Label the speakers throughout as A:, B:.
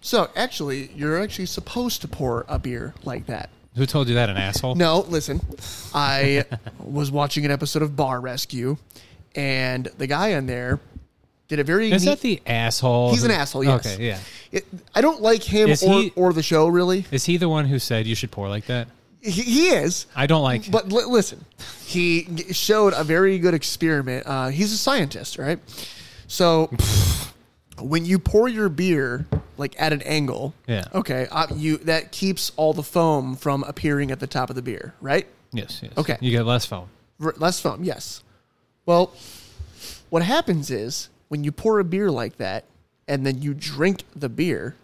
A: So actually, you're actually supposed to pour a beer like that.
B: Who told you that? An asshole?
A: No, listen. I was watching an episode of Bar Rescue, and the guy on there did a very.
B: Is
A: neat-
B: that the asshole?
A: He's an
B: who-
A: asshole. Yes.
B: Okay, yeah.
A: It, I don't like him
B: Is
A: or,
B: he-
A: or the show really.
B: Is he the one who said you should pour like that?
A: He, he is.
B: I don't like.
A: But li- listen, he g- showed a very good experiment. Uh, he's a scientist, right? So when you pour your beer like at an angle,
B: Yeah.
A: okay, uh, you that keeps all the foam from appearing at the top of the beer, right?
B: yes, yes.
A: Okay.
B: You get less foam.
A: R- less foam, yes. Well, what happens is when you pour a beer like that and then you drink the beer,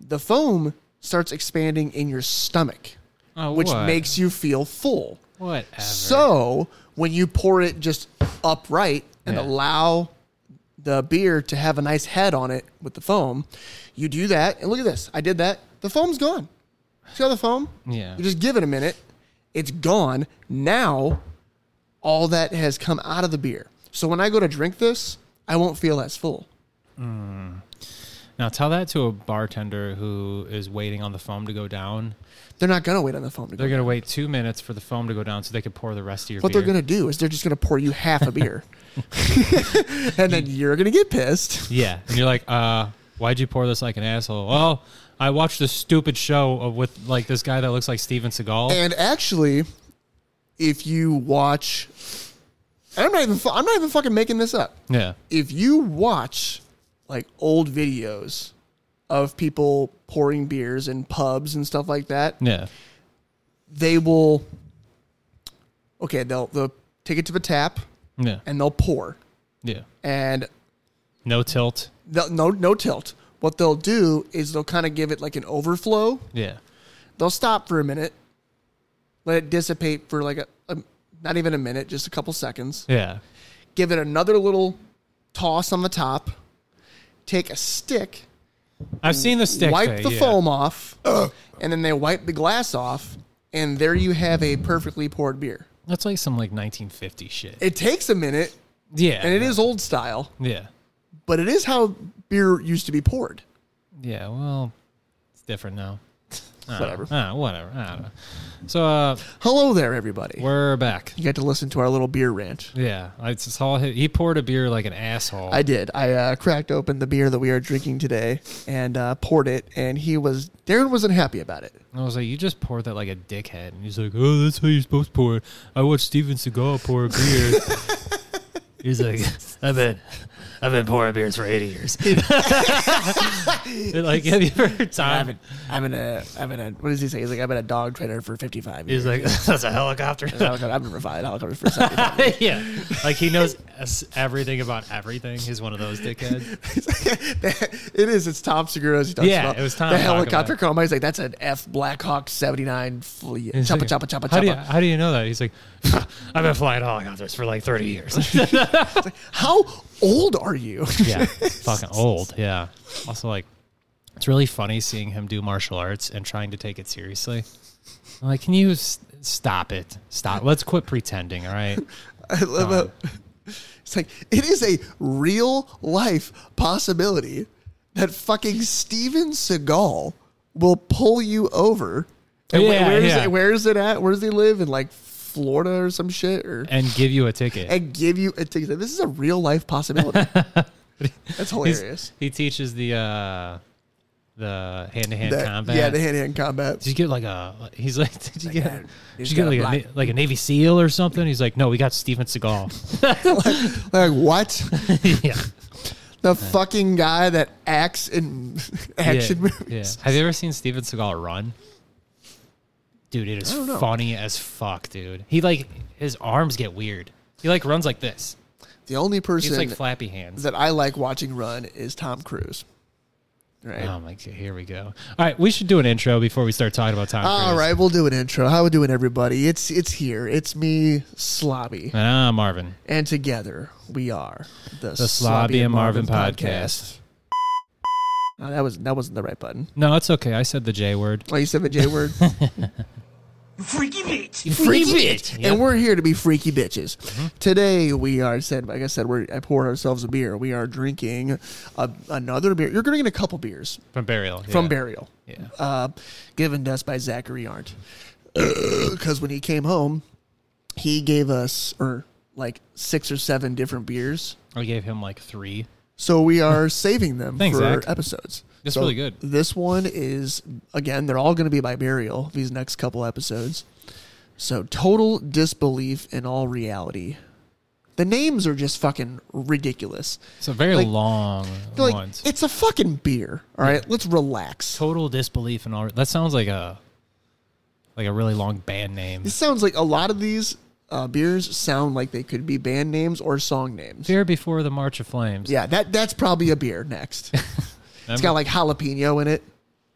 A: the foam starts expanding in your stomach,
B: Oh,
A: which
B: what?
A: makes you feel full.
B: Whatever.
A: So when you pour it just upright and
B: Yeah.
A: allow the beer to have a nice head on it with the foam, you do that. And look at this. I did that. The foam's gone. See all the foam?
B: Yeah.
A: You just give it a minute. It's gone. Now all that has come out of the beer. So when I go to drink this, I won't feel as full.
B: Now tell that to a bartender who is waiting on the foam to go down.
A: They're not gonna wait on the foam to go.
B: They're gonna wait two minutes for the foam to go down so they can pour the rest of your
A: what
B: beer.
A: they're gonna do is they're just gonna pour you half a beer. and then you're gonna get pissed.
B: yeah, and you're like, uh, why'd you pour this like an asshole? Well, I watched this stupid show of with like this guy that looks like Steven Seagal.
A: And actually, if you watch, and I'm not even fu- I'm not even fucking making this up.
B: yeah,
A: If you watch like old videos of people pouring beers in pubs and stuff like that,
B: yeah,
A: they will. Okay, they'll they'll take it to the tap
B: yeah,
A: and they'll pour
B: yeah.
A: and
B: No tilt.
A: they'll, no no tilt. What they'll do is they'll kind of give it like an overflow.
B: Yeah,
A: They'll stop for a minute, let it dissipate for like a, a not even a minute, just a couple seconds.
B: yeah,
A: give it another little toss on the top, take a stick,
B: I've seen the stick.
A: wipe
B: thing,
A: the
B: yeah.
A: foam off, and then they wipe the glass off, and there you have a perfectly poured beer.
B: That's like some like 1950 shit.
A: It takes a minute,
B: Yeah,
A: and it is old style,
B: Yeah,
A: but it is how beer used to be poured.
B: yeah. Well, it's different now. Ah,
A: Whatever.
B: ah, whatever. I don't know. So uh,
A: Hello there, everybody.
B: we're back.
A: You got to listen to our little beer rant.
B: Yeah, I saw he he poured a beer like an asshole.
A: I did. I uh, cracked open the beer that we are drinking today and uh, poured it, and he was Darren wasn't happy about it.
B: And I was like, you just poured that like a dickhead. And he's like, oh, that's how you're supposed to pour it. I watched Steven Seagal pour a beer. he's like, I've been, I've been pouring beers for 80 years. like, have you ever heard Tom?
A: I'm in a, I'm in a. What does he say? He's like, I've been a dog trainer for 55 years.
B: He's like, that's a helicopter.
A: Helicopter- I've been revived. Helicopter for a second.
B: yeah. Like, he knows es- everything about everything. He's one of those dickheads.
A: it is. It's Tom Segura's. He talks
B: Yeah,
A: about
B: it was Tom
A: the
B: talking about
A: helicopter
B: it.
A: coma. He's like, that's an F Blackhawk 79 Fleet.
B: He's
A: Choppa,
B: like,
A: choppa, choppa,
B: How do, you,
A: choppa.
B: how do you know that? He's like, I've been flying helicopters for like 30 years.
A: How old are you?
B: yeah, fucking old. Yeah. Also, like, it's really funny seeing him do martial arts and trying to take it seriously. I'm like, can you s- stop it? Stop. Let's quit pretending. All right.
A: I love how- It's like, it is a real life possibility that fucking Steven Seagal will pull you over. And where-
B: Yeah,
A: where, is
B: yeah.
A: it, where is it at? Where does he live? In like Florida or some shit? Or
B: And give you a ticket.
A: and give you a ticket. This is a real life possibility. That's
B: He's-
A: hilarious.
B: He teaches the uh, the hand to hand
A: That-
B: combat.
A: Yeah, the hand to hand combat.
B: Did you get like a? He's like, did you get?
A: he's
B: Did you get
A: got
B: like
A: a
B: a,
A: black-
B: na- like a Navy SEAL or something? He's like, no, we got Steven Seagal.
A: Like what?
B: yeah.
A: The fucking guy that acts in action
B: yeah,
A: movies.
B: yeah. Have you ever seen Steven Seagal run? Dude, it is
A: don't know.
B: funny as fuck, dude. He like his arms get weird. He like runs like this.
A: The only
B: He's
A: person
B: like flappy hands.
A: that I like watching run is Tom Cruise. Right.
B: Oh my god, here we go. All right, we should do an intro before we start talking about Tom
A: All
B: Cruise.
A: right, we'll do an intro. How we doing, everybody? It's it's here. It's me, Slobby,
B: Ah, Marvin.
A: and together we are the,
B: The Slobby and Marvin podcast.
A: Oh, that was that wasn't the right button.
B: No, it's okay. I said the J word.
A: Oh, you said the J word.
C: Freaky bitch.
A: freaky,
B: Freaky
A: bitch.
B: bitch. Yep. Mm-hmm.
A: And we're here to be freaky bitches. Today we are said, like I said, we're I poured ourselves a beer. We are drinking a, another beer. You're drinking a couple beers
B: From Burial.
A: from
B: yeah.
A: Burial,
B: Yeah.
A: uh, given to us by Zachary Arndt. Because when he came home, he gave us or like six or seven different beers.
B: I gave him like three.
A: So we are saving them
B: Thanks,
A: for
B: Zach.
A: episodes.
B: That's
A: So
B: really good.
A: This one is again, they're all going to be by burial these next couple episodes. So total disbelief in all reality. The names are just fucking ridiculous.
B: It's a very
A: Like-
B: long
A: They're like
B: ones.
A: it's a fucking beer. All right, let's relax.
B: Total disbelief and all. That sounds like a like a really long band name.
A: This sounds like a lot of these uh, beers sound like they could be band names or song names.
B: Fear before the March of Flames.
A: Yeah, that that's probably a beer next.
B: I'm-
A: it's got like jalapeno in it.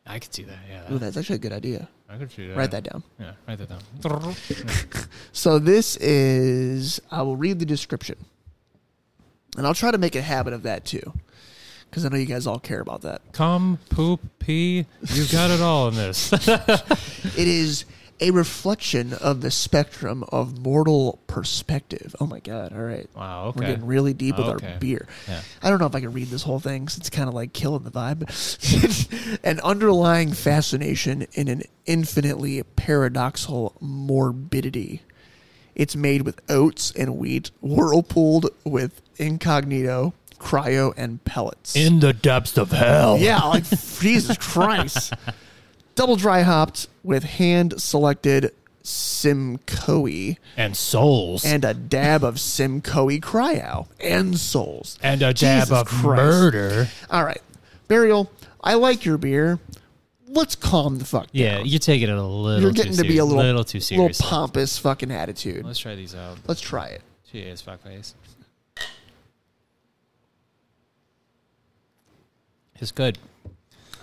B: I could see that. Yeah.
A: Ooh, that's actually a good idea.
B: I could see that.
A: Write that down.
B: Yeah. Write that down.
A: So this is I will read the description. And I'll try to make a habit of that too. Cuz I know you guys all care about that.
B: Come, poop, pee. You've got it all in this.
A: It is a reflection of the spectrum of mortal perspective. Oh my god. All right.
B: Wow.
A: We're
B: Okay.
A: getting really deep with
B: Okay.
A: our beer.
B: Yeah.
A: I don't know if I can read this whole thing 'cause it's kind of like killing the vibe. an underlying fascination in an infinitely paradoxical morbidity. It's made with oats and wheat, whirlpooled with incognito, cryo, and pellets.
B: In the depths of hell.
A: yeah, like Jesus Christ. Double dry hopped with hand selected Simcoe
B: And souls.
A: and a dab of Simcoe Cryo and Souls.
B: And a
A: Jesus
B: dab of
A: Christ.
B: murder.
A: All right, Burial, I like your beer. Let's calm the fuck
B: Yeah,
A: down.
B: you're taking it a little.
A: You're getting to
B: too
A: be a
B: serious-
A: little,
B: too
A: little
B: serious.
A: pompous fucking attitude. Let's,
B: Let's try these out.
A: try it.
B: Cheers, fuckface. It's good.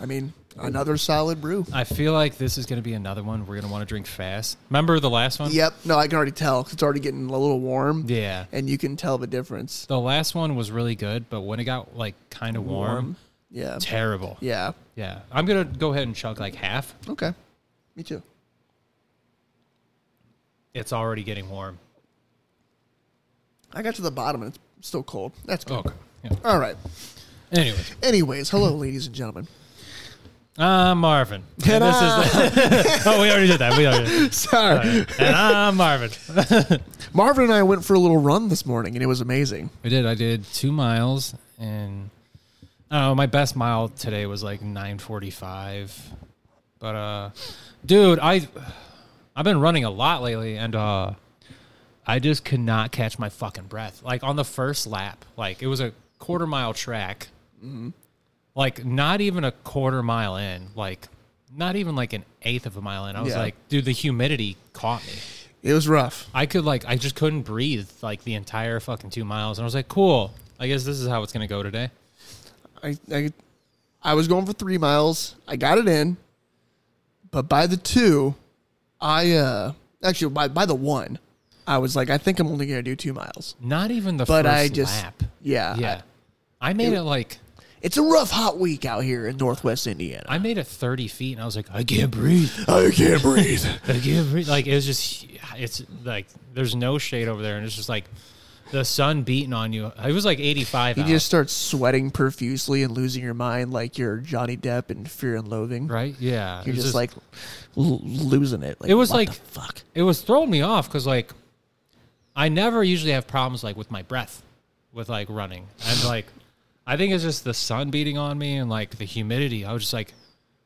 A: I mean, another solid brew.
B: I feel like this is going to be another one we're going to want to drink fast. Remember the last one?
A: Yep. No, I can already tell. 'cause It's already getting a little warm.
B: Yeah.
A: And you can tell the difference.
B: The last one was really good, but when it got like kind of warm,
A: Yeah.
B: terrible. Yeah.
A: Yeah.
B: I'm going to go ahead and chug like half.
A: Okay. Me too.
B: It's already getting warm.
A: I got to the bottom and it's still cold. That's good.
B: Okay. Yeah.
A: All right.
B: Anyways,
A: Anyways, hello, ladies and gentlemen.
B: I'm Marvin. And this is the- Oh, we already did that. We already did that.
A: Sorry.
B: And I'm Marvin.
A: Marvin and I went for a little run this morning, and it was amazing.
B: We did. I did two miles, and I don't know. My best mile today was like nine forty-five. But uh, dude, I I've been running a lot lately, and uh, I just could not catch my fucking breath. Like on the first lap, like it was a quarter mile track. Like not even a quarter mile in, like not even like an eighth of a mile in. I was
A: Yeah.
B: like, dude, the humidity caught me.
A: It was rough.
B: I could like I just couldn't breathe like the entire fucking two miles, and I was like, cool. I guess this is how it's gonna go today.
A: I, I, I was going for three miles. I got it in, but by the two, I uh actually by by the one, I was like, I think I'm only gonna do two miles.
B: Not even the
A: But
B: first
A: I just uh,
B: lap.
A: yeah
B: Yeah, I, made it, like
A: It's a rough hot week out here in Northwest Indiana.
B: I made it thirty feet, and I was like, I can't breathe.
A: I can't breathe.
B: I can't breathe. Like it was just, it's like there's no shade over there, and it's just like the sun beating on you. It was like eighty five.
A: You just start sweating profusely and losing your mind, like you're Johnny Depp in Fear and Loathing.
B: right. Yeah, it
A: You're
B: was
A: just, like l- losing it. Like,
B: It was
A: what
B: like-
A: the fuck.
B: it was throwing me off because like I never usually have problems like with my breath with like running and like I think it's just the sun beating on me and like the humidity. I was just like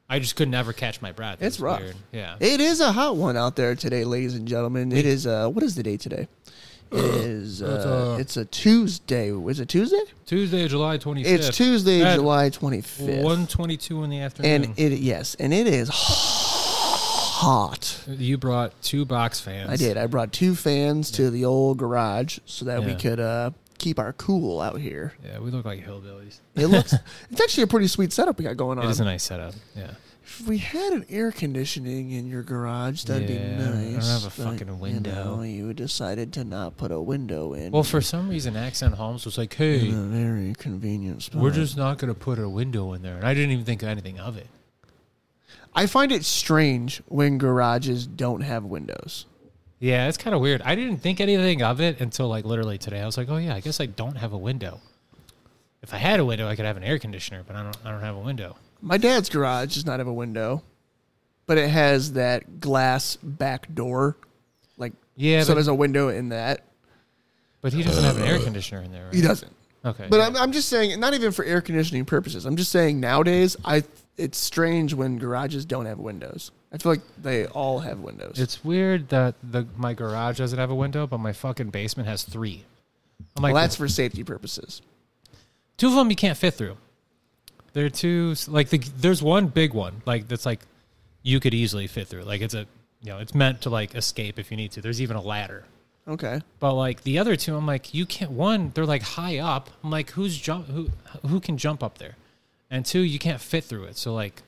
B: I just could never catch my breath. It
A: It's
B: was
A: rough.
B: weird. Yeah,
A: It is a hot one out there today, ladies and gentlemen. It is uh what is the day today? It is uh, it's a Tuesday. Is it Tuesday?
B: Tuesday, July twenty fifth.
A: It's Tuesday, July twenty fifth.
B: one twenty two in the afternoon.
A: And it yes, and it is hot.
B: you brought two box fans.
A: I did. I brought two fans to the old garage so that we
B: Yeah.
A: could uh keep our cool out here.
B: Yeah, we look like hillbillies.
A: It looks it's actually a pretty sweet setup we got going
B: It
A: on.
B: is a nice setup. Yeah,
A: If we had an air conditioning in your garage, that'd
B: Yeah, I
A: be nice.
B: don't have a
A: but,
B: fucking window.
A: You, know, you decided to not put a window in.
B: Well, for some reason, Accent Holmes was like, "Hey,
A: in a very convenient spot.
B: we're just not gonna put a window in there," and I didn't even think anything of it.
A: I find it strange when garages don't have windows.
B: Yeah, it's kind of weird. I didn't think anything of it until like literally today. I was like, oh yeah, I guess I don't have a window. If I had a window, I could have an air conditioner, but I don't. I don't have a window.
A: My dad's garage does not have a window, but it has that glass back door. Like
B: Yeah,
A: so
B: but-
A: there's a window in that.
B: But he doesn't have an air conditioner in there, right?
A: He doesn't.
B: Okay.
A: But
B: yeah.
A: I'm, I'm just saying, not even for air conditioning purposes. I'm just saying nowadays, I it's strange when garages don't have windows. I feel like they all have windows.
B: It's weird that the my garage doesn't have a window, but my fucking basement has three. I'm like,
A: well, that's for safety purposes.
B: two of them you can't fit through. There are two, like the there's one big one, like that's like you could easily fit through. Like it's a, you know, it's meant to like escape if you need to. There's even a ladder.
A: Okay.
B: But like the other two, I'm like, you can't. One, they're like high up. I'm like, who's jump? Who who can jump up there? And two, you can't fit through it. So like,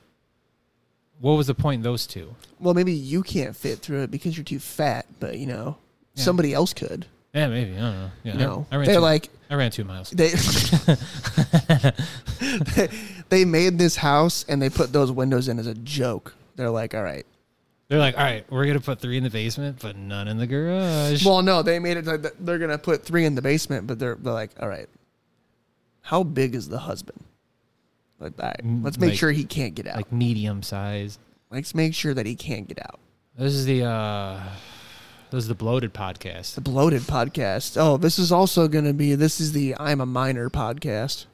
B: what was the point in those two?
A: Well, maybe you can't fit through it because you're too fat, but you know,
B: Yeah.
A: somebody else could.
B: Yeah, maybe I don't know. Yeah, I-
A: No,
B: I, ran
A: they're
B: two,
A: like
B: I ran two miles.
A: they they made this house and they put those windows in as a joke. They're like, all right.
B: They're like, all right, we're gonna put three in the basement, but none in the garage.
A: Well, no, they made it. Like that they're gonna put three in the basement, but they're, they're like, all right. How big is the husband? Like, all right,
B: Mm,
A: let's make
B: like-
A: sure he can't get out.
B: like medium size.
A: let's make sure that he can't get out.
B: This is the uh, this is the bloated podcast.
A: The bloated podcast. Oh, this is also gonna be. This is the I'm a minor podcast.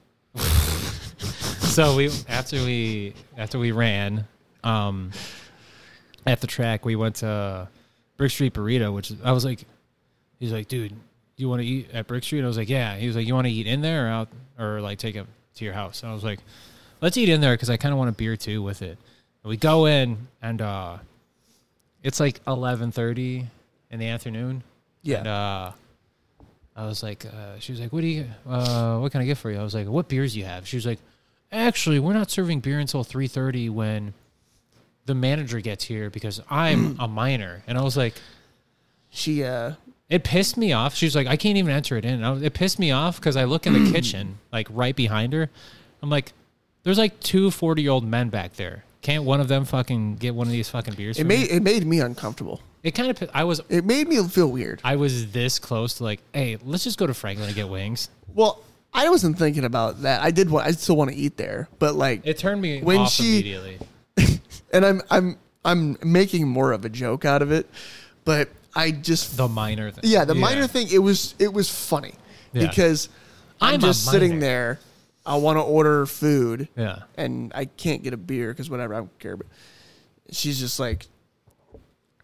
B: so we after we after we ran um at the track we went to brick street burrito which is, i was like he's like dude you want to eat at brick street i was like yeah he was like you want to eat in there or out or like take it to your house and i was like let's eat in there because i kind of want a beer too with it And we go in and uh it's like 11.30 in the afternoon
A: Yeah.
B: and, uh, I was like, uh, she was like, what do you, uh, what can I get for you? I was like, what beers do you have? She was like, actually, we're not serving beer until 3.30 when the manager gets here because I'm a minor. And I was like,
A: She uh
B: it pissed me off. She was like, I can't even enter it in. And I was, it pissed me off because I look in the kitchen, like right behind her. I'm like, there's like two 40 year old men back there. Can't one of them fucking get one of these fucking beers?
A: It
B: for me?
A: made it made me uncomfortable.
B: it kind of. I was
A: It made me feel weird.
B: I was this close to like, hey, let's just go to Franklin and get wings.
A: Well, I wasn't thinking about that. I did want. I still want to eat there, but like,
B: It turned me
A: When
B: off
A: she-
B: immediately.
A: and I'm I'm I'm making more of a joke out of it, but I just
B: The minor thing.
A: yeah, the minor thing. It was it was funny
B: Yeah.
A: because I'm,
B: I'm a
A: just sitting
B: minor.
A: there. I want to order food,
B: Yeah.
A: and I can't get a beer because whatever. I don't care. But she's just like,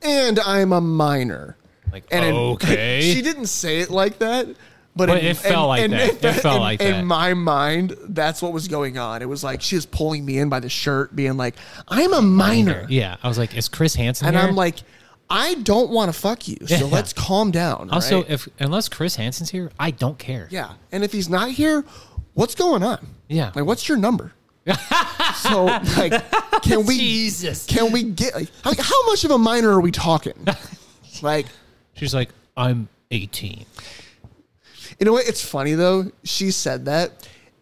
A: and I'm a minor.
B: Like
A: And in-
B: okay.
A: she didn't say it like that, but,
B: But
A: in-
B: it felt
A: in-
B: like
A: in-
B: that. It felt
A: in-
B: like that.
A: In my mind, that's what was going on. It was like she was pulling me in by the shirt, being like, "I'm a minor,"
B: yeah. I was like, is Chris Hansen
A: and
B: here?
A: I'm like, "I don't want to fuck you." So
B: Yeah.
A: let's calm down.
B: also,
A: right?
B: if unless Chris Hansen's here, I don't care.
A: yeah, and if he's not here, what's going on?
B: Yeah.
A: like what's your number? so like, can we?
B: Jesus.
A: Can we get like, like how much of a minor are we talking? like.
B: She's like, I'm 18.
A: You know what? It's funny though. She said that,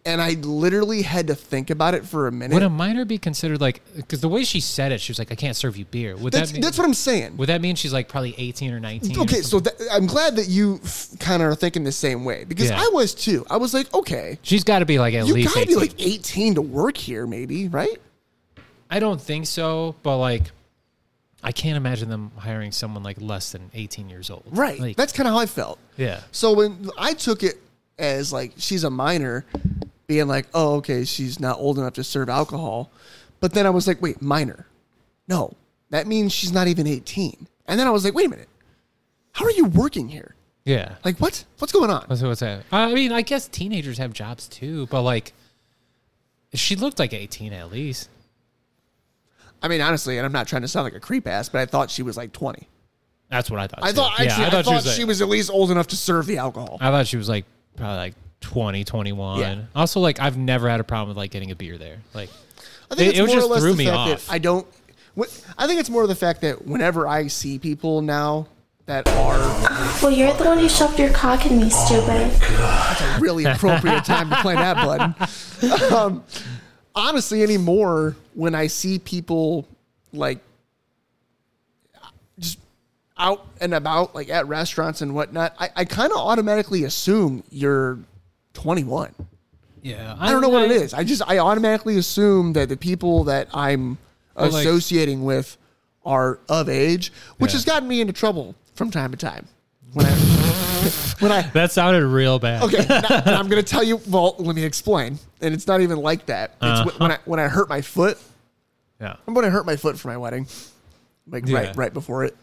A: and I literally had to think about it for a minute.
B: Would a minor be considered like? Because the way she said it, she was like, I can't serve you beer. Would
A: that's
B: that mean?
A: that's what I'm saying.
B: would that mean she's like probably 18 or 19? or
A: okay,
B: something?
A: so that, I'm glad that you f- kind of are thinking the same way because
B: Yeah.
A: I was too. I was like, okay,
B: she's got to be like at
A: you
B: least
A: gotta
B: 18.
A: be like 18 to work here, maybe, right?
B: I don't think so, but like, I can't imagine them hiring someone like less than 18 years old.
A: Right.
B: Like,
A: that's kind of how I felt.
B: yeah.
A: So when I took it as like she's a minor, being like, oh, okay, she's not old enough to serve alcohol. But then I was like, wait, minor? No, that means she's not even 18. And then I was like, wait a minute, how are you working here?
B: Yeah.
A: Like, what? What's going on?
B: What's, what's that? I mean, I guess teenagers have jobs too, but like, she looked like 18 at least.
A: I mean, honestly, and I'm not trying to sound like a creep ass, but I thought she was like 20.
B: That's what I thought.
A: I
B: too.
A: thought
B: Yeah,
A: actually, I thought, she, was,
B: like-
A: at least old enough to serve the alcohol.
B: I thought she was like probably like 20, 21.
A: Yeah.
B: Also, like, I've never had a problem with like getting a beer there. Like,
A: I
B: It-
A: think it's
B: it
A: more
B: just
A: or less
B: threw
A: the
B: me
A: fact
B: off.
A: that I don't. wh- I think it's more the fact that whenever I see people now that are
C: Well, you're the one who shoved your cock in me, stupid.
A: really appropriate time to play that button. Um, honestly, anymore when I see people like just out and about, like at restaurants and whatnot, I, I kind of automatically assume you're 21.
B: Yeah.
A: I don't know what it is. I just I automatically assume that the people that I'm
B: Well, like-
A: associating with are of age, which
B: Yeah.
A: has gotten me into trouble from time to time. When I when I
B: That sounded real bad.
A: okay, now- now I'm gonna tell you. Well, let me explain. And it's not even like that. It's wh-
B: Uh-huh.
A: when I when I hurt my foot.
B: Yeah.
A: Remember when I hurt my foot for my wedding? Like
B: Yeah.
A: right right before it.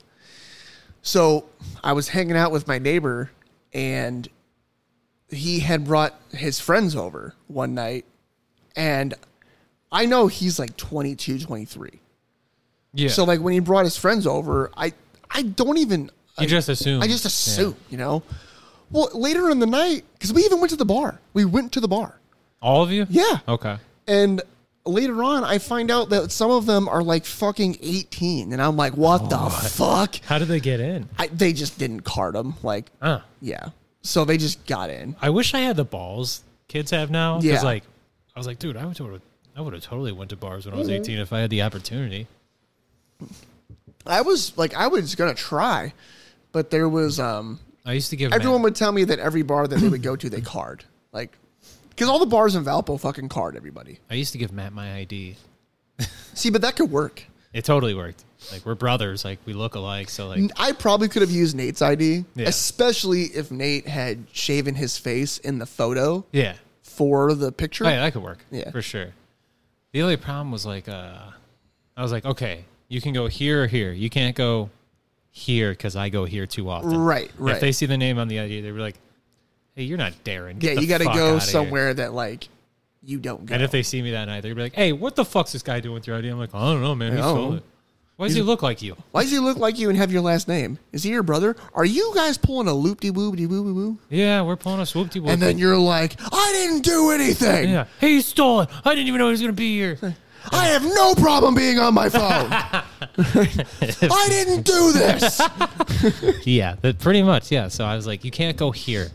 A: So I was hanging out with my neighbor and he had brought his friends over one night and I know he's like 22, 23.
B: Yeah.
A: So like when he brought his friends over, I I don't even
B: you just assume.
A: I just assume, you know. Well, later in the night, because we even went to the bar. We went to the bar.
B: All of you?
A: Yeah.
B: Okay.
A: And later on, I find out that some of them are like fucking 18. And I'm like, what
B: Oh
A: the fuck?
B: How did they get in?
A: I, they just didn't card them. Like,
B: Huh.
A: yeah. So they just got in.
B: I wish I had the balls kids have now. 'cause,
A: Yeah.
B: like, I was like, dude, I would have, I would have totally went to bars when I
A: Mm-hmm.
B: was 18 if I had the opportunity.
A: I was like, I was going to try, but there was, um,
B: I used to give
A: everyone
B: Matt-
A: would tell me that every bar that they would go to, they card. Like, because all the bars in Valpo fucking card everybody.
B: I used to give Matt my ID.
A: See, but that could work.
B: It totally worked. Like we're brothers. Like we look alike. So like,
A: I probably could have used Nate's ID,
B: Yeah.
A: especially if Nate had shaven his face in the photo
B: yeah,
A: for the picture.
B: oh, yeah, that could work.
A: Yeah.
B: for sure. The only problem was like, uh, I was like, okay, you can go here or here. You can't go here because I go here too often.
A: Right, right.
B: If they see the name on the ID, they were like, hey, you're not Darren. Get
A: Yeah,
B: the
A: you got to
B: fuck
A: go
B: outta here."
A: somewhere that like you don't go.
B: And if they see me that night, they're gonna be like, hey, what the fuck's this guy doing with your ID? I'm like, I don't know, man. He
A: I don't
B: stole
A: know.
B: it. Why does he look like you?
A: Why does he look like you and have your last name? Is he your brother? Are you guys pulling a loop de woo de woo woo woo?
B: Yeah, we're pulling a swoop de
A: And then you're like, I didn't do anything.
B: yeah, hey, he stole it. I didn't even know he was gonna be here.
A: I have no problem being on my phone. I didn't do this.
B: Yeah, that pretty much. Yeah. So I was like, you can't go here.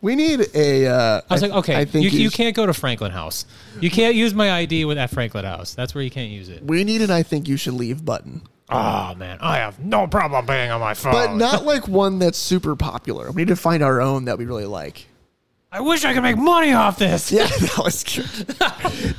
A: We need a. Uh,
B: I was like, okay,
A: I think
B: you,
A: you,
B: you
A: can.
B: can't go to Franklin House. You can't use my ID with at Franklin House. That's where you can't use it.
A: We need an I think you should leave button, Ah.
B: Oh man, I have no problem being on my phone.
A: but not like one that's super popular. We need to find our own that we really like.
B: I wish I could make money off this.
A: Yeah, that was good.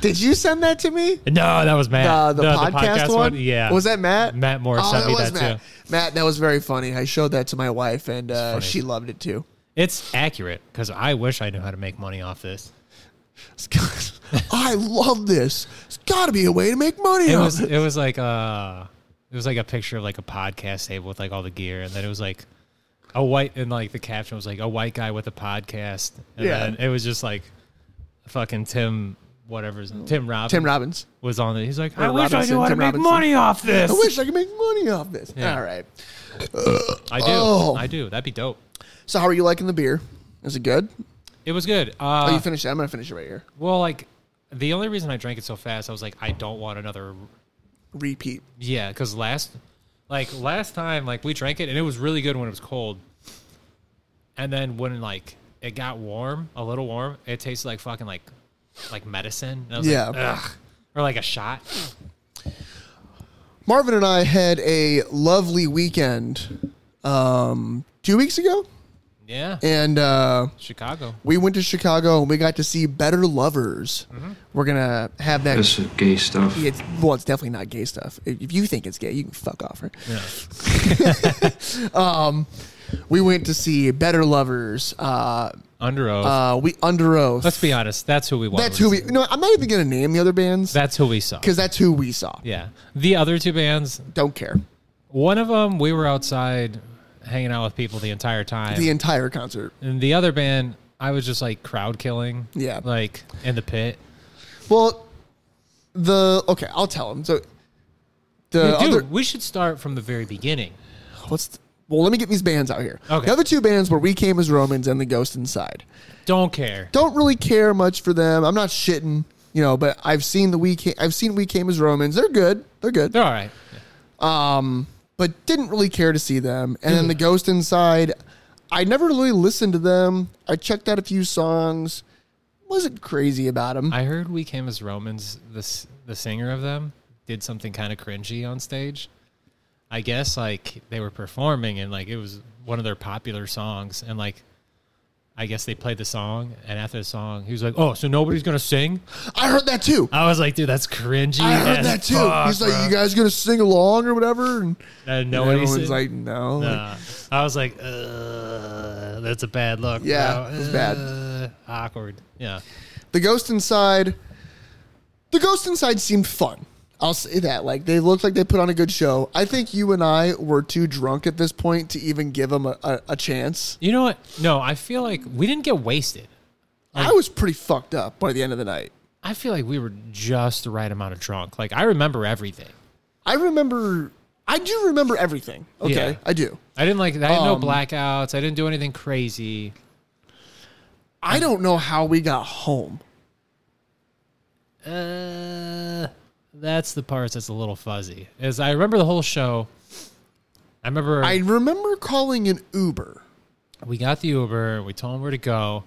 A: Did you send that to me?
B: No, that was Matt.
A: Uh, the,
B: Eh, No,
A: podcast one?
B: Yeah.
A: Was that Matt? Oh,
B: Matt Moore sent me that,
A: Matt.
B: too.
A: Matt, that was very funny. I showed that to my wife, and uh,
B: funny.
A: she loved it too.
B: It's accurate because I wish I knew how to make money off this.
A: I love this. It's got to be a way to make money.
B: It
A: off
B: was
A: it.
B: it was like uh it was like a picture of like a podcast table with like all the gear and then it was like a white and like the caption was like a white guy with a podcast. And
A: Yeah.
B: then it was just like fucking Tim whatever's Tim Robbins
A: Oh. Tim Robbins.
B: was on it. He's like, I
A: Or
B: wish I
A: Robinson,
B: knew how to
A: Tim
B: make
A: Robinson.
B: money off this.
A: I wish I could make money off this.
B: Yeah.
A: All right.
B: I do.
A: Oh.
B: I do. That'd be dope.
A: So, how are you liking the beer? Is it good?
B: It was good.
A: oh,
B: Uh,
A: you finished it. I'm gonna finish it right here.
B: well, like the only reason I drank it so fast, I was like, I don't want another
A: Repeat.
B: Yeah, because last, like last time, like we drank it and it was really good when it was cold, and then when like it got warm, a little warm, it tasted like fucking like, like medicine. And I was
A: Yeah.
B: like, Ugh. or like a shot.
A: Marvin and I had a lovely weekend um, two weeks ago,
B: Yeah,
A: and uh,
B: Chicago.
A: we went to Chicago and we got to see Better Lovers.
B: Mm-hmm.
A: We're gonna have that.
D: This is gay stuff.
A: It's well, it's definitely not gay stuff. If you think it's gay, you can fuck off. Right?
B: Yeah.
A: We went to see Better Lovers. Uh,
B: Under oath.
A: uh, we under oath.
B: Let's be honest. That's who we wanted.
A: that's who
B: to
A: we.
B: see.
A: No, I'm not even gonna name the other bands
B: That's who we saw.
A: because that's who we saw.
B: Yeah, the other two bands.
A: Don't care.
B: One of them, we were outside hanging out with people the entire time.
A: The entire concert.
B: and the other band, I was just like crowd killing.
A: Yeah.
B: like in the pit.
A: Well, the okay, I'll tell him. So the
B: Dude,
A: other
B: we should start from the very beginning.
A: what's the- well, let me get these bands out here.
B: Okay.
A: The other two bands were We Came as Romans and The Ghost Inside.
B: Don't care.
A: Don't really care much for them. I'm not shitting, you know, but I've seen the We Came, I've seen We Came as Romans. They're good. They're good.
B: They're all right.
A: but didn't really care to see them. And then the Ghost Inside, I never really listened to them. I checked out a few songs. Wasn't crazy about them.
B: I heard we came as Romans. This the singer of them did something kind of cringy on stage. I guess like they were performing and like it was one of their popular songs and like I guess they played the song and after the song he was like, "Oh, so nobody's gonna sing?"
A: I heard that too.
B: I was like, "Dude, that's cringy."
A: I heard
B: as
A: that too.
B: fuck,
A: He's like,
B: bro."
A: you guys gonna sing along or whatever? And
B: And
A: no
B: nobody
A: everyone's
B: sing-
A: like, no. Like,
B: Nah. I was like, "Uh, that's a bad look."
A: Yeah,
B: bro.
A: it was bad.
B: Uh, awkward. Yeah,
A: the Ghost Inside, the Ghost Inside seemed fun. I'll say that. Like they looked like they put on a good show. I think you and I were too drunk at this point to even give them a, a, a chance.
B: you know what? No, I feel like we didn't get wasted.
A: I was pretty fucked up by the end of the night.
B: I feel like we were just the right amount of drunk. Like I remember everything.
A: I remember. I do remember everything. Okay,
B: Yeah.
A: I do.
B: I didn't like. I had
A: Um,
B: no blackouts. I didn't do anything crazy.
A: I don't know how we got home.
B: Uh, that's the part that's a little fuzzy. Is I remember the whole show. I remember
A: I remember calling an Uber.
B: we got the Uber. We told him where to go.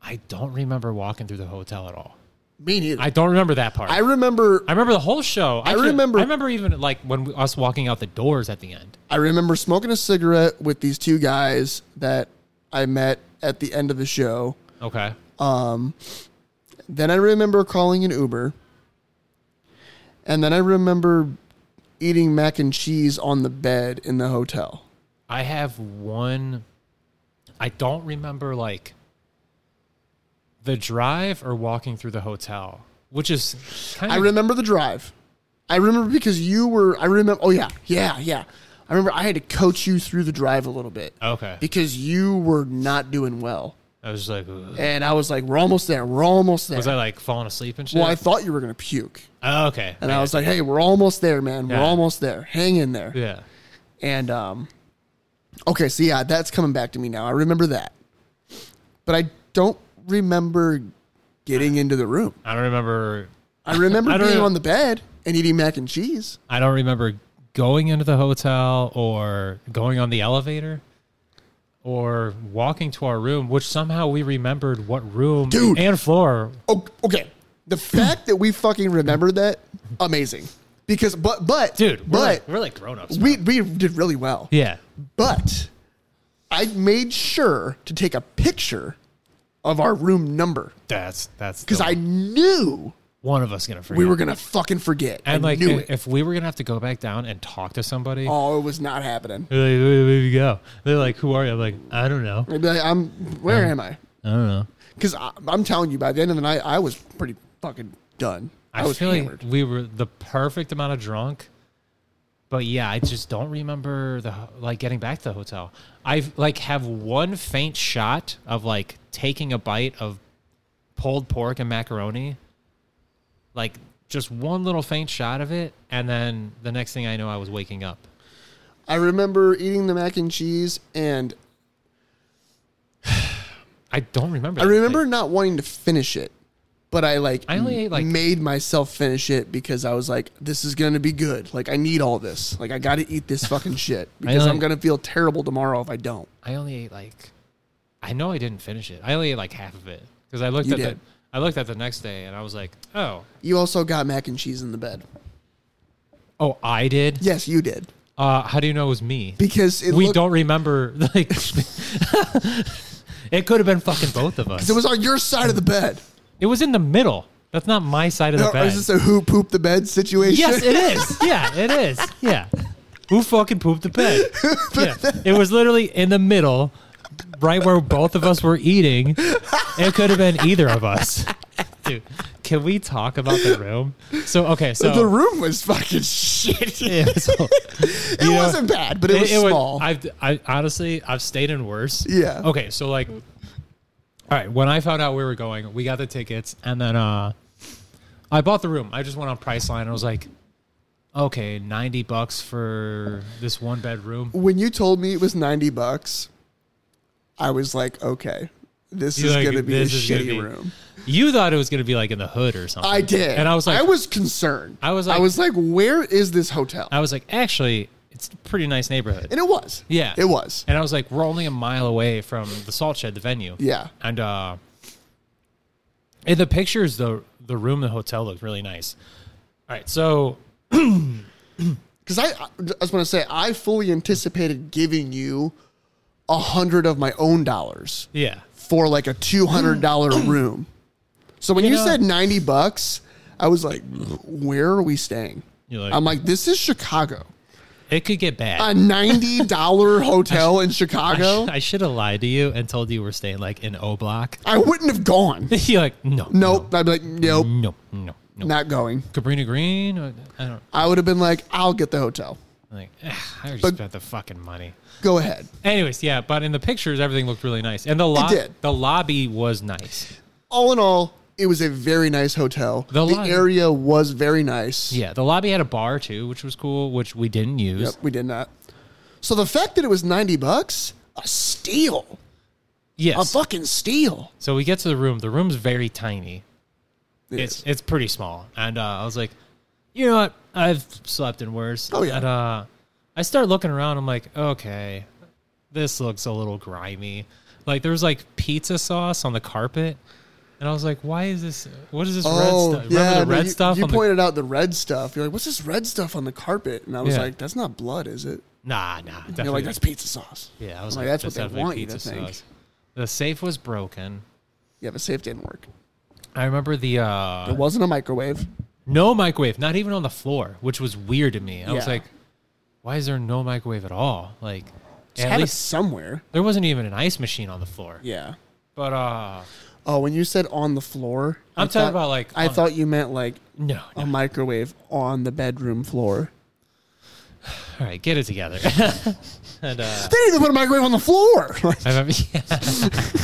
B: I don't remember walking through the hotel at all.
A: Me neither.
B: I don't remember that part.
A: I
B: I,
A: remember.
B: remember the whole show.
A: I
B: can-
A: remember-
B: I remember even like when we, us walking out the doors at the end.
A: I remember smoking a cigarette with these two guys that I met at the end of the show.
B: Okay.
A: Then I remember calling an Uber. And then I remember eating mac and cheese on the bed in the hotel.
B: I have one. I don't remember like the drive or walking through the hotel, which is kind
A: I
B: of
A: remember the drive. I remember because you were. I remember. Oh yeah, yeah, yeah. I remember I had to coach you through the drive a little bit
B: okay.
A: because you were not doing well,
B: I was like, ugh.
A: and I was like, "We're almost there. We're almost there."
B: was I like falling asleep and shit?
A: well, I thought you were gonna puke,
B: oh, okay.
A: and I was like, "Hey, we're almost there, man. We're
B: Yeah.
A: almost there. Hang in there."
B: yeah,
A: And um, okay, so yeah, that's coming back to me now. I remember that, but I don't remember getting into the room.
B: I don't remember.
A: I remember
B: I don't
A: being
B: know.
A: on the bed and eating mac and cheese.
B: I don't remember going into the hotel or going on the elevator or walking to our room, which somehow we remembered what room
A: Dude.
B: and floor.
A: Oh, okay. The fact that we fucking remembered that, amazing. Because, but, but,
B: Dude, we're
A: but
B: like, we're like grown ups.
A: we we did really well.
B: Yeah.
A: But I made sure to take a picture of our room number
B: That's that's
A: because
B: the-
A: I knew
B: one of us gonna forget.
A: we were gonna fucking forget.
B: And
A: I
B: like,
A: knew
B: i-
A: it.
B: if we were gonna have to go back down and talk to somebody,
A: Oh, it was not happening.
B: they're like, where, where you go? They're like, who are you? I'm like, I don't know.
A: I'd be like, I'm. Where am I?
B: I don't know.
A: Because I'm telling you, by the end of the night, I was pretty fucking done. I,
B: I,
A: was
B: feel
A: hammered.
B: like we were the perfect amount of drunk. But yeah, I just don't remember the ho- like getting back to the hotel. I've like have one faint shot of like taking a bite of pulled pork and macaroni. Like just one little faint shot of it, and then the next thing I know, I was waking up.
A: I remember eating the mac and cheese and
B: I don't remember.
A: I
B: that.
A: remember not wanting to finish it, but I like
B: I only ate, like-
A: made myself finish it because I was like, this is gonna be good. Like I need all this. Like I gotta eat this fucking shit because I'm
B: only-
A: gonna feel terrible tomorrow if I don't.
B: I only ate like I know I didn't finish it. I only ate like half of it because I looked
A: You
B: at
A: did.
B: the I looked at the next day and I was like, oh,
A: You also got mac and cheese in the bed.
B: oh, I did.
A: Yes, you did
B: Uh, how do you know it was me?
A: because it
B: we
A: looked-
B: don't remember. Like it could have been fucking both of us.
A: It was on your side of the bed.
B: It was in the middle. That's not my side of the
A: Or
B: bed.
A: Is this a who pooped the bed situation?
B: yes, it is. Yeah, it is. Yeah. Who fucking pooped the bed? Yeah. It was literally in the middle, right where both of us were eating. It could have been either of us. Dude, can we talk about the room? So, okay, so.
A: the room was fucking shit. It
B: Yeah, so- you know-
A: wasn't bad, but it, was small.
B: I've, I honestly, I've stayed in worse.
A: Yeah.
B: Okay, so like, all right, when I found out we were going, we got the tickets, and then uh, I bought the room. I just went on Priceline and I was like, okay, ninety bucks for this one bedroom.
A: when you told me it was 90 bucks, I was like, okay, this
B: You're
A: is
B: like,
A: going to be a
B: this is gonna
A: shitty
B: be-
A: room.
B: You thought it was gonna be like in the hood or something.
A: I did.
B: and I was like,
A: I was concerned.
B: I was like-
A: I was like, where is this hotel?
B: I was like, actually, it's a pretty nice neighborhood.
A: and it was.
B: Yeah.
A: It was.
B: And I was like, we're only a mile away from the salt shed, the venue.
A: Yeah.
B: And uh in the pictures the the room in the hotel looked really nice. All right, so
A: Because I, I was going to say, I fully anticipated giving you a hundred of my own dollars
B: yeah,
A: for like a two hundred dollar room. So when you,
B: You know-
A: said ninety bucks, I was like, "Where are we staying?"
B: You're like-
A: I'm like, "This is Chicago,
B: it could get bad.
A: a ninety dollar hotel in
B: I,
A: Chicago."
B: sh- I should have lied to you and told you we're staying like in O Block.
A: I wouldn't have gone.
B: You're like, no,
A: Nope. I'd be like, nope,
B: no, no, no.
A: not going.
B: Cabrini Green. Or, I don't.
A: I would have been like, I'll get the hotel.
B: Like, ah, I already
A: But-
B: spent the fucking money.
A: Go ahead.
B: Anyways, yeah, but in the pictures, everything looked really nice, and the lobby,
A: did.
B: the lobby was nice.
A: All in all, it was a very nice hotel.
B: The
A: The,
B: line-
A: area was very nice.
B: Yeah, the lobby had a bar too, which was cool, which we didn't use.
A: Yep, we did not. So the fact that it was 90 bucks, a steal. A
B: Yes.
A: fucking steal.
B: so we get to the room. The room's very tiny.
A: It
B: It's
A: is.
B: it's pretty small, and uh, I was like, you know what? I've slept in worse.
A: Oh, yeah.
B: And, uh, I start looking around. I'm like, okay, this looks a little grimy. Like there was like pizza sauce on the carpet, and I was like, why is this? What is this
A: Oh,
B: red stuff?
A: yeah.
B: Remember the
A: no,
B: red
A: you,
B: stuff?
A: You
B: on
A: pointed out the red stuff. You're like, what's this red stuff on the carpet? And I was
B: Yeah.
A: like, that's not blood, is it?
B: the, nah, nah. Definitely.
A: You're like, that's pizza sauce.
B: yeah, I was
A: I'm
B: like,
A: like, that's what they
B: definitely
A: want you to
B: pizza
A: think.
B: sauce. The safe was broken.
A: Yeah, but safe didn't work.
B: I remember the uh,
A: It wasn't a microwave.
B: no microwave, not even on the floor, which was weird to me. I was
A: Yeah.
B: like, why is there no microwave at all? Like,
A: Just
B: at
A: had it
B: least
A: somewhere.
B: there wasn't even an ice machine on the floor.
A: Yeah.
B: But uh,
A: Oh, when you said on the floor, I
B: I'm talking
A: thought-
B: about, like,
A: I
B: on-
A: thought you meant like
B: no, no.
A: a microwave on the bedroom floor.
B: all right, get it together. and
A: They
B: uh,
A: didn't even put a microwave on the floor. Like,
B: I remember yeah,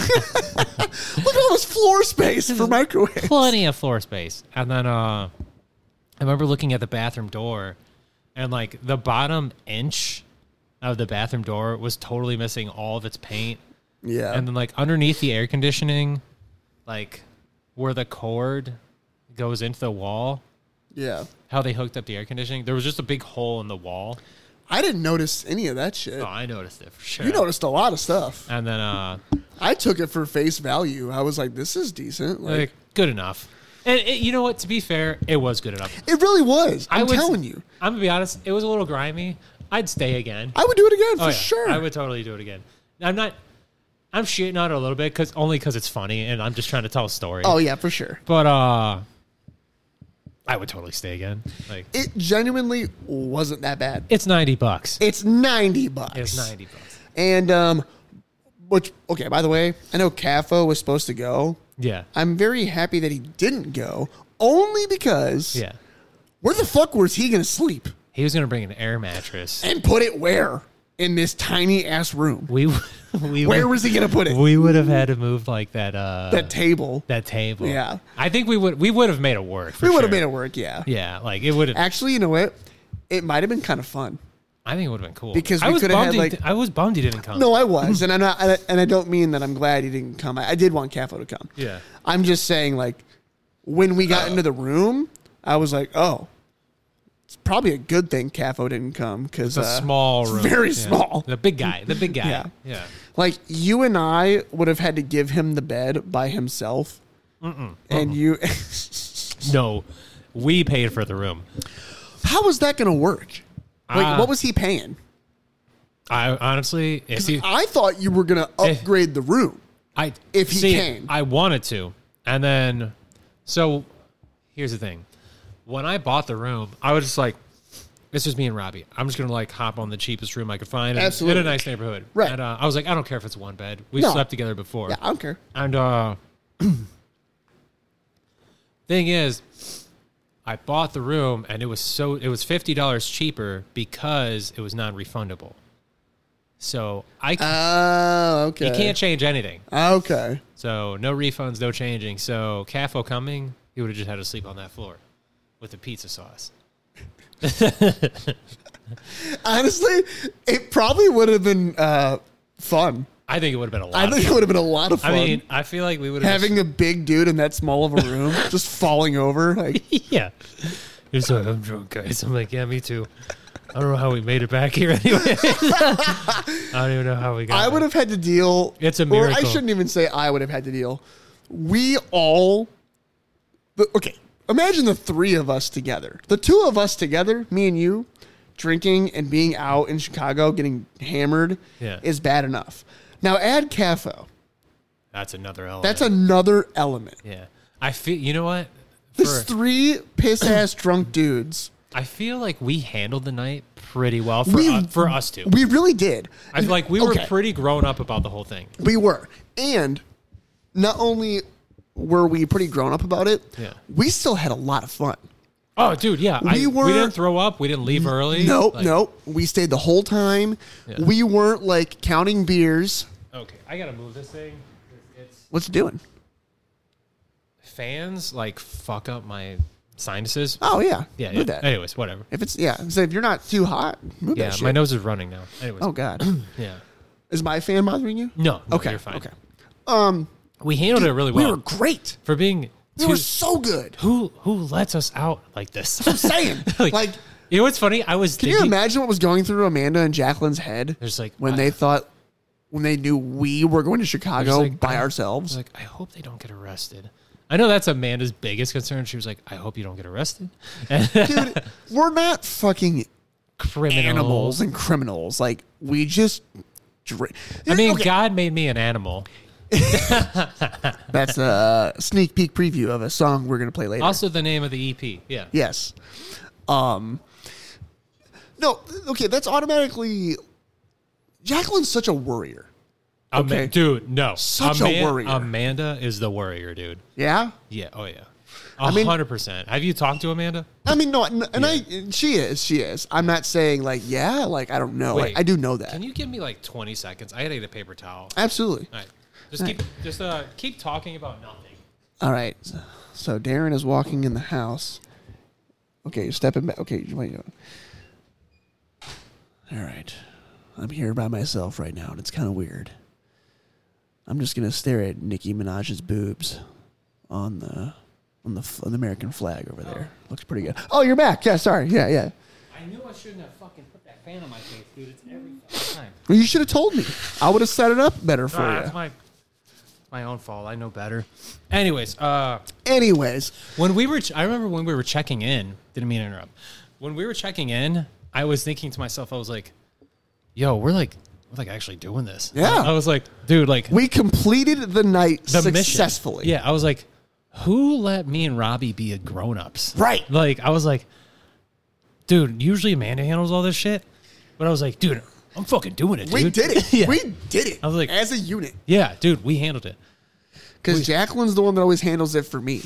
A: look at all this floor space for microwave.
B: plenty of floor space. And then uh, I remember looking at the bathroom door, and like the bottom inch of the bathroom door was totally missing all of its paint.
A: Yeah.
B: and then like underneath the air conditioning, like where the cord goes into the wall,
A: yeah.
B: how they hooked up the air conditioning, there was just a big hole in the wall.
A: I didn't notice any of that shit.
B: Oh, I noticed it for sure.
A: You noticed a lot of stuff.
B: And then uh
A: I took it for face value. I was like, this is decent. Like,
B: like good enough. And it, you know what, to be fair, it was good enough.
A: it really was. I'm
B: I would-
A: telling you.
B: I'm gonna be honest, it was a little grimy. I'd stay again.
A: I would do it again for
B: Oh, yeah.
A: sure.
B: I would totally do it again. I'm not I'm shitting on it a little bit cuz only cuz it's funny and I'm just trying to tell a story.
A: Oh, yeah, for sure.
B: But uh I would totally stay again. Like
A: It genuinely wasn't that bad.
B: It's ninety bucks.
A: It's 90 bucks.
B: It's ninety bucks.
A: And, um, which, okay, by the way, I know CAFO was supposed to go.
B: Yeah.
A: I'm very happy that he didn't go, only because
B: Yeah.
A: where the fuck was he going to sleep?
B: He was gonna bring an air mattress.
A: And put it where? In this tiny ass room.
B: We w- we
A: Where
B: would-
A: was he going to put it?
B: we would have had to move like that uh
A: That table.
B: that table.
A: Yeah.
B: I think we would we would have made it work. For
A: we would have
B: sure.
A: made it work, yeah.
B: Yeah, like it would have.
A: Actually, you know what? It might have been kind of fun.
B: I think it would have been cool
A: Because
B: I
A: we
B: was
A: could have
B: bummed.
A: had,
B: he-
A: like-
B: I was bummed he didn't come.
A: No, I was,
B: Mm-hmm.
A: and I'm not, and I- and I don't mean that I'm glad he didn't come. I, I did want Cafo to come.
B: Yeah. Oh.
A: I'm just saying, like, when we got into the room, I was like, oh, it's probably a good thing Cafo didn't come uh, because
B: the small room,
A: very
B: Yeah.
A: small.
B: The big guy, the big guy.
A: Yeah.
B: Yeah,
A: Like you and I would have had to give him the bed by himself, and you.
B: No, we paid for the room.
A: How was that going to work? Like,
B: Uh,
A: what was he paying?
B: I honestly, if he,
A: I thought you were going to
B: Eh.
A: upgrade the room.
B: I
A: if he
B: see,
A: can.
B: I wanted to, and then so here's the thing: when I bought the room, I was just like, "This is me and Robbie. I'm just gonna like hop on the cheapest room I could find in- in,
A: Absolutely.
B: a nice neighborhood."
A: Right.
B: And uh, I was like, "I don't care if it's one bed. We've
A: No.
B: slept together before."
A: Yeah, I don't care.
B: And uh thing is, I bought the room and it was so it was fifty dollars cheaper because it was non refundable. So I c-
A: Oh, okay.
B: you can't change anything.
A: Okay.
B: So no refunds, no changing. So CAFO coming, he would have just had to sleep on that floor with the pizza sauce.
A: Honestly, it probably would have been uh, fun.
B: I think it would have been a lot.
A: I think it would have been a lot of
B: I
A: fun.
B: mean, I feel like we would have
A: having a big dude in that small of a room just falling over, like
B: yeah. You're so I'm drunk, guys. I'm like, yeah, me too. I don't know how we made it back here anyway. I don't even know how we got.
A: I
B: back.
A: would have had to deal.
B: It's a
A: Or I
B: miracle.
A: shouldn't even say I would have had to deal. We all, the, okay. imagine the three of us together. The two of us together, me and you, drinking and being out in Chicago getting hammered
B: Yeah.
A: is bad enough. Now add CAFO.
B: That's another element.
A: That's another element.
B: yeah. I feel you know what.
A: This
B: For-
A: three piss ass drunk dudes.
B: I feel like we handled the night pretty well for
A: We-
B: u- for us two.
A: We really did.
B: I feel like we were
A: Okay.
B: pretty grown up about the whole thing.
A: We were. And not only were we pretty grown up about it,
B: Yeah.
A: we still had a lot of fun.
B: Oh, dude, yeah. I-
A: We were-
B: we didn't throw up. We didn't leave early.
A: No,
B: Like,
A: no. We stayed the whole time.
B: Yeah.
A: We weren't like counting beers.
B: Okay, I gotta move this thing. It's
A: What's it doing?
B: fans like fuck up my sinuses.
A: Oh yeah.
B: yeah.
A: Do
B: yeah.
A: that.
B: Anyways, whatever.
A: If it's yeah, so if you're not too hot, move
B: Yeah,
A: that shit.
B: my nose is running now. Anyways,
A: Oh god.
B: yeah.
A: Is my fan bothering you?
B: No, no,
A: Okay.
B: you're fine.
A: Okay.
B: We handled it really
A: We
B: well
A: were great.
B: for being.
A: We
B: two-
A: were so good.
B: who who lets us out like this?
A: I'm saying. like,
B: you know what's funny? I was
A: can you
B: thinking,
A: imagine what was going through Amanda and Jacqueline's head?
B: There's like-
A: when
B: I-
A: they thought when they knew we were going to Chicago
B: like,
A: by
B: I- I was
A: ourselves.
B: like, I hope they don't get arrested. I know that's Amanda's biggest concern. She was like, I hope you don't get arrested.
A: Dude, we're not fucking
B: Criminals.
A: animals and criminals. Like we just drink.
B: I mean,
A: Okay,
B: God made me an animal.
A: that's a sneak peek preview of a song we're gonna play later.
B: Also, the name of the EP. Yeah.
A: Yes. Um No, okay, that's automatically Jacqueline's such a worrier.
B: Ama-
A: okay.
B: dude, no.
A: Such a worrier.
B: Amanda is the worrier, dude.
A: Yeah?
B: Yeah. Oh, yeah.
A: mean-
B: 100%. Have you talked to Amanda?
A: I mean, no, n- and I she is, she is. I'm not saying like, yeah, like I don't know.
B: Wait.
A: I, I do know that.
B: Can you Uh. give me like 20 seconds? I gotta get a paper towel.
A: Absolutely.
B: All right. Just keep, just, uh, keep talking about nothing.
A: All right. So, so Darren is walking in the house. Okay, you're stepping back. Okay, you wait. All right. I'm here by myself right now, and it's kind of weird. I'm just gonna stare at Nicki Minaj's boobs on the on the f- on the American flag over there. Looks pretty good. Oh, you're back. Yeah, sorry. Yeah, yeah.
B: I knew I shouldn't have fucking put that fan on my face, dude. It's every fucking time.
A: Well, you should have told me. I would have set it up better for
B: Ah,
A: you.
B: it's my my own fault. I know better. Anyways, uh,
A: Anyways,
B: when we were, ch- I remember when we were checking in. Didn't mean to interrupt. When we were checking in, I was thinking to myself, I was like, "Yo, we're like, we're like actually doing this."
A: Yeah.
B: I was like, dude, like
A: we completed the night
B: the mission.
A: successfully.
B: Yeah, I was like, who let me and Robbie be a grown ups?
A: Right.
B: Like I was like, dude, usually Amanda handles all this shit, but I was like, dude, I'm fucking doing it.
A: We
B: dude.
A: did it.
B: yeah.
A: We did it.
B: I was like-
A: as a unit.
B: yeah, dude, we handled it.
A: Because Jacqueline's the one that always handles it for me.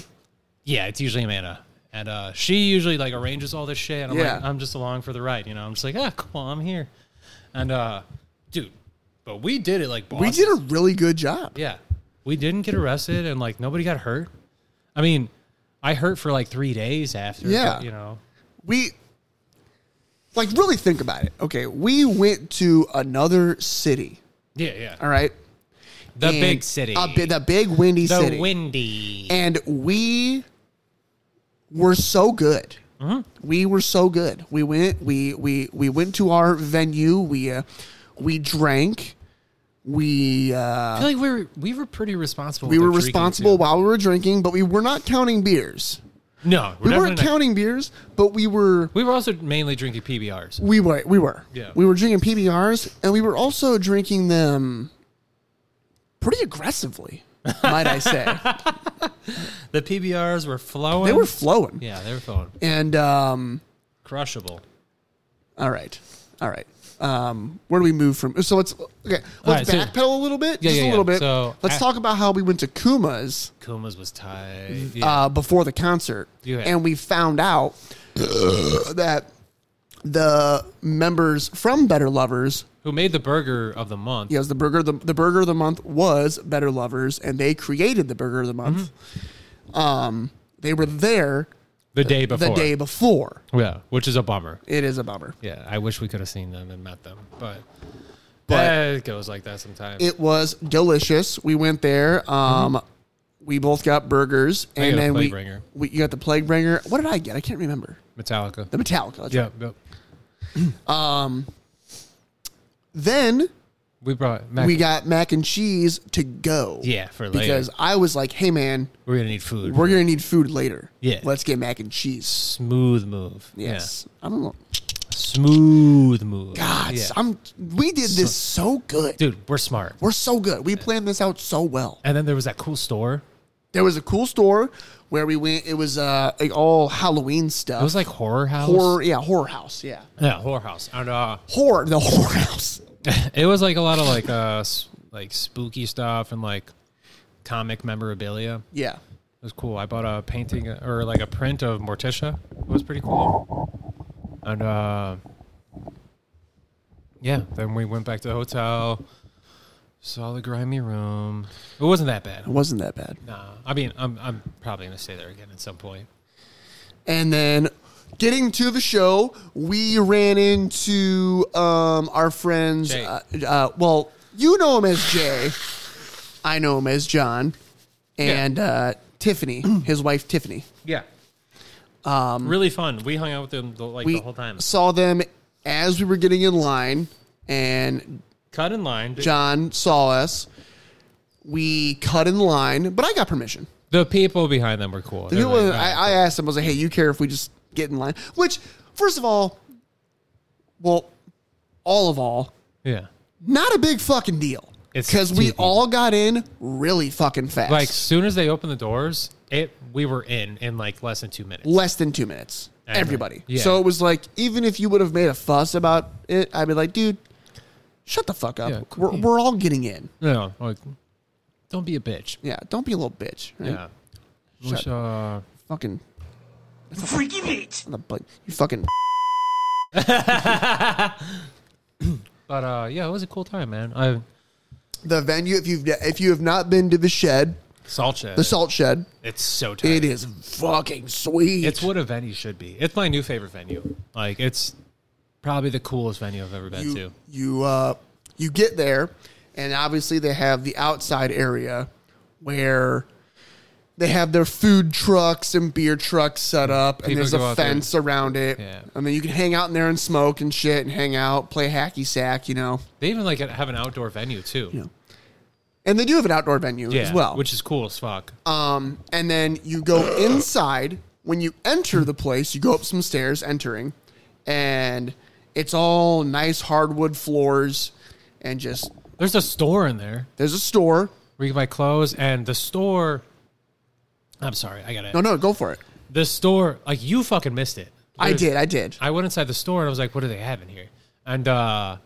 B: Yeah, it's usually Amanda. And uh, she usually like arranges all this shit. And I'm
A: Yeah.
B: like, I'm just along for the ride, you know. I'm just like, ah, cool, I'm here. And uh, dude, but we did it like
A: We
B: bosses.
A: did a really good job.
B: yeah. We didn't get arrested, and like nobody got hurt. I mean, I hurt for like three days after. but,
A: Yeah.
B: you know.
A: We, like, really think about it. Okay, we went to another city.
B: Yeah, yeah.
A: All right,
B: The
A: And
B: big city,
A: a bi- the big windy
B: the
A: city,
B: windy.
A: and we were so good.
B: Mm-hmm.
A: We were so good. We went. We we we went to our venue. We uh, we drank. We uh,
B: I feel like we were we were pretty responsible.
A: we
B: with
A: were
B: our drinking,
A: responsible
B: too.
A: while we were drinking, but we were not counting beers.
B: No,
A: We
B: we're
A: weren't
B: definitely not-
A: counting beers, but we were
B: We were also mainly drinking PBRs.
A: We were. We were.
B: Yeah.
A: We were drinking PBRs, and we were also drinking them pretty aggressively, might I say.
B: The PBRs were flowing.
A: They were flowing.
B: yeah, they were flowing.
A: And um,
B: Crushable.
A: all right, all right. Um, where do we move from? So let's okay. Let's
B: right, so-
A: backpedal a little bit,
B: Yeah,
A: just
B: yeah,
A: a
B: yeah.
A: little bit.
B: So, uh,
A: let's
B: I-
A: talk about how we went to Kuma's
B: Kuma's was tight. Yeah.
A: uh, before the concert,
B: You had-
A: and we found out that the members from Better Lovers
B: Who made the burger of the month?
A: Yes, the burger the, the burger of the month was Better Lovers, and they created the burger of the month. Um, they were there
B: The day Mm-hmm. before.
A: the day before.
B: Yeah, which is a bummer.
A: It is a bummer.
B: Yeah, I wish we could have seen them and met them, but
A: But-
B: Eh, it goes like that sometimes.
A: It was delicious. We went there. Um, we both got burgers, and
B: Mm-hmm. got a
A: then
B: Plague
A: we,
B: Bringer.
A: we you got the plague bringer. What did I get? I can't remember.
B: Metallica.
A: The Metallica. that's
B: yeah, yep.
A: Then
B: We brought mac
A: we got mac and cheese to go.
B: Yeah, for later.
A: Because I was like, hey man,
B: we're gonna need food.
A: we're gonna need food later.
B: Yeah.
A: Let's get mac and cheese.
B: smooth move.
A: Yes. I don't know.
B: Yeah. Smooth move.
A: God,
B: Yeah.
A: I'm we did this so good.
B: dude, we're smart.
A: We're so good. We planned this out so well.
B: and then there was that cool store.
A: There was a cool store where we went. It was uh like all Halloween stuff.
B: It was like horror house.
A: horror, yeah, horror house, yeah,
B: Yeah, horror house. And uh,
A: horror, the horror house.
B: it was like a lot of like uh s- like spooky stuff and like comic memorabilia.
A: Yeah,
B: It was cool. I bought a painting uh, or like a print of Morticia. It was pretty cool. And uh yeah, then we went back to the hotel, saw the grimy room. It wasn't that bad.
A: it wasn't that bad.
B: Nah, I mean, I'm I'm probably gonna stay there again at some point.
A: And then getting to the show, we ran into um, our friends.
B: Jay.
A: Uh, uh, well, you know him as Jay. I know him as John. And uh, Tiffany, his wife Tiffany.
B: Yeah. Um, really fun. We hung out with them the, like
A: We
B: the whole time.
A: saw them as we were getting in line, and
B: Cut in line.
A: John saw us. We cut in line, but I got permission.
B: The people behind them were cool.
A: You know, I, I asked him, I was like, hey, you care if we just get in line? Which, first of all, well, all of all,
B: yeah.
A: not a big fucking deal.
B: It's
A: Because we
B: too deep.
A: all got in really fucking fast.
B: Like soon as they opened the doors, it we were in in like less than two minutes.
A: less than two minutes.
B: Anyway,
A: Everybody.
B: yeah.
A: So it was like, even if you would have made a fuss about it, I'd be like, dude, shut the fuck up.
B: Yeah, cool.
A: we're, we're all getting in.
B: No, like don't be a bitch.
A: Yeah, don't be a little bitch. Right?
B: Yeah. Wish, uh,
A: Fucking. Freaky bitch. You fucking.
B: but uh, yeah, it was a cool time, man. I
A: The venue, if you've if you have not been to the shed,
B: salt shed.
A: the salt shed,
B: It's so tight.
A: It is fucking sweet.
B: It's what a venue should be. It's my new favorite venue. Like it's probably the coolest venue I've ever been
A: you,
B: to.
A: you uh you get there and obviously they have the outside area where they have their food trucks and beer trucks set up and
B: Mm. People
A: there's
B: go
A: a
B: out there.
A: fence around it.
B: Yeah.
A: I mean you can hang out in there and smoke and shit and hang out, play hacky sack, you know.
B: They even like have an outdoor venue too.
A: Yeah. And they do have an outdoor venue as well.
B: which is cool as fuck.
A: Um, and then you go inside. When you enter the place, you go up some stairs entering, and it's all nice hardwood floors, and just
B: There's a store in there
A: there's a store.
B: where you can buy clothes, and the store. I'm sorry, I gotta.
A: No, no, go for it.
B: The store, like you fucking missed it.
A: I
B: There's-
A: did, I did.
B: I went inside the store and I was like, "What do they have in here?" And uh,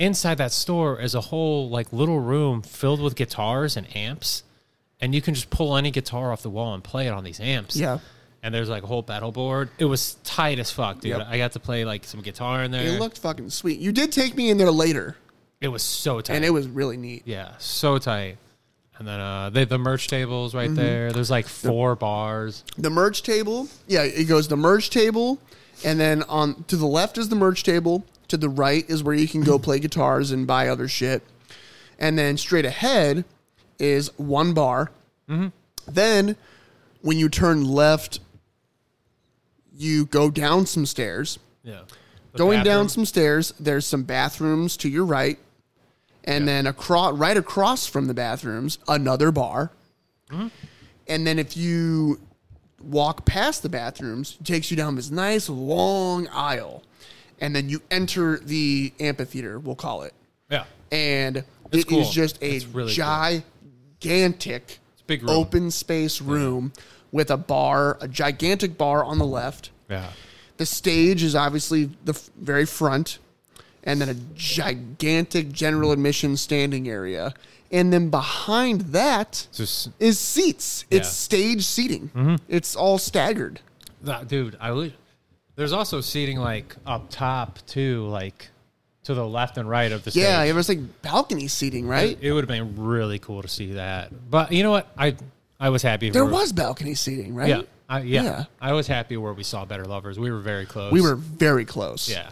B: inside that store is a whole like little room filled with guitars and amps, and you can just pull any guitar off the wall and play it on these amps.
A: Yeah.
B: And there's like a whole battle board. It was tight as fuck, dude.
A: Yep.
B: I got to play like some guitar in there.
A: It looked fucking sweet. You did take me in there later,
B: it was so tight.
A: and it was really neat.
B: Yeah, so tight. And then uh, they, the merch tables
A: Mm-hmm.
B: right there. There's like four bars.
A: The merge table, yeah, it goes the merge table, and then on to the left is the merge table. To the right is where you can go play guitars and buy other shit, and then straight ahead is one bar. Then, when you turn left, you go down some stairs.
B: Yeah, The
A: Going
B: bathroom.
A: down some stairs, there's some bathrooms to your right, and then across, right across from the bathrooms, another bar.
B: Mm-hmm.
A: And then if you walk past the bathrooms, it takes you down this nice long aisle, and then you enter the amphitheater. We'll call it,
B: Yeah,
A: and
B: It's
A: it is
B: cool.
A: just a
B: It's really cool.
A: gigantic,
B: a big room.
A: open space room with a bar, a gigantic bar on the left.
B: yeah.
A: The stage is obviously the f- very front, and then a gigantic general admission standing area. And then behind that is
B: Just
A: seats. It's
B: Yeah. Mm-hmm.
A: stage seating. It's all staggered.
B: that dude. I li- there's also seating like up top too, like to the left and right of the
A: Yeah,
B: stage.
A: it was like balcony seating, right?
B: It would have been really cool to see that. But you know what? I I was happy.
A: there
B: where-
A: was balcony seating, right?
B: Yeah, I, yeah.
A: Yeah.
B: I was happy where we saw Better Lovers. We were very close.
A: We were very close.
B: Yeah.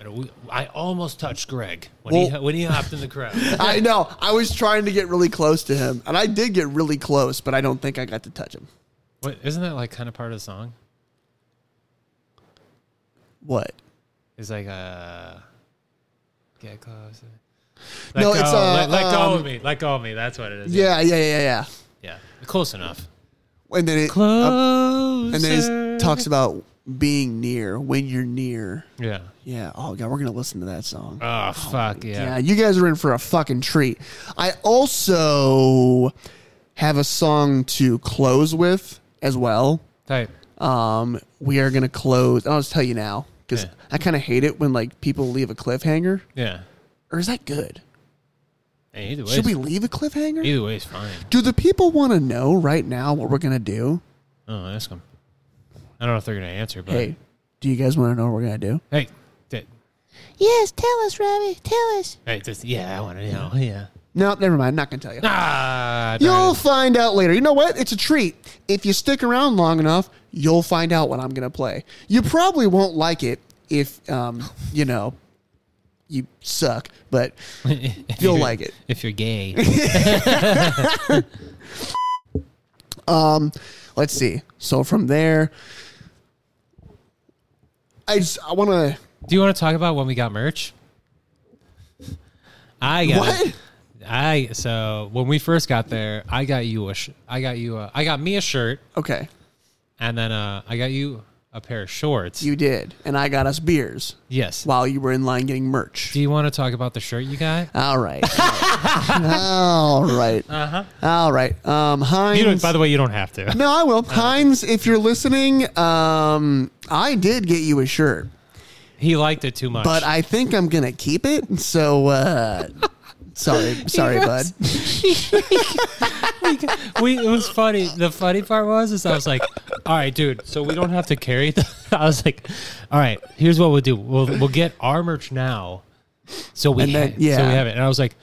B: And we, I almost touched Greg when he
A: Well-
B: when he hopped in the crowd.
A: I know. I was trying to get really close to him, and I did get really close, but I don't think I got to touch him.
B: What isn't that like kind of part of the song?
A: What?
B: It's like uh get close. Let
A: No,
B: go.
A: it's, uh,
B: let, let go
A: um,
B: of me. Let go of me. That's what it is.
A: Yeah, yeah, yeah, yeah.
B: Yeah. Close enough.
A: And then it
B: Close.
A: and then it talks about being near when you're near.
B: Yeah.
A: Yeah. Oh god, we're gonna listen to that song.
B: Oh, fuck
A: Yeah,
B: yeah.
A: you guys are in for a fucking treat. I also have a song to close with as well.
B: Type.
A: Um, we are gonna close. I'll just tell you now because
B: Yeah.
A: I kind of hate it when like people leave a cliffhanger.
B: Yeah.
A: Or is that good?
B: Hey, either way.
A: Should we leave a cliffhanger?
B: Either way is fine.
A: Do the people want to know right now what we're gonna do?
B: Oh, ask them. I don't know if they're gonna answer, but
A: Hey, do you guys want to know what we're gonna do?
B: hey, that-
A: Yes, tell us, Robbie. Tell us.
B: hey, this, yeah, I want to know. Yeah.
A: No, never mind. Not gonna tell you.
B: Ah, darn
A: You'll
B: it.
A: find out later. You know what? It's a treat. If you stick around long enough, you'll find out what I'm gonna play. You probably won't like it if, um, you know, you suck. But
B: If
A: you'll
B: you're-
A: like it.
B: if you're gay.
A: let's see. So from there, I just I want to.
B: Do you want to talk about when we got merch? I got
A: What?
B: I so when we first got there, I got you a sh- I got you a I got me a shirt
A: Okay,
B: and then uh I got you a pair of shorts.
A: you did, and I got us beers
B: yes.
A: while you were in line getting merch.
B: Do you want to talk about the shirt you got?
A: All right. All right. Uh-huh. All right. Um, Heinz.
B: You don't, by the way, you don't have to.
A: no, I will. Heinz, if you're listening, um, I did get you a shirt,
B: He liked it too much.
A: but I think I'm gonna keep it. So, uh, sorry, sorry, bud.
B: we it was funny. The funny part was is I was like, all right, dude, so we don't have to carry the I was like, all right, here's what we'll do. We'll we'll get our merch now. So we
A: And then-
B: ha- so
A: yeah.
B: we have it. And I was like,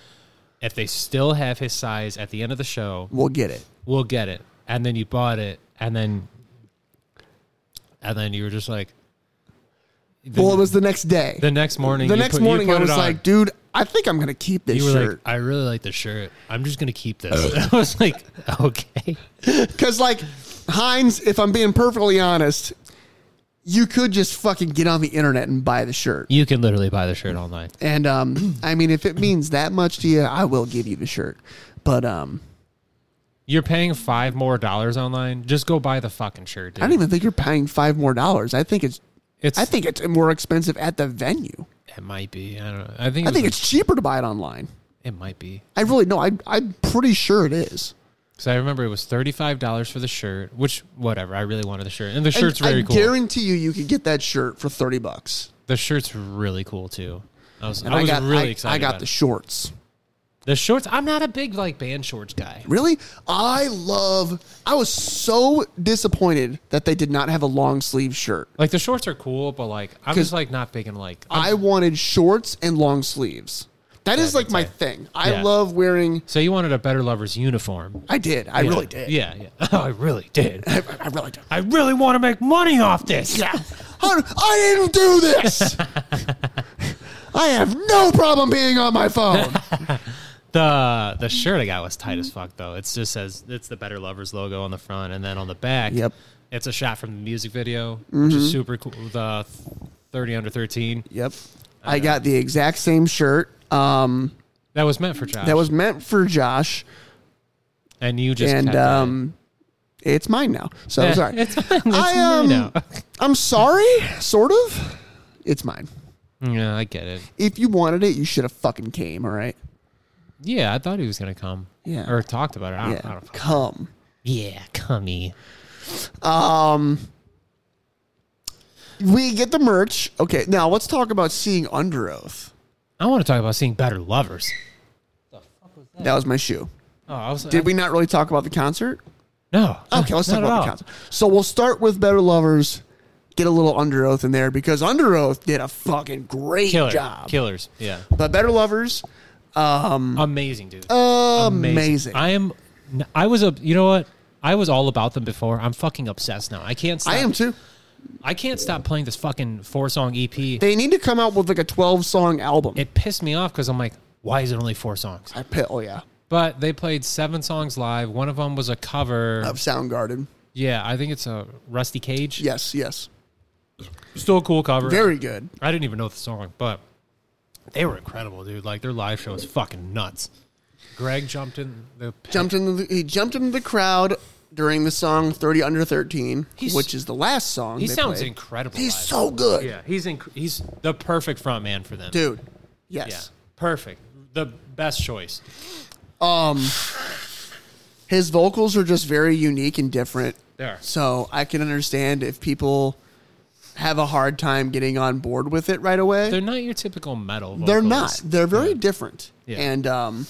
B: if they still have his size at the end of the show,
A: We'll get it.
B: we'll get it. And then you bought it and then and then you were just like the,
A: Well, it was the next day.
B: the next morning.
A: The
B: you
A: next
B: put- you
A: morning,
B: put
A: I
B: it
A: was
B: on.
A: like, dude, I think I'm gonna keep this
B: you were
A: shirt. Oh.
B: like, I really like the shirt. I'm just gonna keep this. I was like, okay.
A: Because, like, Heinz, if I'm being perfectly honest, you could just fucking get on the internet and buy the shirt.
B: You can literally buy the shirt online.
A: And, um, I mean, if it means that much to you, I will give you the shirt. But, um,
B: You're paying five more dollars online. Just go buy the fucking shirt, dude.
A: I don't even think you're paying five more dollars. I think it's,
B: It's.
A: I think it's more expensive at the venue.
B: it might be. I don't. know. I think. It
A: I think
B: was-
A: it's cheaper to buy it online.
B: It might be.
A: I really know. I, I'm pretty sure it is.
B: So I remember it was thirty five dollars for the shirt, which whatever. I really wanted the shirt, and the
A: And
B: shirt's very
A: I
B: cool.
A: guarantee you, you could get that shirt for 30 bucks.
B: the shirt's really cool too. I was.
A: And
B: I was
A: got,
B: really
A: I-
B: excited.
A: I got
B: about
A: the
B: it.
A: shorts.
B: the shorts. I'm not a big like band shorts guy.
A: Really? I love I was so disappointed that they did not have a long sleeve shirt.
B: Like the shorts are cool, but like I'm
A: 'Cause
B: just like not big and like. I'm-
A: I wanted shorts and long sleeves. That is
B: Yeah,
A: like my
B: that's
A: thing. I
B: Yeah.
A: love wearing
B: so you wanted a better lover's uniform.
A: I did. I really did.
B: Yeah, yeah. Oh, I really did.
A: I, I really did.
B: I really want to make money off this.
A: Yeah. I, I didn't do this. I have no problem being on my phone.
B: The the shirt I got was tight as fuck though. It just says it's the Better Lovers logo on the front, and then on the back,
A: Yep. Mm-hmm. it's
B: it's a shot from the music video, which is super cool. The thirty under thirteen
A: Yep. I got the exact same shirt. Um,
B: that was meant for Josh.
A: that was meant for Josh,
B: and you just
A: and
B: kept it.
A: um, it's mine now. So
B: Yeah,
A: sorry.
B: It's, it's
A: I,
B: mine
A: um,
B: now.
A: I'm sorry, sort of. It's mine.
B: yeah, I get it.
A: If you wanted it, you should have fucking came. All right.
B: Yeah, I thought he was gonna come.
A: Yeah.
B: or talked about it. I don't, I
A: Yeah.
B: don't,
A: Come.
B: yeah, cummy.
A: We get the merch. Okay. Now let's talk about seeing under oath.
B: I want to talk about seeing better lovers.
A: That was my shoe.
B: Oh, I was,
A: Did we not really talk about the concert?
B: No.
A: Okay, let's
B: not
A: talk
B: at
A: about
B: all.
A: the concert. So we'll start with Better Lovers. Get a little under oath in there because under oath did a fucking great
B: Killer,
A: job. Mm.
B: killers. Yeah,
A: But Better Lovers,
B: amazing,
A: Oh,
B: dude.
A: amazing.
B: I am. I was a. You know what? I was all about them before. I'm fucking obsessed now. I can't. Stop,
A: I am too.
B: I can't stop playing this fucking four song EP.
A: They need to come out with like a 12 song album.
B: it pissed me off because I'm like, why is it only four songs?
A: I pit, oh, yeah.
B: But they played seven songs live. One of them was a cover.
A: Of Soundgarden.
B: yeah, I think it's a Rusty Cage.
A: Yes, yes.
B: still a cool cover.
A: Very good.
B: I didn't even know the song, but They were incredible, dude. Like their live show was fucking nuts. Greg jumped in the pit.
A: Jumped in the, he jumped into the crowd during the song 30 Under 13,
B: He's-
A: which is the last song.
B: He
A: they
B: sounds
A: played.
B: incredible.
A: He's
B: live.
A: so good.
B: yeah. He's inc- he's the perfect front man for them,
A: Dude.
B: Yeah,
A: Yes.
B: perfect. The best choice.
A: Um his vocals are just very unique and different.
B: There.
A: So I can understand if people have a hard time getting on board with it right away.
B: They're not your typical metal.
A: They're not.
B: vocals.
A: They're very different.
B: Yeah.
A: And um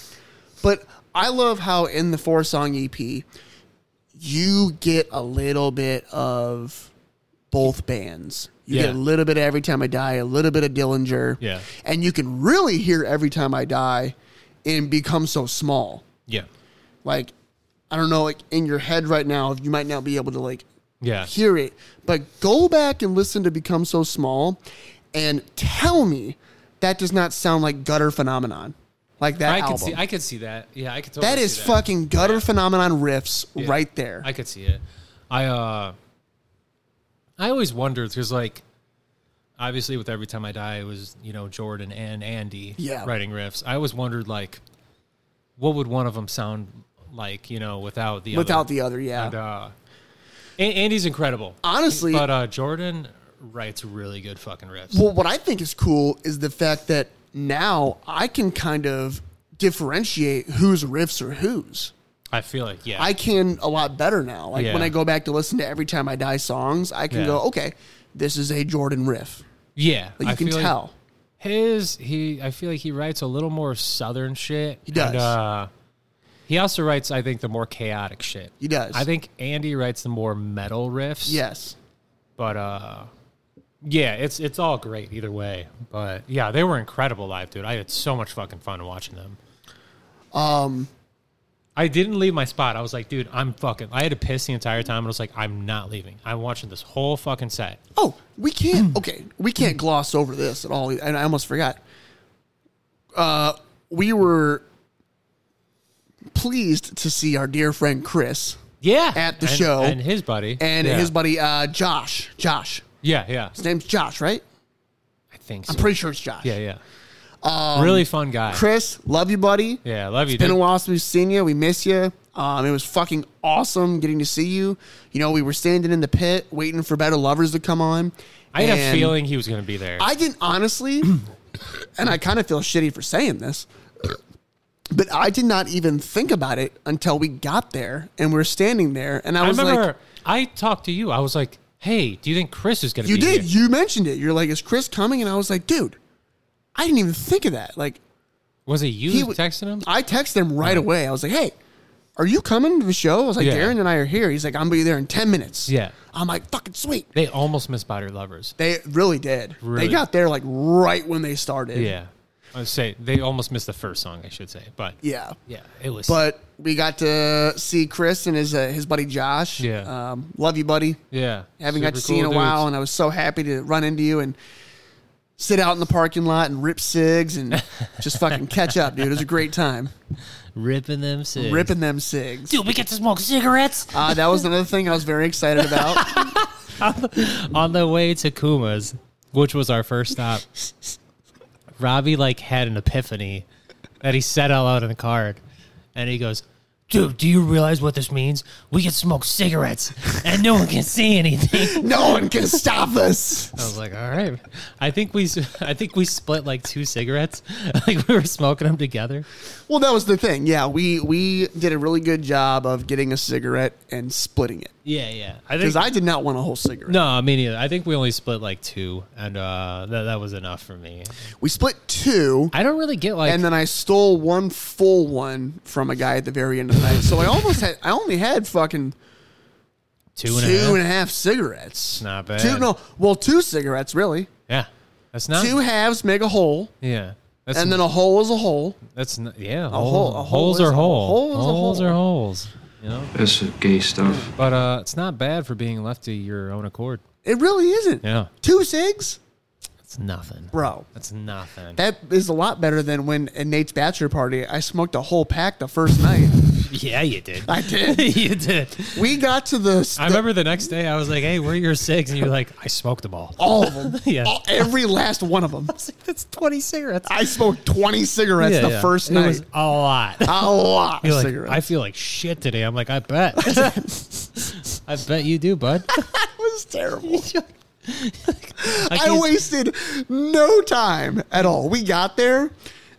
A: but I love how in the four song EP you get a little bit of both bands. You
B: Yeah.
A: get a little bit of Every Time I Die, a little bit of Dillinger.
B: Yeah.
A: And you can really hear Every Time I Die and become so small.
B: Yeah.
A: Like I don't know, like in your head right now, you might not be able to like
B: Yeah.
A: hear it. But go back and listen to Become So Small and tell me that does not sound like gutter phenomenon. Like that
B: I
A: album.
B: could see. I could see that. Yeah, I could. Totally
A: that is
B: see
A: fucking gutter phenomenon riffs right there.
B: I could see it. I uh, I always wondered because like, obviously with every time I die, it was you know Jordan and Andy
A: Yeah.
B: writing riffs. I always wondered like, what would one of them sound like? You know, without the
A: without
B: other.
A: the other, yeah.
B: And, uh, A- Andy's incredible.
A: Honestly-
B: but uh, Jordan writes really good fucking riffs.
A: well, what I think is cool is the fact that now I can kind of differentiate whose riffs are whose.
B: I feel like yeah.
A: I can a lot better now. Like when
B: Yeah.
A: I go back to listen to Every Time I Die songs, I can
B: Yeah.
A: go, okay, this is a Jordan riff.
B: yeah,
A: Like you
B: I
A: can
B: feel like-
A: tell.
B: His he, I feel like he writes a little more southern shit. He
A: does.
B: uh, he also writes, I think, the more chaotic shit.
A: He does.
B: I think Andy writes the more metal riffs.
A: yes.
B: but uh, yeah, it's it's all great either way. But yeah, they were incredible live, dude. I had so much fucking fun watching them.
A: Um,
B: I didn't leave my spot. I was like, dude, I'm fucking. I had to piss the entire time, and I was like, I'm not leaving. I'm watching this whole fucking set.
A: Oh, we
B: Hmm.
A: can't. Okay, we can't gloss over this at all. And I almost forgot. Uh, we were pleased to see our dear friend Chris
B: Yeah,
A: At the
B: And-
A: show.
B: and his buddy
A: and
B: Yeah.
A: his buddy uh, Josh. Josh,
B: Yeah, yeah.
A: his name's Josh, right?
B: I think so.
A: I'm pretty sure it's Josh.
B: yeah, yeah. really fun guy.
A: Chris, love you, buddy.
B: Yeah, love you.
A: Been a
B: dude.
A: while since we've seen you. We miss you. Um, it was fucking awesome getting to see you. You know, we were standing in the pit waiting for Better Lovers to come on.
B: I had a
A: and
B: feeling he was going to be there.
A: I didn't honestly, and I kind of feel shitty for saying this, but I did not even think about it until we got there and we're standing there, and I,
B: I
A: was
B: remember
A: like,
B: I talked to you. I was like, "Hey, do you think Chris is going to
A: "You
B: be
A: did.
B: here?"
A: You mentioned it. You're like, is Chris coming?" And I was like, "Dude, I didn't even think of that." Like,
B: Was it you
A: he
B: who
A: w-
B: texted him?
A: I texted him right away. I was like, "Hey." Are you coming to the show? I was like,
B: Yeah.
A: Darren and I are here. He's like, I'm gonna be there in ten minutes.
B: Yeah.
A: I'm like, fucking sweet.
B: they almost missed Body Lovers.
A: They really did.
B: Really?
A: They got there like right when they started.
B: Yeah, I would say they almost missed the first song. I should say, but
A: Yeah.
B: yeah, it was.
A: But we got to see Chris and his uh, his buddy Josh.
B: Yeah.
A: um, love you, buddy.
B: yeah,
A: Haven't got to
B: super
A: see you in a
B: cool
A: while,
B: dudes.
A: and I was so happy to run into you and sit out in the parking lot and rip cigs and just fucking catch up, dude. It was a great time
B: ripping them. Sick.
A: ripping them cigs.
B: Dude, we get to smoke cigarettes
A: Uh, that was another thing I was very excited about.
B: on the way to Kuma's, which was our first stop. Robbie like had an epiphany that he said out loud in the card, and he goes, "Dude, do you realize what this means? We can smoke cigarettes, and no one can see anything."
A: no one can stop us.
B: I was like, "All right." I think we, s- I think we split like two cigarettes. Like we were smoking them together.
A: Well, that was the thing. Yeah, we we did a really good job of getting a cigarette and splitting it
B: Yeah, yeah. I
A: because
B: think.
A: I did not want a whole cigarette.
B: no, me neither. I think we only split like two, and uh, that that was enough for me.
A: We split two.
B: I don't really get like
A: and then I stole one full one from a guy at the very end of the night. So I almost had, I only had fucking
B: two
A: two
B: and a half.
A: cigarettes.
B: Not bad.
A: Two, no, well, two cigarettes really.
B: Yeah, that's not
A: Two halves make a hole,
B: Yeah. That's
A: and then a hole is a hole.
B: that's n- yeah. A
A: hole- a hole
B: holes
A: is
B: are
A: a
B: hole.
A: hole. Hole is a
B: holes
A: hole.
B: are holes. You know,
D: That's some gay stuff.
B: but uh, it's not bad for being left to your own accord.
A: It really isn't.
B: Yeah,
A: Two cigs,
B: it's nothing,
A: bro.
B: That's nothing.
A: That is a lot better than when in Nate's bachelor party I smoked a whole pack the first night.
B: yeah, you did.
A: I did.
B: you did.
A: We got to the,
B: I remember the next day I was like, "Hey, where are your cigs?" And you were like, "I smoked them all."
A: all of them.
B: Yeah.
A: All- every last one of them.
B: I was like, "That's twenty cigarettes."
A: I smoked 20 cigarettes
B: Yeah,
A: the
B: yeah.
A: first
B: it
A: night.
B: was a lot.
A: a lot of
B: You're like,
A: cigarettes.
B: I feel like shit today. I'm like, I bet. I bet you do, bud.
A: It was terrible.
B: Like
A: I
B: he's-
A: wasted no time at all. We got there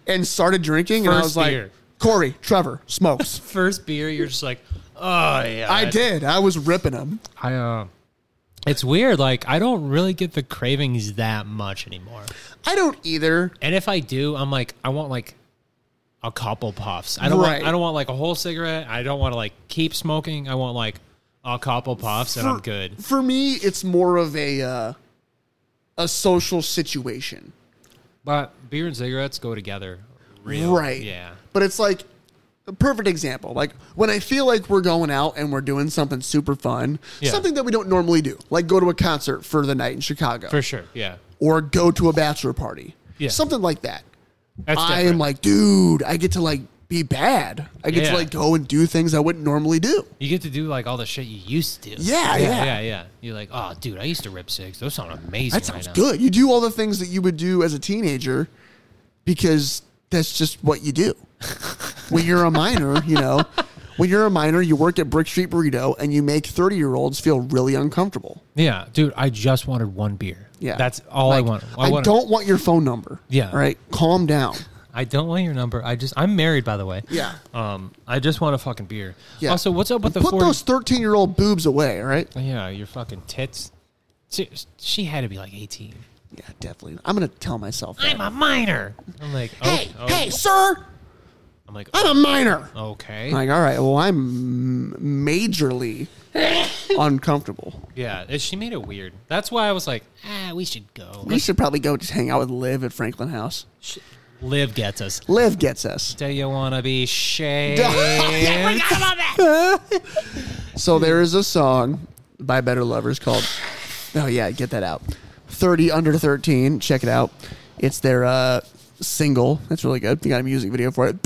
A: and started drinking, and I
B: First
A: was like,
B: beer.
A: Corey, Trevor, smokes.
B: First beer, you're just like, oh yeah.
A: I did. I was ripping them.
B: I uh, it's weird. Like I don't really get the cravings that much anymore.
A: I don't either.
B: And if I do, I'm like, I want like a couple puffs. I don't.
A: Right.
B: Want, I don't want like a whole cigarette. I don't want to like keep smoking. I want like a couple puffs, and I'm good.
A: For me, it's more of a uh, a social situation,
B: But beer and cigarettes go together. Real.
A: right?
B: Yeah.
A: But it's like a perfect example. Like when I feel like we're going out and we're doing something super fun,
B: Yeah.
A: something that we don't normally do, like go to a concert for the night in Chicago,
B: For sure. Yeah.
A: or go to a bachelor party,
B: Yeah.
A: something like that.
B: That's
A: I
B: different.
A: am like, dude, I get to like be bad. I get
B: Yeah.
A: to like go and do things I wouldn't normally do.
B: You get to do like all the shit you used to.
A: Yeah, yeah.
B: yeah, yeah. You're like, oh, dude, I used to rip six. Those sound amazing.
A: That sounds
B: right now."
A: good. You do all the things that you would do as a teenager because that's just what you do. when you're a minor, you know, when you're a minor, you work at Brick Street Burrito and you make 30 year olds feel really uncomfortable.
B: Yeah, dude, I just wanted one beer.
A: Yeah.
B: that's all I want.
A: I,
B: want
A: don't want your phone number.
B: Yeah.
A: All right. Calm down.
B: I don't want your number. I just. I'm married, by the way.
A: Yeah.
B: Um, I just want a fucking beer.
A: Yeah.
B: Also, what's up with the
A: Put
B: 40
A: those 13 year old boobs away. All right.
B: Yeah, your fucking tits. She, she had to be like 18.
A: Yeah, definitely. I'm going to tell myself that.
B: I'm a minor. I'm like, oh,
A: hey,
B: oh.
A: hey, sir,
B: I'm like,
A: I'm a minor.
B: okay.
A: Like, all right, well, I'm majorly uncomfortable.
B: yeah, it- she made it weird. That's why I was like, ah, we should go.
A: We should probably go just hang out with Liv at Franklin House.
B: Liv gets us.
A: Liv gets us.
B: Do you want to be shaved?
A: So there is a song by Better Lovers called Oh yeah, get that out. 30 under 13, check it out. It's their uh single. That's really good. They got a music video for it.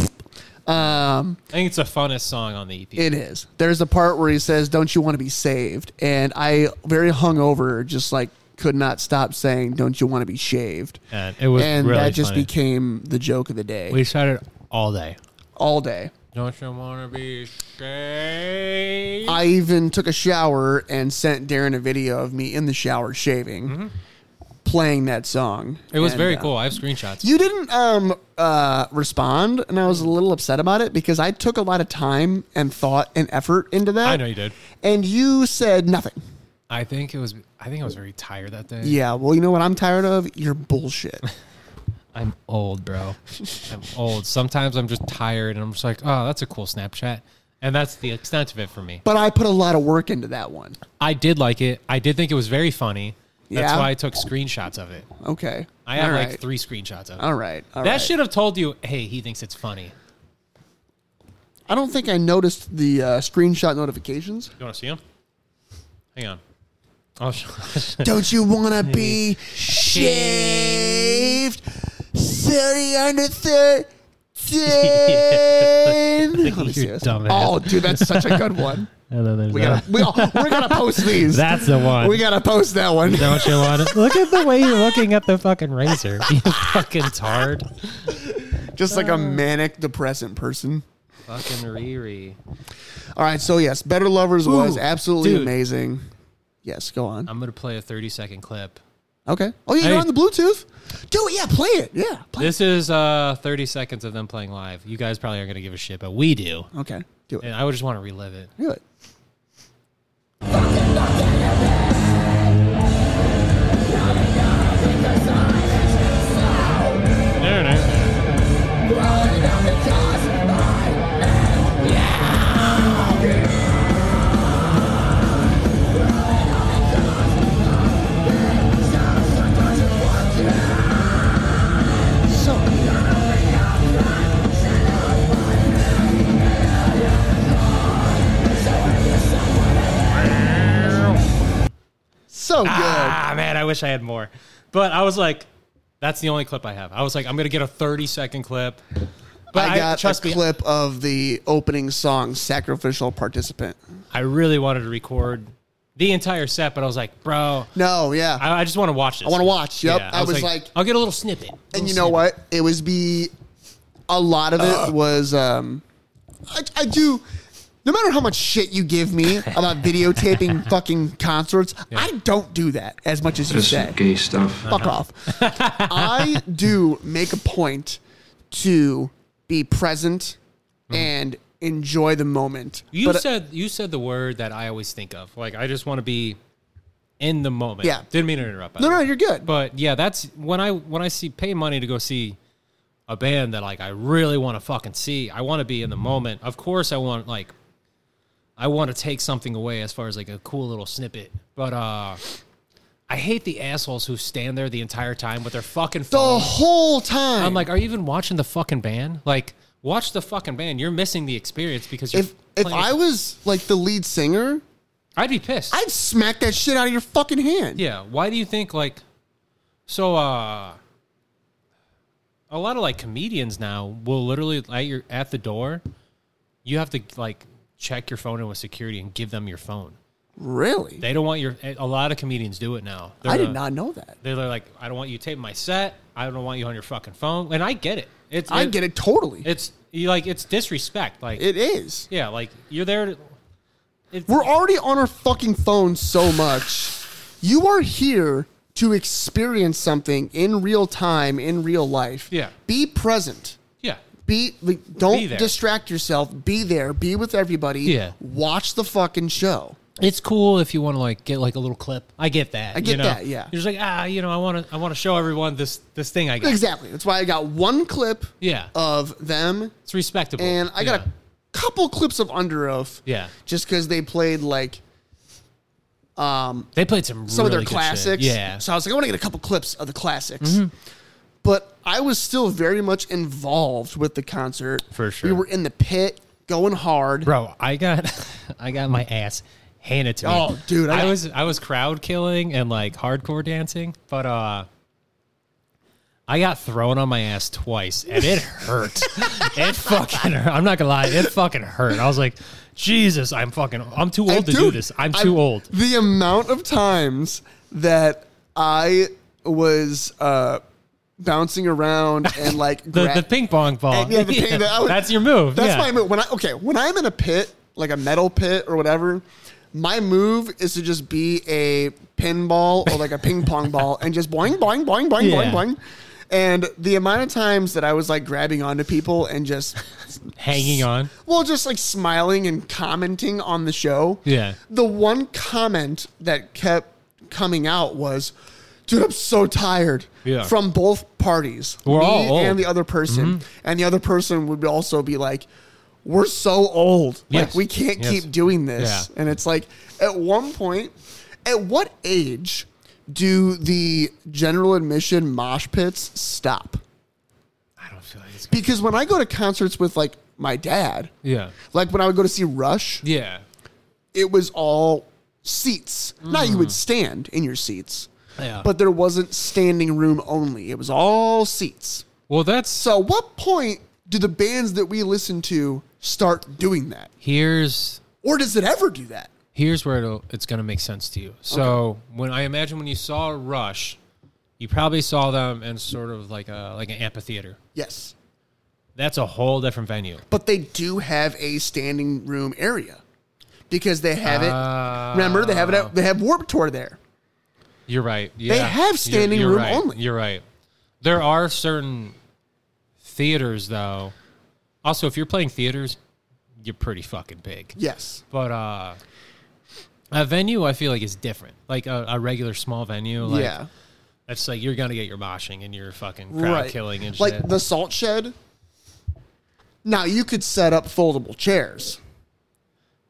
A: Um
B: I think it's the funnest song on the E EP.
A: It is. There's a part where he says, "Don't you want to be saved?" And I, very hungover, just like could not stop saying, "Don't you want to be shaved?"
B: And it was
A: and
B: really
A: that just
B: funny.
A: became the joke of the day,
B: we shouted all day.
A: all day.
B: Don't you want to be shaved?
A: I even took a shower and sent Darren a video of me in the shower shaving, playing that song.
B: Mm-hmm. it was
A: And,
B: very
A: uh,
B: cool. I have screenshots.
A: You didn't um, uh, respond, and I was a little upset about it because I took a lot of time and thought and effort into that.
B: I know you did.
A: And you said nothing.
B: I think it was. I think I was very tired that day.
A: Yeah, well, you know what I'm tired of? Your bullshit.
B: I'm old, bro. I'm old. Sometimes I'm just tired, and I'm just like, oh, that's a cool Snapchat, and that's the extent of it for me.
A: But I put a lot of work into that one.
B: I did like it. I did think it was very funny. That's
A: Yeah?
B: why I took screenshots of it.
A: Okay.
B: I have
A: All
B: like
A: right.
B: three screenshots of it.
A: All right. all
B: that
A: right.
B: should have told you, hey, he thinks it's funny.
A: I don't think I noticed the uh, screenshot notifications.
B: You want to see him? Hang on. I'll show.
A: Don't you want to be shaved? 30 under 13. Let me see
B: You
A: this.
B: dumbass.
A: Oh, dude, that's such a good one.
B: Hello, there's
A: We gotta, we, oh, we're gonna post these.
B: That's the one.
A: we gotta post that one.
B: Don't you want it? Look at the way you're looking at the fucking razor. You fucking tard.
A: Just like a manic, depressant person.
B: Fucking Riri.
A: All right, so yes, Better Lovers was
B: Ooh,
A: absolutely
B: dude.
A: amazing. Yes, go on.
B: I'm gonna play a 30 second clip.
A: Okay. Oh yeah,
B: Hey.
A: you're on the Bluetooth. Do it. Yeah, play it. Yeah. Play
B: This is uh 30 seconds of them playing live. You guys probably aren't gonna give a shit, but we do.
A: it. Okay. Do it.
B: And I would just want to relive it.
A: Do it.
B: No, no.
A: So. So good.
B: Ah man, I wish I had more. But I was like, that's the only clip I have. I was like, I'm gonna get a 30 second clip. But
A: I got
B: trust
A: a
B: me,
A: clip of the opening song, Sacrificial Participant.
B: I really wanted to record the entire set, but I was like, bro,
A: No, yeah.
B: I, I just want to watch this. I
A: wanna watch, yep. I was like-
B: I'll get a little snippet.
A: and you know what? It was be a lot of
B: Uh.
A: it was um I, I do no matter how much shit you give me about videotaping fucking concerts, I don't do that as much as you
D: This
A: said.
D: gay stuff.
A: Fuck off. I do make a point to be present and enjoy the moment.
B: Mm-hmm. You
A: But, uh,
B: said you said the word that I always think of. Like I just want to be in the moment.
A: Yeah.
B: Didn't mean to interrupt. by
A: No,
B: the
A: no,
B: way.
A: you're good.
B: But yeah, that's when I when I see pay money to go see a band that like I really want to fucking see. I want to be in the moment. Of course, I want like I want to take something away as far as like a cool little snippet. But uh I hate the assholes who stand there the entire time with their fucking
A: the
B: phone.
A: whole time.
B: I'm like, are you even watching the fucking band? Like, watch the fucking band. You're missing the experience because you're
A: if if
B: playing-
A: I was like the lead singer,
B: I'd be pissed.
A: I'd smack that shit out of your fucking hand.
B: Yeah. Why do you think like so uh a lot of like comedians now will literally at your at the door, you have to like check your phone in with security and give them your phone.
A: Really?
B: They don't want your a lot of comedians do it now. They're
A: I did
B: the-
A: not know that.
B: They're like, I don't want you taping my set. I don't want you on your fucking phone. And I get it. It's
A: I get it totally.
B: It's you like it's disrespect. Like
A: It is.
B: yeah, like you're there to, it's,
A: We're already on our fucking phones so much. You are here to experience something in real time, in real life.
B: Yeah.
A: Be present.
B: yeah.
A: Be like, don't
B: Be there.
A: distract yourself. Be there. Be with everybody.
B: Yeah.
A: Watch the fucking show.
B: it's cool if you want to like get like a little clip. I get that.
A: I get
B: you know?
A: that, yeah.
B: you're just like ah, you know, I want to, I want to show everyone this, this thing I got.
A: Exactly. That's why I got one clip
B: Yeah,
A: of them,
B: it's respectable.
A: and I got a couple clips of Under Oath.
B: yeah. yeah.
A: Just because they played like
B: They played some
A: some
B: really
A: of their
B: good shit.
A: classics.
B: Yeah, Mm-hmm.
A: So I was like, I want to get a couple clips of the classics. But I was still very much involved with the concert.
B: For sure.
A: We were in the pit going hard.
B: bro, I got, I got my ass handed to me.
A: Oh, dude, I
B: I,
A: got-
B: was, I was crowd killing and like hardcore dancing, but uh. I got thrown on my ass twice and it hurt. it fucking hurt. I'm not gonna lie, it fucking hurt. I was like, Jesus, I'm fucking I'm too old
A: And
B: to do
A: dude,
B: this. I'm too
A: I-
B: old.
A: The amount of times that I was uh, bouncing around and like
B: the,
A: gra-
B: the ping pong ball.
A: Yeah, the ping- that- I would-
B: that's your move.
A: That's
B: yeah.
A: my move. When I okay, when I'm in a pit, like a metal pit or whatever, my move is to just be a pinball or like a ping pong ball and just boing boing boing boing boing
B: Yeah.
A: boing. And the amount of times that I was like grabbing onto people and just
B: Hanging on.
A: well, just like smiling and commenting on the show.
B: Yeah.
A: The one comment that kept coming out was, "Dude, I'm so tired."
B: Yeah.
A: From both parties,
B: We're
A: me
B: all old. Mm-hmm.
A: and the other person, and the other person would also be like, "We're so old,
B: Yes.
A: like we can't
B: Yes.
A: keep doing this."
B: Yeah.
A: And it's like, at one point, at what age do the general admission mosh pits stop?
B: I don't feel like it's good.
A: Because when I go to concerts with like my dad,
B: Yeah.
A: like when I would go to see Rush,
B: Yeah.
A: it was all seats. Now you would stand in your seats,
B: Mm. Yeah.
A: but there wasn't standing room only. It was all seats.
B: well that's
A: So at what point do the bands that we listen to start doing that?
B: here's
A: Or does it ever do that?
B: here's where it'll, it's going to make sense to you. So when I imagine when you saw Rush, you probably saw them in sort of like a like an amphitheater.
A: Yes.
B: That's a whole different venue.
A: But they do have a standing room area because they have
B: Ah. Uh,
A: it. Remember, they have it. out- They have Warped Tour there.
B: You're right. Yeah.
A: have
B: You're-
A: standing
B: you're
A: room
B: right.
A: only.
B: You're right. There are certain theaters though. Also, if you're playing theaters, you're pretty fucking big.
A: Yes.
B: but uh a venue i feel like is different like a, a regular small venue like
A: yeah.
B: that's like you're gonna get your moshing and your fucking crowd killing and
A: like
B: shit
A: the salt shed. Now you could set up foldable chairs,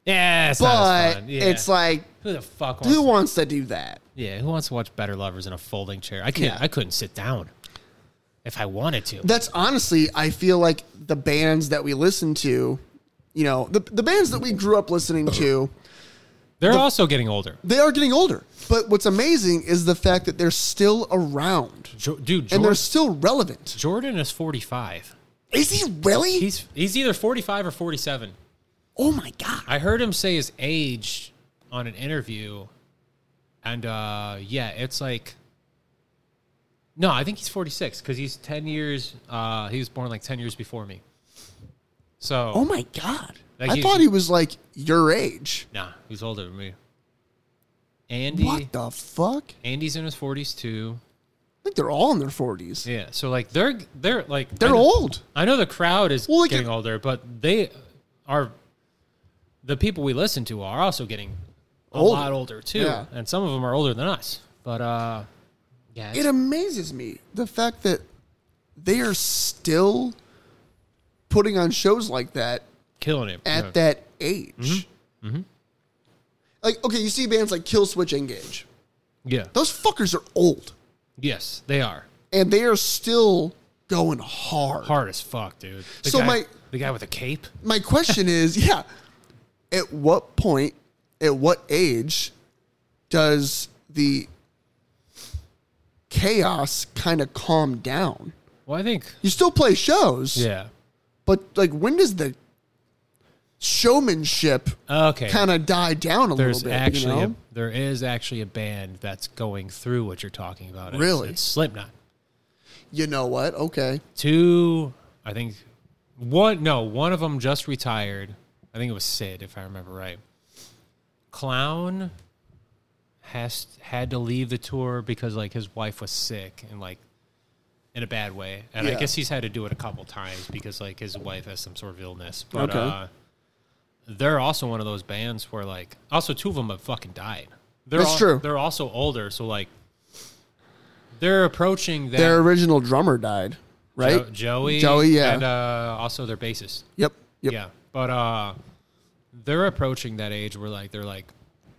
B: yeah it's not as
A: but
B: fun. Yeah.
A: it's like
B: who the fuck wants
A: who wants to do that?
B: yeah who wants to watch better lovers in a folding chair i can't
A: Yeah.
B: i couldn't sit down if i wanted to
A: That's honestly, I feel like the bands that we listen to, you know, the the bands that we grew up listening to,
B: they're also getting older
A: they are getting older. But what's amazing is the fact that they're still around
B: jo- dude
A: and they're
B: jordan,
A: still relevant.
B: jordan is 45
A: Is he really?
B: He's he's either 45 or 47.
A: oh my god.
B: I heard him say his age on an interview, and uh, yeah, it's like. No, I think he's 46 because he's 10 years. Uh, he was born like 10 years before me. So,
A: Oh my god.
B: Like
A: I
B: he-
A: thought he was like your age.
B: nah, he's older than me. Andy,
A: What the fuck? I
B: Andy's in his 40s too.
A: think they're all in their forties.
B: Yeah, so like they're they're like I
A: They're
B: know-
A: old.
B: I know the crowd is
A: Well, like
B: getting
A: it-
B: older, but they are the people we listen to are also getting a
A: Older.
B: lot older too,
A: Yeah.
B: and some of them are older than us. But uh, yeah,
A: It amazes me the fact that they are still putting on shows like that
B: killing it
A: at
B: Yeah. Mm-hmm.
A: that age. Like, okay, you see bands like Kill Switch Engage.
B: Yeah,
A: Those fuckers are old
B: yes, they are
A: and they are still going hard.
B: hard as fuck, dude. The
A: So
B: guy-
A: my-
B: the guy with the cape.
A: My question is, yeah, at what point, at what age does the chaos kind of calm down?
B: Well, I think
A: You still play shows,
B: yeah.
A: but like when does the showmanship
B: Okay,
A: kind of die down a
B: there's
A: little bit?
B: actually
A: you
B: a,
A: know?
B: there is actually a band that's going through what you're talking about. It's-
A: Really?
B: it's Slipknot.
A: you know what? Okay.
B: two i think one no one of them just retired i think it was sid if i remember right clown has had to leave the tour because like his wife was sick and like in a bad way and i
A: Yeah.
B: guess he's had to do it a couple times because like his wife has some sort of illness but
A: Okay.
B: uh they're also one of those bands where like also two of them have fucking died they're
A: That's
B: al-
A: true.
B: they're also older so like they're approaching that
A: Their original drummer died, right?
B: Jo- Joey.
A: Joey, yeah.
B: And uh, also their bassist.
A: yep. Yep.
B: Yeah. But uh, they're approaching that age where like they're like,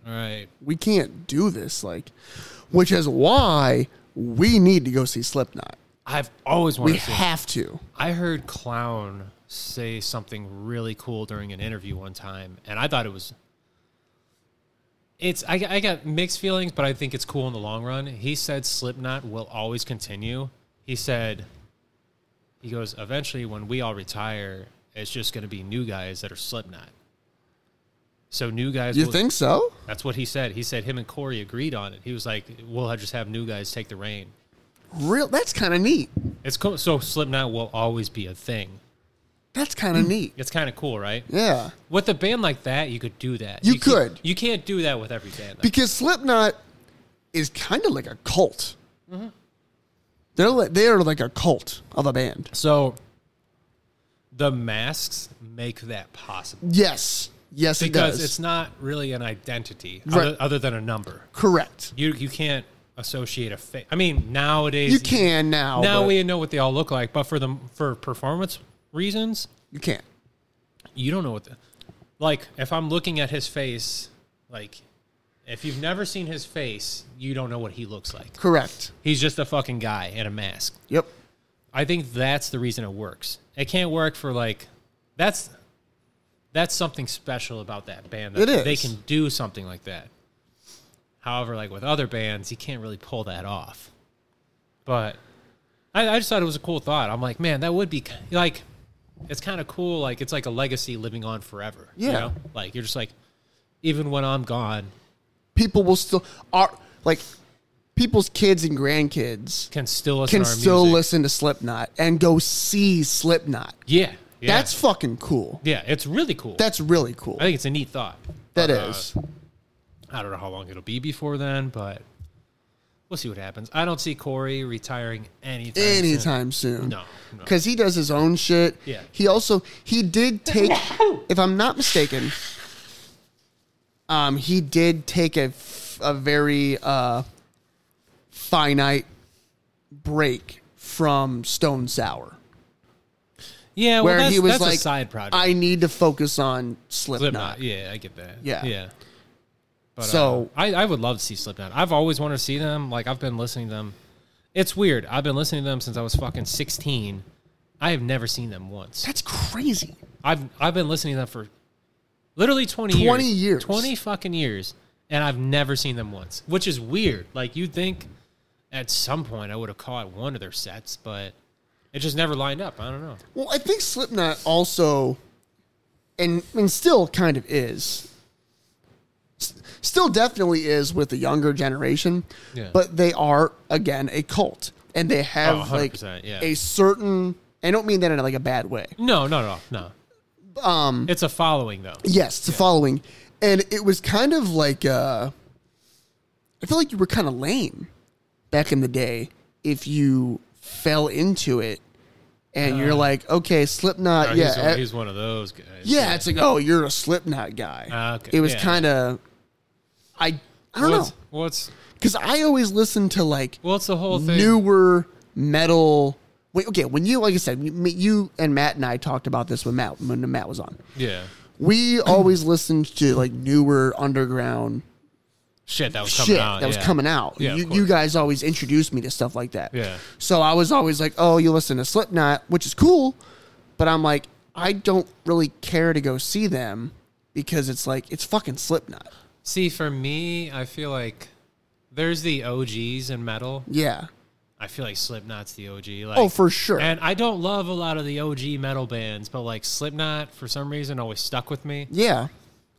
B: all right,
A: We can't do this, like, which is why we need to go see Slipknot.
B: I've always
A: We
B: wanted to.
A: have to.
B: I heard Clown say something really cool during an interview one time, and I thought it was. It's I, I got mixed feelings, but I think it's cool in the long run. He said Slipknot will always continue. He said, he goes eventually when we all retire, it's just going to be new guys that are Slipknot. So new guys.
A: You
B: will-
A: think so?
B: That's what he said. He said him and Corey agreed on it. He was like, "We'll just have new guys take the reign."
A: Real? That's kind of neat.
B: It's cool. So Slipknot will always be a thing.
A: That's kind
B: Mm.
A: of neat.
B: It's kind of cool, right?
A: Yeah,
B: With a band like that, you could do that.
A: You
B: can't-
A: could.
B: you can't do that with every band. though.
A: because Slipknot is kind of like a cult. They're li- they are like a cult of a band.
B: so the masks make that possible
A: Yes, yes, it
B: because
A: does.
B: it's not really an identity
A: Right.
B: other, other than a number.
A: correct.
B: You you can't associate a face. I mean, nowadays
A: You can now.
B: Now
A: but
B: we know what they all look like, but for the for performance reasons,
A: you can't.
B: you don't know what the like if i'm looking at his face like if you've never seen his face you don't know what he looks like
A: Correct.
B: he's just a fucking guy in a mask
A: Yep.
B: i think that's the reason it works it can't work for like that's that's something special about that band that
A: It
B: they
A: is.
B: can do something like that however like with other bands you can't really pull that off but i, I just thought it was a cool thought i'm like man that would be ki- like it's kind of cool like it's like a legacy living on forever you
A: Yeah.
B: know? like you're just like even when i'm gone
A: People will still are like people's kids and grandkids
B: can still listen
A: can
B: to our
A: still
B: music.
A: listen to Slipknot and go see Slipknot.
B: yeah, yeah
A: That's fucking cool.
B: yeah it's really cool
A: That's really cool.
B: i think it's a neat thought
A: That
B: But, uh,
A: is.
B: I don't know how long it'll be before then, but we'll see what happens. I don't see Corey retiring anytime. soon.
A: anytime soon.
B: No, no.
A: because he does his own shit.
B: Yeah.
A: He also he did take, if I'm not mistaken, um, he did take a f- a very uh finite break from Stone Sour,
B: Yeah, well,
A: where
B: that's,
A: he was
B: that's
A: like,
B: a side project.
A: I need to focus on Slipknot.
B: Slipknot. Yeah, I get that.
A: Yeah.
B: yeah. But,
A: So-
B: uh, I, I would love to see Slipknot. I've always wanted to see them. Like I've been listening to them. It's weird. I've been listening to them since I was fucking sixteen. I have never seen them once.
A: That's crazy.
B: I've I've been listening to them for literally twenty years.
A: 20 years.
B: Twenty fucking years. And I've never seen them once. Which is weird. Like you'd think at some point I would have caught one of their sets, but It just never lined up. I don't know.
A: Well, I think Slipknot also, and and still kind of is, S- still definitely is with the younger generation,
B: Yeah.
A: but they are again a cult, and they
B: Oh,
A: have like
B: 100%, yeah.
A: a certain. I don't mean that in like a bad way.
B: No, no, no, no. Um, it's a following though.
A: Yes, the following, and it was kind of like uh, I feel like you were kind of lame back in the day if you fell into it, and you're like, okay, Slipknot,
B: Oh,
A: yeah,
B: Uh. he's,
A: eh,
B: one, he's one of those guys.
A: yeah, it's like, oh, you're a Slipknot guy.
B: Ah, okay,
A: It was
B: yeah.
A: kind of, I, I don't 'Cause know,
B: What's, what's
A: because I always listen to like
B: what's the whole thing?
A: newer metal. Wait, okay, when you like I said, you- you and Matt and I talked about this when Matt when Matt was on.
B: yeah,
A: We always listened to like newer underground
B: shit that was coming
A: shit
B: out.
A: that was
B: yeah.
A: coming out.
B: Yeah, of
A: you, you
B: course.
A: guys always introduced me to stuff like that.
B: Yeah.
A: So I was always like, oh, you listen to Slipknot, which is cool, but I'm like, I don't really care to go see them because it's like it's fucking Slipknot.
B: See, for me, I feel like there's the OGs in metal.
A: Yeah.
B: I feel like Slipknot's the OG. Like,
A: Oh, for sure.
B: And I don't love a lot of the OG metal bands, but like Slipknot, for some reason, always stuck with me.
A: yeah.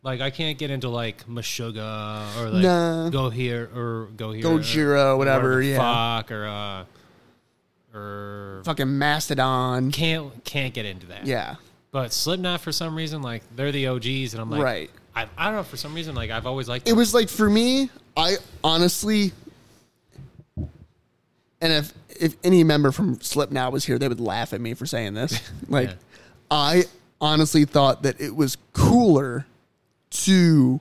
B: Like I can't get into like Meshuggah or like
A: Nah.
B: go here or go here,
A: Gojira,
B: or
A: whatever,
B: the
A: yeah.
B: fuck or uh, or
A: Fucking Mastodon.
B: can't can't get into that.
A: Yeah.
B: but Slipknot for some reason like they're the OGs, and I'm like,
A: Right.
B: I, I don't know for some reason like I've always liked
A: It
B: them.
A: was like for me, I honestly and if if any member from Slipknot was here, they would laugh at me for saying this. Like
B: Yeah.
A: I honestly thought that it was cooler to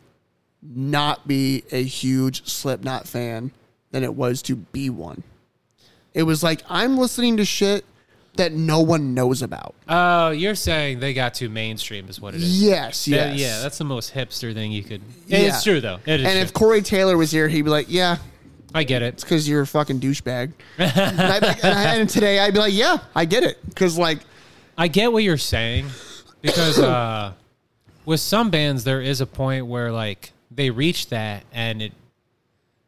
A: not be a huge Slipknot fan than it was to be one. It was like I'm listening to shit that no one knows about.
B: Oh, you're saying they got too mainstream is what it is.
A: Yes,
B: That-
A: yes.
B: yeah, that's the most hipster thing you could.
A: Yeah.
B: It's true though. It is.
A: and
B: true.
A: if Corey Taylor was here, he'd be like, "Yeah,
B: I get it.
A: because you're a fucking douchebag. and, I'd be like- and I- and today I'd be like, yeah, I get it. Because, like,
B: I get what you're saying because uh, with some bands there is a point where like they reach that and it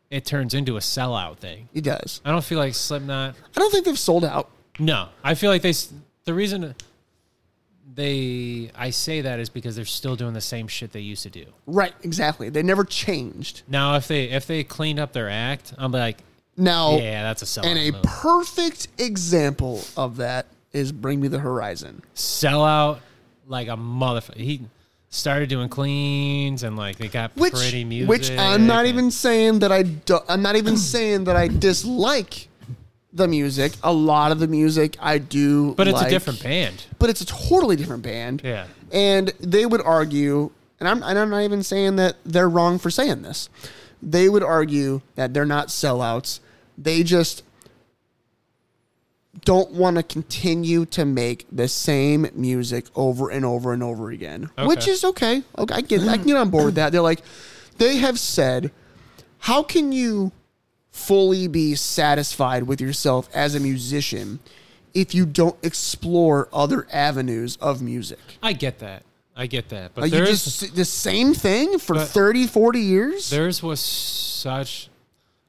B: it turns into a sellout thing.
A: he does.
B: I don't feel like Slipknot.
A: I don't think they've sold out.
B: No, I feel like they. s- The reason they I say that is because they're still doing the same shit they used to do.
A: Right, exactly. They never changed.
B: Now if they if they cleaned up their act, I'm like,
A: Now,
B: yeah, that's a sellout.
A: Oh, and a
B: move.
A: perfect example of that is Bring Me the Horizon.
B: sellout like a motherfucker. He started doing cleans and like they got
A: Which,
B: pretty music.
A: which I'm not
B: and-
A: even saying that I do, I'm not even saying that I dislike the music. A lot of the music I do,
B: But it's
A: like.
B: a different band.
A: but it's a totally different band.
B: Yeah.
A: And they would argue, and I'm, and I'm not even saying that they're wrong for saying this. They would argue that they're not sellouts. They just don't want to continue to make the same music over and over and over again, which
B: Okay.
A: is okay. Okay, I get, I can get on board with that. They're like, they have said, how can you fully be satisfied with yourself as a musician if you don't explore other avenues of music?
B: I get that. I get that. But
A: Like you
B: there's
A: just the same thing for
B: But-
A: 30, 40 years?
B: theirs was such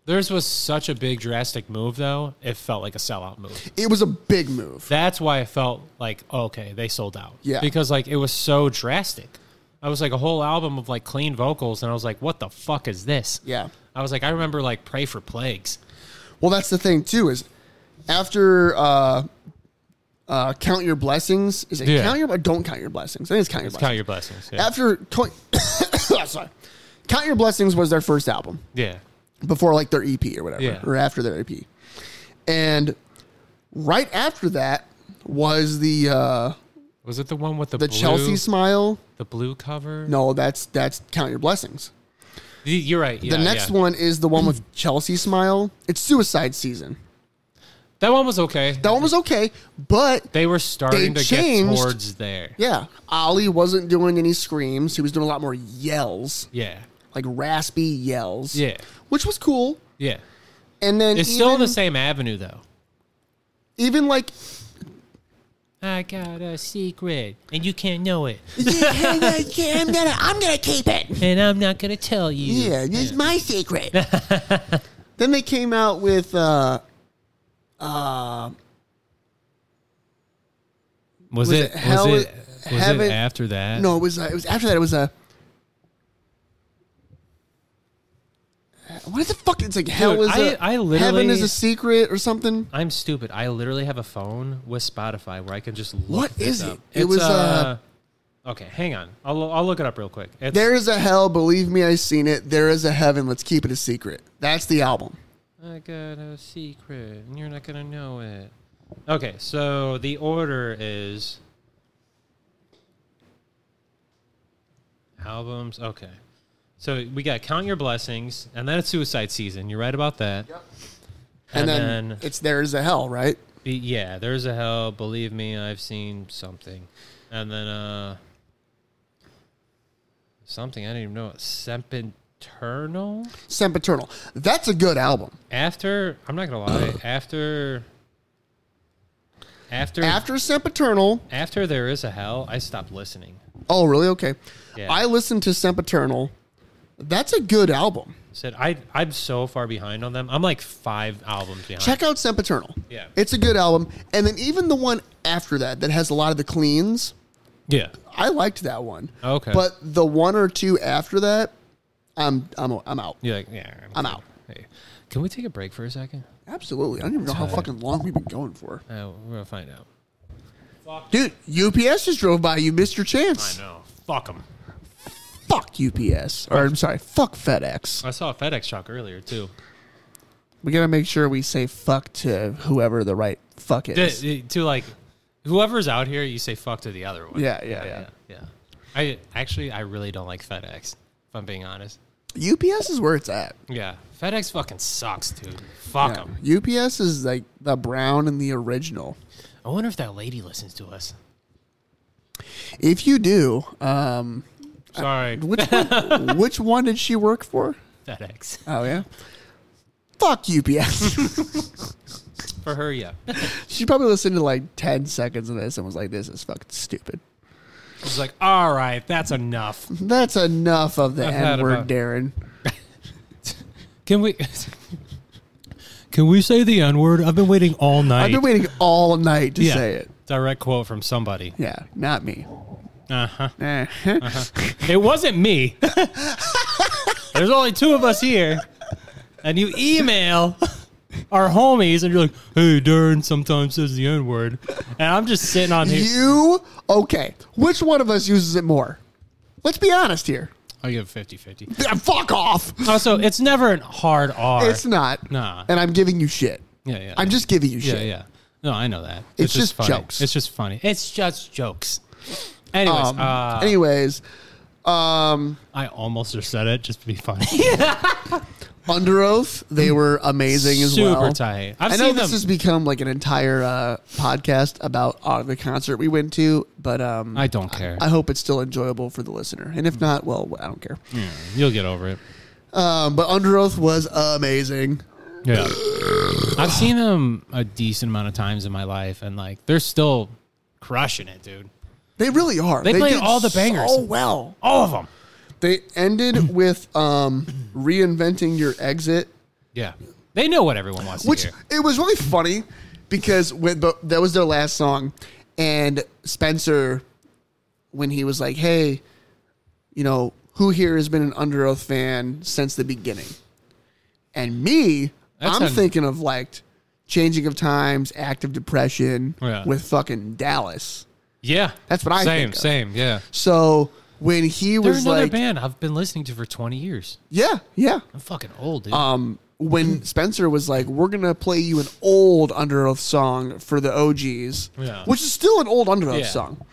B: theirs was such a big drastic move though. It felt like a sellout move.
A: It was a big move.
B: That's why I felt like okay, they sold out.
A: Yeah.
B: Because like it was so drastic. I was like a whole album of like clean vocals and I was like what the fuck is this?
A: Yeah.
B: I was like I remember like Pray for Plagues.
A: Well, that's the thing too is after uh, uh, count your blessings. Is it
B: Yeah.
A: count your? Don't count your blessings. I think it's count your blessings.
B: Count your blessings. Yeah.
A: after co- sorry, count your blessings was their first album
B: yeah.
A: before like their EP or whatever,
B: Yeah.
A: or after their EP, and right after that was the uh,
B: Was it the one with the,
A: the
B: blue,
A: Chelsea smile.
B: the blue cover?
A: No, that's that's count your blessings.
B: The- you're right.
A: The
B: yeah,
A: next
B: yeah.
A: one is the one with Chelsea smile. It's Suicide Season.
B: That one was okay.
A: That one was okay, but
B: They were starting to
A: changed-
B: get towards there.
A: Yeah. Ollie wasn't doing any screams. He was doing a lot more yells,
B: Yeah.
A: like raspy yells.
B: Yeah.
A: Which was cool.
B: Yeah.
A: And then
B: It's
A: even,
B: still the same avenue though.
A: even like
B: I got a secret and you can't know it.
A: yeah, yeah, I'm gonna I'm gonna keep it.
B: And I'm not gonna tell you.
A: Yeah, it's my secret. then they came out with uh uh Was
B: Was, it,
A: it hell-
B: was it was
A: heaven-
B: it after that?
A: No, it was uh, it was after that. It was a. What the fuck? It's like hell
B: Dude,
A: is a
B: I- I
A: heaven is
B: literally-
A: a secret or something.
B: I'm stupid. I literally have a phone with Spotify where I can just look.
A: What
B: this
A: is it?
B: up.
A: It was, uh,
B: okay, hang on. I'll lo- I'll look it up real quick. It's,
A: There is a hell, believe me, I've seen it. There is a heaven, let's keep it a secret. That's the album.
B: I got a secret, and you're not gonna know it. Okay, so the order is albums. Okay, so we got count your blessings, and then it's suicide season. You're right about that. Yep.
A: And, then, it's there is a hell, right?
B: Be- Yeah, there's a hell. Believe me, I've seen something. And then uh something I didn't even know. Sempiternal.
A: Sempiternal. That's a good album.
B: After I'm not gonna lie. after after after
A: After Sempiternal,
B: after there is a hell, I stopped listening.
A: oh really? Okay.
B: Yeah.
A: I listened to Sempiternal. That's a good album.
B: Said I I'm so far behind on them. I'm like five albums behind.
A: Check out Sempiternal.
B: Yeah.
A: It's a good album. And then even the one after that that has a lot of the cleans,
B: yeah.
A: I liked that one.
B: Okay.
A: But the one or two after that, I'm I'm I'm out.
B: You're like, yeah.
A: I'm out.
B: Hey, can we take a break for a second?
A: Absolutely. I don't even know how fucking long we've been going for.
B: Uh, we're gonna find out.
A: Dude, UPS just drove by. You missed your chance.
B: know. Fuck them.
A: Fuck UPS. Or I'm sorry, fuck FedEx.
B: I saw a FedEx truck earlier too.
A: We gotta make sure we say fuck to whoever the right fuck
B: D-
A: is.
B: d- to like whoever's out here, you say fuck to the other one.
A: Yeah, yeah, yeah.
B: yeah. I actually I really don't like FedEx. If I'm being honest.
A: UPS is where it's at.
B: Yeah, FedEx fucking sucks, dude. Fuck
A: Yeah.
B: them.
A: UPS is like the brown and the original.
B: I wonder if that lady listens to us.
A: If you do, um,
B: Sorry,
A: which one, which one did she work for?
B: FedEx.
A: Oh yeah, fuck UPS.
B: For her, yeah.
A: she probably listened to like ten seconds of this and was like, "This is fucking stupid."
B: She's like, all right, that's enough.
A: That's enough of the
B: I've had
A: N word,
B: about-
A: Darren.
B: Can we? Can we say the N word? I've been waiting all night.
A: I've been waiting all night to say it.
B: Direct quote from somebody.
A: Yeah, not me.
B: Uh huh.
A: Eh.
B: It wasn't me. There's only two of us here. And you email our homies and you're like, hey, Darren sometimes says the N word. And I'm just sitting on here.
A: you okay? Which one of us uses it more? Let's be honest here.
B: I give 50 50.
A: Yeah, Fuck off.
B: Also, Oh, it's never an hard R.
A: It's not.
B: Nah.
A: And I'm giving you shit.
B: yeah, yeah.
A: I'm just giving you
B: Yeah,
A: shit.
B: yeah. No, I know that.
A: It's just
B: funny.
A: jokes.
B: It's just funny. It's just jokes. Anyways,
A: Um,
B: uh,
A: anyways,
B: I almost just said it just to be funny.
A: Under Oath, they were amazing as
B: Super
A: well.
B: tight. I've
A: I know
B: seen
A: this
B: them.
A: has become like an entire uh, podcast about uh, the concert we went to, but um,
B: I don't care.
A: I hope it's still enjoyable for the listener. And if not, well, I don't care.
B: You'll get over it.
A: Um, but Under Oath was amazing.
B: Yeah. I've seen them a decent amount of times in my life, and like they're still crushing it, dude.
A: They really are.
B: They played
A: did
B: all the bangers.
A: so well.
B: All of them.
A: They ended with um, reinventing your exit,
B: Yeah. They know what everyone wants
A: which
B: to hear.
A: it was really funny because when the, that was their last song, and Spencer, when he was like, "Hey, you know who here has been an Under Oath fan since the beginning?" and me,
B: That's
A: I'm
B: un-
A: thinking of like changing of times, active depression
B: Yeah.
A: with fucking Dallas.
B: Yeah.
A: That's what I
B: Same,
A: think of.
B: same. Yeah.
A: So when he
B: They're
A: was
B: another
A: like,
B: band I've been listening to for 20 years.
A: "Yeah, yeah."
B: I'm fucking old, dude.
A: um,
B: Mm-hmm.
A: when Spencer was like, "We're gonna play you an old Under Oath song for the OGs,"
B: Yeah.
A: which is still an old Under Oath
B: Yeah.
A: song.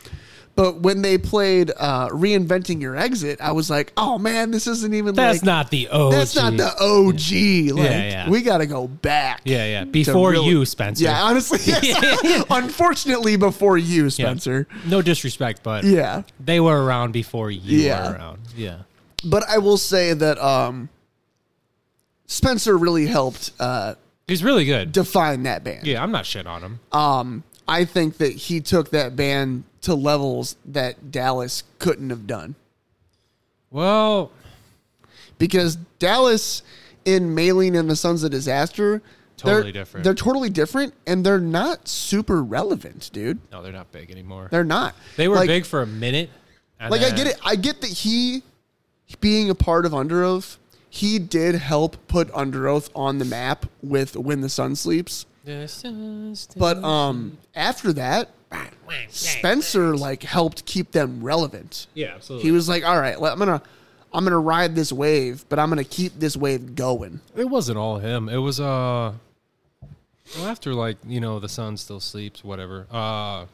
A: But when they played uh, "Reinventing Your Exit," I was like, "Oh man, this isn't even
B: that's
A: like
B: not the OG.
A: that's not the OG. Like
B: yeah.
A: we got to go back."
B: Yeah, yeah.
A: to
B: Before
A: really-
B: you, Spencer.
A: Yeah, honestly, yes. unfortunately, before you,
B: Yeah.
A: Spencer.
B: No disrespect, but
A: Yeah.
B: they were around before you
A: Yeah.
B: were around. Yeah.
A: but I will say that um, Spencer really helped uh,
B: He's really good.
A: define that band.
B: Yeah, I'm not shit on him.
A: um, I think that he took that band to levels that Dallas couldn't have done
B: well,
A: because Dallas in Mailing and the Sons of Disaster
B: Totally
A: they're,
B: different.
A: They're totally different, and they're not super relevant, dude.
B: no, they're not big anymore.
A: They're not.
B: They were
A: Like-
B: big for a minute. and
A: Like I
B: then-
A: get it. I get that he being a part of Under Oath, he did help put Under Oath on the map with When the Sun Sleeps. But um, after that, Spencer like helped keep them relevant.
B: yeah, absolutely.
A: He was like, "All right, well, I'm gonna, I'm gonna ride this wave, but I'm gonna keep this wave going."
B: It wasn't all him. It was uh well, after like, you know, the sun still sleeps, whatever. Uh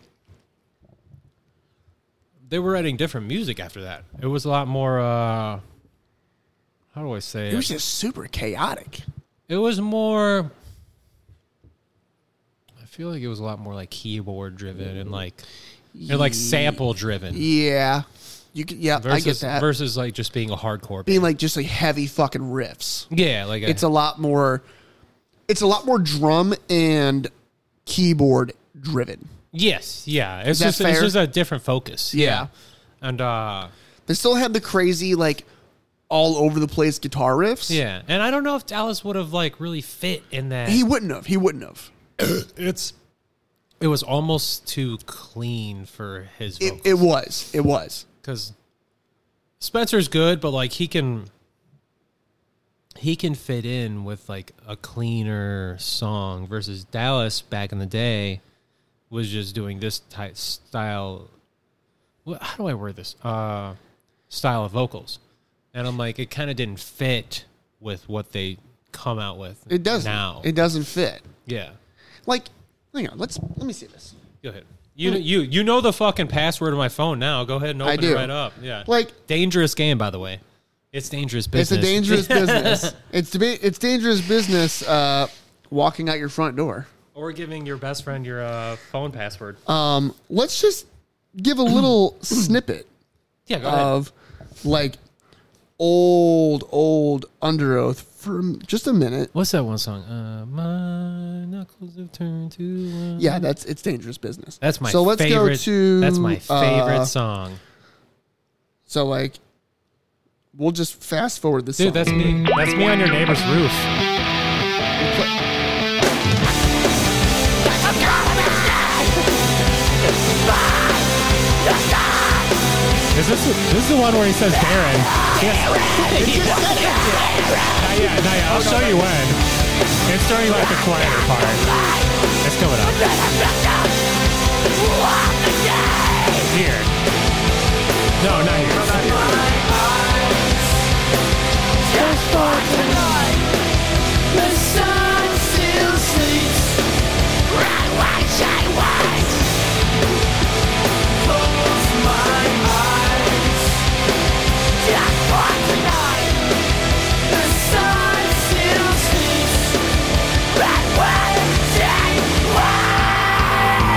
B: they were writing different music after that. It was a lot more uh how do I say
A: It was
B: it?
A: just super chaotic.
B: It was more I feel like it was a lot more like keyboard driven and like and like sample driven.
A: Yeah, you c- yeah, I get
B: Versus,
A: that.
B: versus like just being a hardcore
A: Being
B: band.
A: like just like heavy fucking riffs.
B: yeah, like
A: It's a lot more, it's a lot more drum and keyboard driven.
B: yes, yeah. It's
A: that
B: just it's
A: fair?
B: just a different focus.
A: Yeah.
B: And uh
A: They still had the crazy like all over the place guitar riffs.
B: Yeah, and I don't know if Dallas would have like really fit in that.
A: he wouldn't have. He wouldn't have.
B: it's it was almost too clean for his
A: It, it was. It was.
B: because Spencer's good, but like he can he can fit in with like a cleaner song versus Dallas back in the day was just doing this type style. What, how do I word this? Uh, style of vocals, and I'm like, it kind of didn't fit with what they come out with.
A: It doesn't.
B: now.
A: It doesn't fit.
B: yeah.
A: Like, hang on. Let's let me see this.
B: Go ahead. You you you know the fucking password of my phone now. Go ahead and
A: I
B: open it
A: do.
B: right up. Yeah.
A: Like-
B: dangerous game, by the way. It's dangerous business.
A: It's a dangerous business. It's to be, it's dangerous business. Uh, walking out your front door.
B: or giving your best friend your uh, phone password.
A: Um, let's just give a little snippet
B: yeah. Go ahead.
A: of like old old under oath for just a minute.
B: What's that one song? Uh, my knuckles have turned to. one-
A: Yeah, that's it's dangerous business.
B: That's my
A: so let's
B: favorite.
A: go to
B: that's my favorite
A: uh,
B: song,
A: So like, we'll just fast forward this.
B: dude. That's me. That's me on your neighbor's roof. Is this the, this is the one where he says Darren? Not yet, not yet. I'll show you when. It's during like the quieter part. It's coming up. Here. No, not here.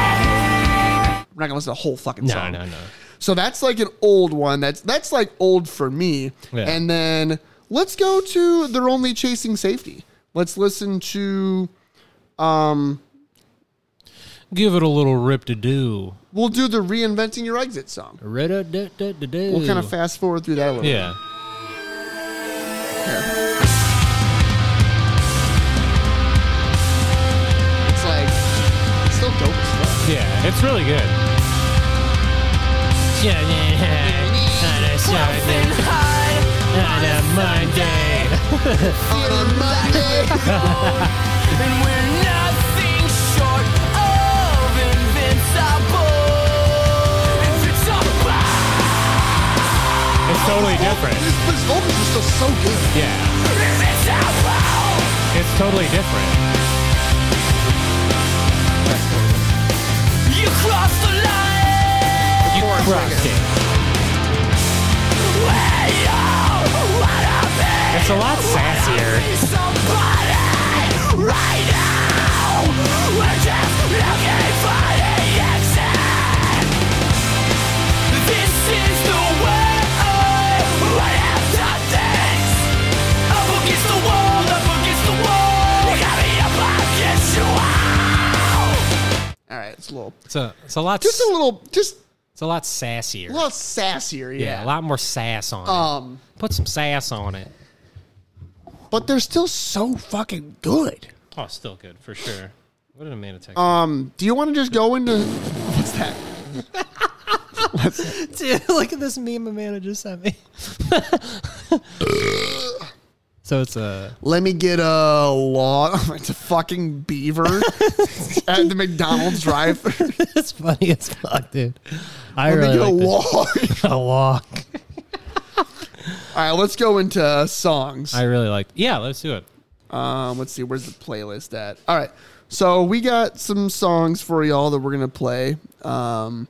A: I'm not gonna listen to the whole fucking
B: No,
A: song.
B: no, no.
A: So that's like an old one. That's that's like old for me.
B: Yeah.
A: And then let's go to they're only chasing safety. Let's listen to
B: Give it a little rip to do.
A: we'll do the reinventing your exit song.
B: Rip to do.
A: We'll kind of fast forward through that a little
B: Yeah.
A: bit. Here. It's like it's still dope as fuck.
B: Yeah, it's really good. It's totally different.
A: This, this vocals are still so good.
B: Yeah. It's totally different.
D: You cross the line.
B: You crossed it.
D: Where you wanna be.
B: It's a lot sassier.
D: Be somebody right now. We're just looking for the exit. This is the way. What have done this? Up against the wall, up against the wall. We gotta be up against the wall.
A: All right, it's a little
B: It's a it's a lot
A: just a little just
B: it's a lot sassier.
A: a little sassier,
B: yeah.
A: yeah.
B: a lot more sass on
A: um
B: it. Put some sass on it.
A: but they're still so fucking good.
B: Oh, still good for sure. What did Amanda text?
A: Um, do you want to just go into what's that?
B: Dude, look at this meme Amanda just sent me. so it's uh, a
A: Let me get a law. it's a fucking beaver at the McDonald's drive-thru.
B: it's funny as fuck, dude.
A: Let
B: I
A: me
B: really
A: get a
B: like this.
A: walk.
B: a walk.
A: All right, let's go into songs.
B: I really like. Yeah, let's do it.
A: Um, let's see, where's the playlist at? All right, so we got some songs for y'all that we're gonna play. Um,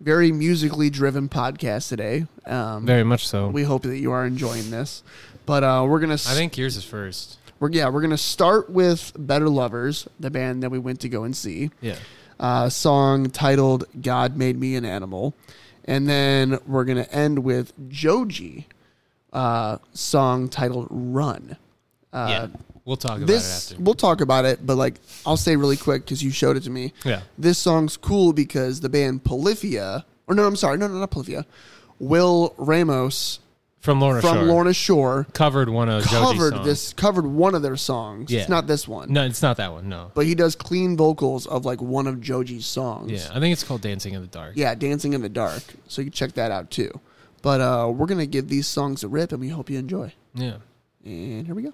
A: very musically driven podcast today. Um,
B: Very much so.
A: we hope that you are enjoying this, but uh, we're gonna.
B: I think yours is first.
A: we're, yeah, we're gonna start with Better Lovers, the band that we went to go and see.
B: Yeah.
A: uh, song titled God Made Me an Animal. And then we're going to end with Joji, uh, song titled Run.
B: yeah. We'll talk about
A: This,
B: it after.
A: we'll talk about it, but like, I'll say really quick because you showed it to me.
B: Yeah.
A: This song's cool because the band Polyphia, or no, I'm sorry, no, no, not Polyphia, Will Ramos
B: From Lorna
A: from
B: Shore.
A: Lorna Shore
B: Covered one of Joji's
A: covered
B: songs.
A: this, covered one of their songs.
B: Yeah.
A: It's not this one,
B: No, it's not that one. No.
A: but he does clean vocals of like one of Joji's songs.
B: Yeah, I think it's called Dancing in the Dark.
A: yeah, Dancing in the Dark. So you can check that out too. But uh, we're gonna give these songs a rip, and we hope you enjoy.
B: Yeah.
A: And here we go.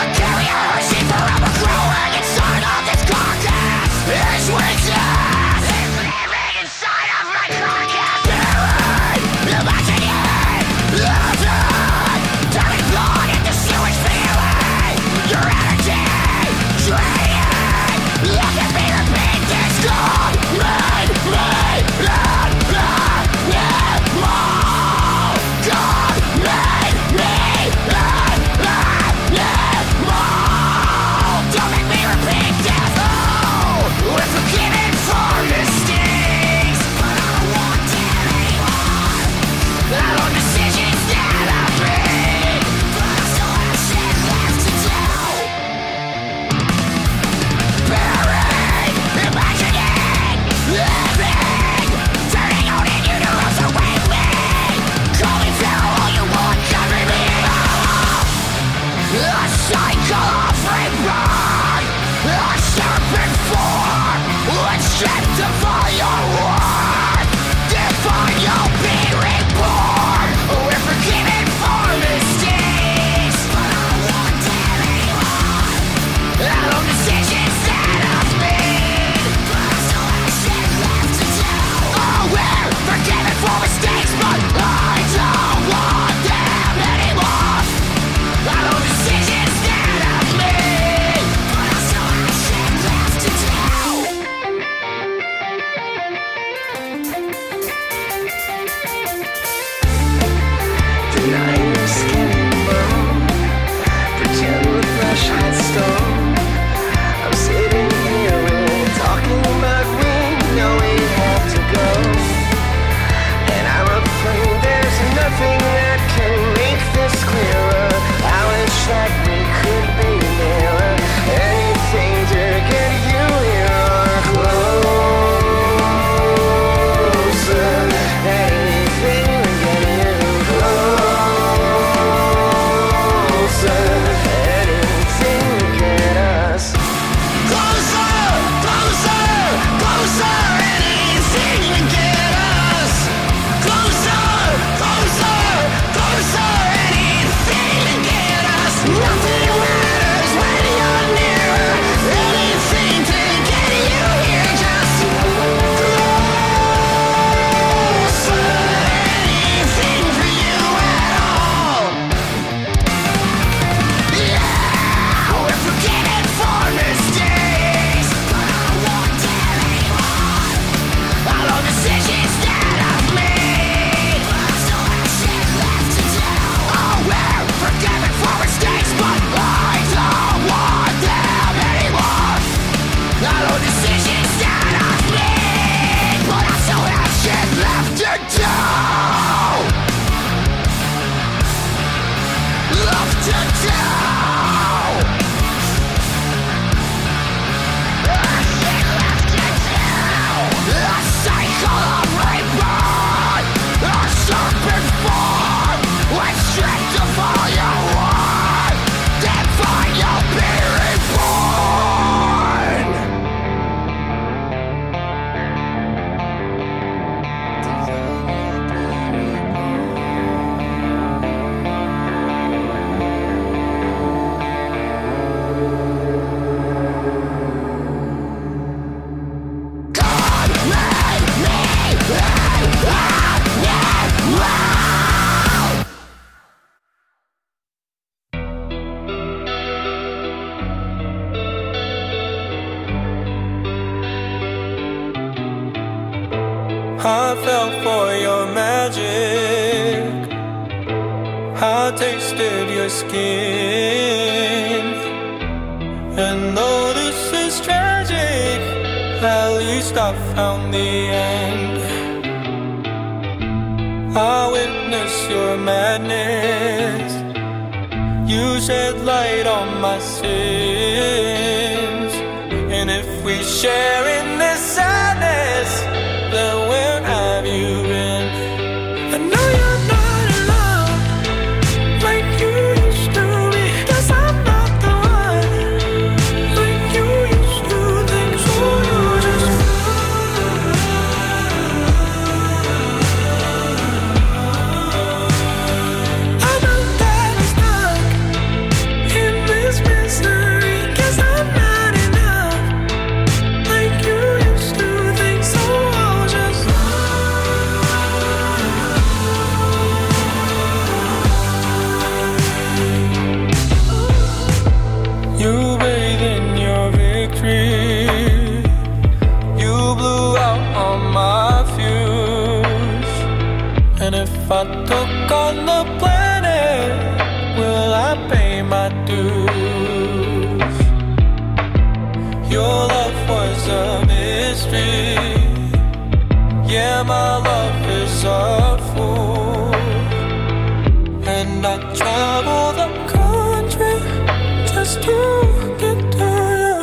D: I carry a Hershey forever growing inside of this carcass. It's where
E: I fell for your magic. I tasted your skin. And though this is tragic, at least I found the end. I witnessed your madness. You shed light on my sins. And if we share in this sadness, then where have you been? I know you're not alone, like you used to be. Guess I'm not the one, like you used to think. So you just I know that it's stuck in this misery. Guess I'm not enough. Like you used to think, so I'll just You bathe in your victory. You blew out all my fuse. And if I took on the planet, will I pay my dues? Your love was a mystery. Yeah, my love is a fool. And I travel the country just to get to you.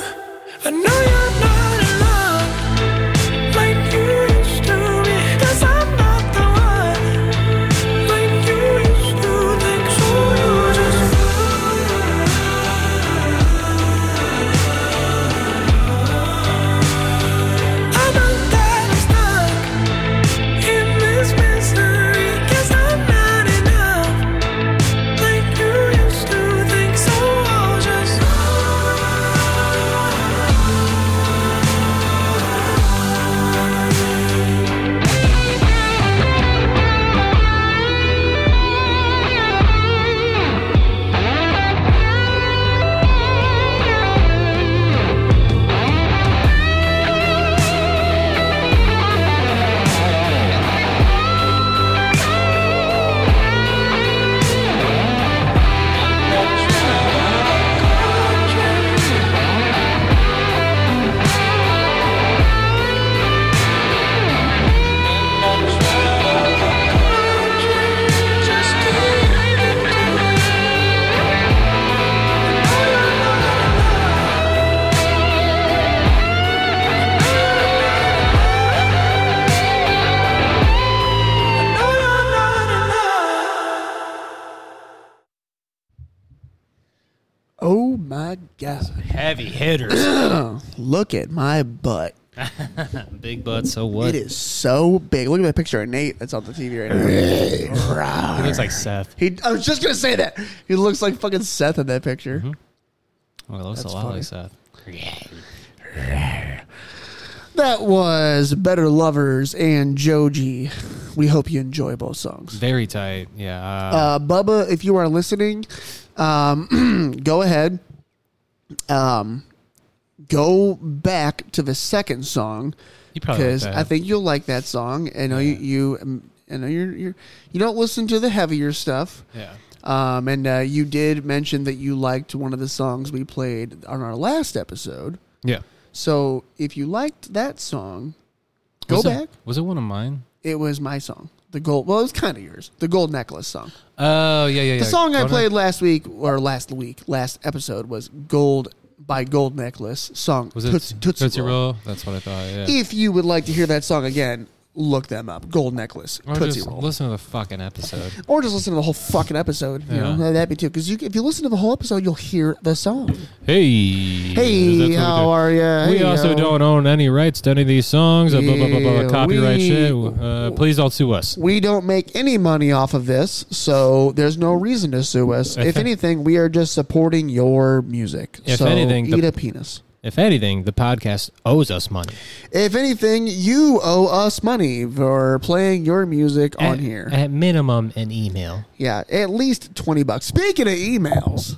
E: I know you're not alone. Like you used to be, cause I'm not the one. Like you used to think, so you just I know that I'm stuck in this misery, cause I'm not enough. Like you used to think, so I'll just
A: Oh my god!
B: Heavy hitters.
A: Look at my butt.
B: Big butt, so what?
A: It is so big. Look at that picture of Nate that's on the TV right now.
B: He looks like Seth.
A: He, I was just gonna say that. He looks like fucking Seth in that picture.
B: Oh, he looks a lot
A: funny.
B: like Seth.
A: That was Better Lovers and Joji. We hope you enjoy both songs.
B: Very tight. Yeah. Uh,
A: Uh, Bubba, if you are listening, um, go ahead. Um, go back to the second song
B: you probably like
A: because
B: that.
A: I think you'll like that song. I know you, you, um, I know you're, you're, you don't listen to the heavier stuff.
B: Yeah.
A: Um, and uh, you did mention that you liked one of the songs we played on our last episode.
B: Yeah.
A: So if you liked that song, go
B: Was it-
A: back.
B: was it one of mine?
A: It was my song. The gold. Well, it was kind of yours. The gold necklace song.
B: Oh yeah, yeah, yeah.
A: The song I
B: Go to-
A: played last week or last week, last episode was "Gold" by Gold Necklace. Song
B: was it
A: Toots-
B: Tootsie, Roll? That's what I thought. Yeah.
A: If you would like to hear that song again, look them up. Gold Necklace
B: Or
A: Tootsie
B: just
A: Roll,
B: listen to the fucking episode.
A: or just listen to the whole fucking episode. You
B: Yeah.
A: know that'd be too. Because you, if you listen to the whole episode, you'll hear the song.
B: Hey.
A: Hey, how are you?
B: We also don't own any rights to any of these songs. uh, blah, blah, blah, blah,
A: Yeah,
B: copyright
A: we-
B: shit. Uh, please don't sue us.
A: we don't make any money off of this, so there's no reason to sue us. if anything, we are just supporting your music.
B: If
A: so
B: anything, the-
A: eat a penis.
B: If anything, the podcast owes us money.
A: If anything, you owe us money for playing your music on
B: At-
A: here.
B: At minimum, an email.
A: yeah, at least twenty bucks. Speaking of emails,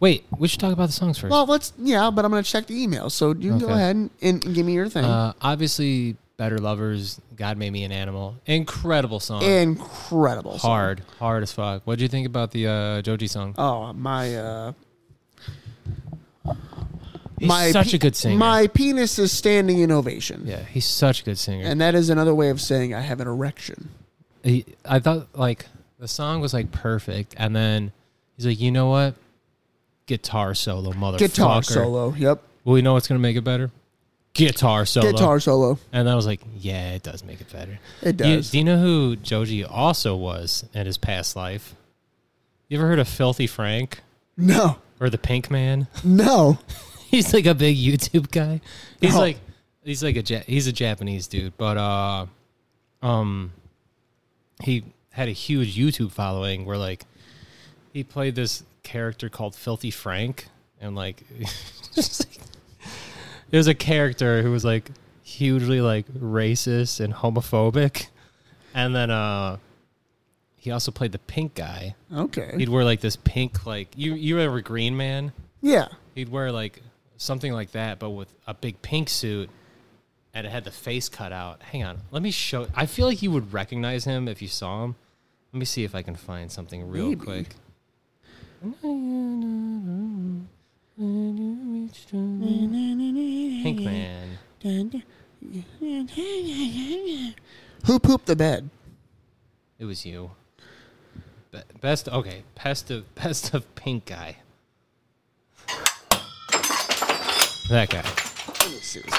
B: Wait, we should talk about the songs first.
A: well, let's yeah, but I'm gonna check the emails. So you can go
B: Okay.
A: ahead and, and give me your thing.
B: uh, obviously, Better Lovers, God Made Me an Animal. Incredible song.
A: Incredible. song.
B: hard, hard as fuck. What'd you think about the uh, Joji song?
A: Oh my! uh
B: He's such a good singer.
A: My penis is standing in ovation,
B: yeah, he's such a good singer.
A: and that is another way of saying I have an erection.
B: he, I thought like the song was like perfect, and then he's like, you know what? Guitar solo, motherfucker.
A: Guitar solo. Yep.
B: Well, you know what's gonna make it better? Guitar solo.
A: Guitar solo.
B: And I was like, yeah, it does make it better.
A: It
B: Do you-
A: does.
B: do you know who Joji also was in his past life? You ever heard of Filthy Frank
A: No.
B: or the Pink Man?
A: No.
B: he's like a big YouTube guy. Oh. He's
A: No.
B: like he's like a ja- he's a Japanese dude, but uh, um, he had a huge YouTube following where like he played this character called Filthy Frank, and like, just, like it was a character who was like hugely like racist and homophobic, and then uh, he also played the pink guy.
A: Okay.
B: He'd wear like this pink like you you remember Green Man?
A: Yeah.
B: he'd wear like something like that, but with a big pink suit, and it had the face cut out. Hang on, let me show. I feel like you would recognize him if you saw him. Let me see if I can find something real
A: Maybe.
B: quick. Pink man.
A: Who pooped the bed?
B: It was you. Be- best okay, best of best of pink guy. That guy.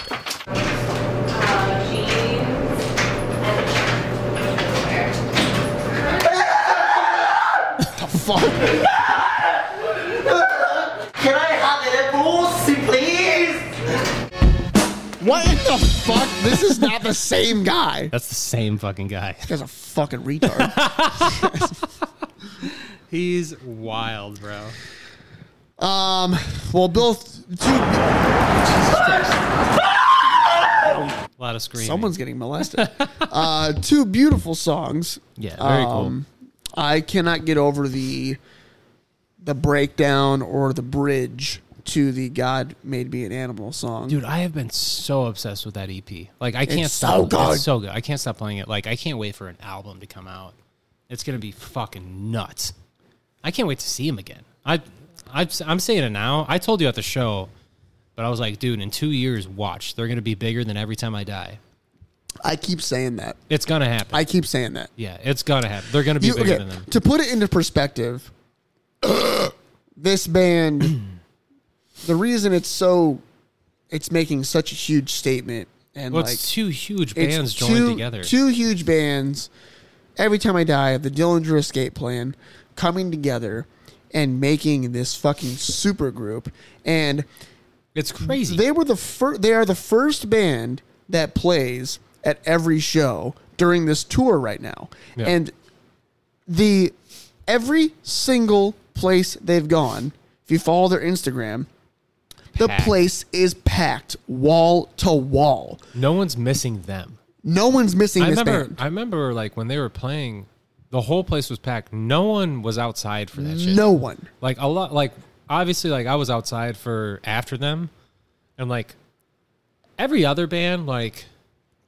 F: Can I have an pussy, please?
A: What the fuck? This is not the same guy.
B: That's the same fucking guy.
A: This guy's a fucking retard.
B: He's wild, bro.
A: um. Well, Bill. Dude,
B: A lot of screaming.
A: someone's getting molested. Uh, two beautiful songs.
B: yeah, very
A: Um, I cannot get over the the breakdown or the bridge to the "God Made Me an Animal" song.
B: cool, dude. I have been so obsessed with that EP. Like I can't
A: It's so
B: stop.
A: good.
B: It's so good. I can't stop playing it. Like I can't wait for an album to come out. It's gonna be fucking nuts. I can't wait to see him again. I, I I'm saying it now. I told you at the show, but I was like, dude, in two years, watch. They're gonna be bigger than every time I die.
A: I keep saying that.
B: It's gonna happen.
A: I keep saying that.
B: yeah, it's gonna happen. They're gonna be
A: You-
B: bigger
A: okay,
B: than them.
A: to put it into perspective, this band, the reason it's so, it's making such a huge statement, and
B: Well,
A: like
B: it's two huge
A: it's
B: bands
A: two,
B: joined together.
A: two huge bands. Every time I die, the Dillinger Escape Plan coming together and making this fucking super group, and
B: it's crazy.
A: they were the first. They are the first band that plays at every show during this tour right now,
B: Yeah.
A: and the every single place they've gone. If you follow their Instagram, the
B: Packed.
A: place is packed wall to wall.
B: no one's missing them.
A: No one's missing
B: I
A: this
B: remember,
A: band.
B: I remember, like when they were playing, the whole place was packed. No one was outside for that shit.
A: No one.
B: like a lot. Like obviously, like I was outside for after them, and like every other band, like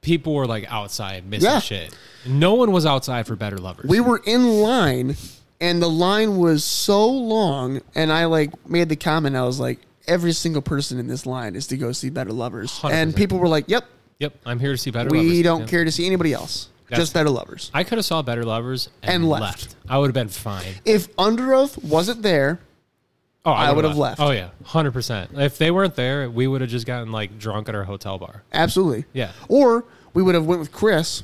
B: people were like outside missing
A: Yeah.
B: shit. No one was outside for Better Lovers.
A: We were in line, and the line was so long. And I like made the comment. I was like, every single person in this line is to go see Better Lovers,
B: 100%.
A: and people were like, "Yep,
B: yep, I'm here to see Better
A: we
B: Lovers.
A: don't
B: Yep.
A: care to see anybody else,
B: That's-
A: just Better Lovers."
B: I could have saw Better Lovers and,
A: And left.
B: left. I would have been fine.
A: If Under Oath wasn't there,
B: Oh,
A: I
B: would've
A: would have left.
B: Oh yeah, hundred percent. If they weren't there, we would have just gotten like drunk at our hotel bar.
A: absolutely,
B: Yeah.
A: Or we would have went with Chris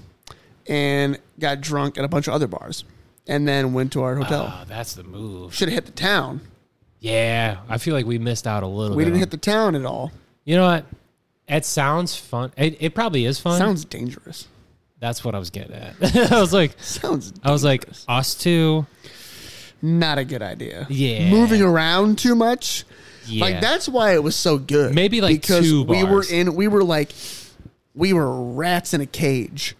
A: and got drunk at a bunch of other bars, and then went to our hotel.
B: Oh, that's the move.
A: Should have hit the town.
B: Yeah, I feel like we missed out a little.
A: We
B: bit
A: didn't
B: on-
A: hit the town at all.
B: You know what? It sounds fun. It, it probably is fun.
A: Sounds dangerous.
B: That's what I was getting at. I was like,
A: Sounds
B: I was like, us two.
A: not a good idea.
B: Yeah.
A: Moving around too much.
B: Yeah.
A: Like that's why it was so good.
B: Maybe, like,
A: because
B: two
A: we were
B: bars.
A: in we were like we were rats in a cage.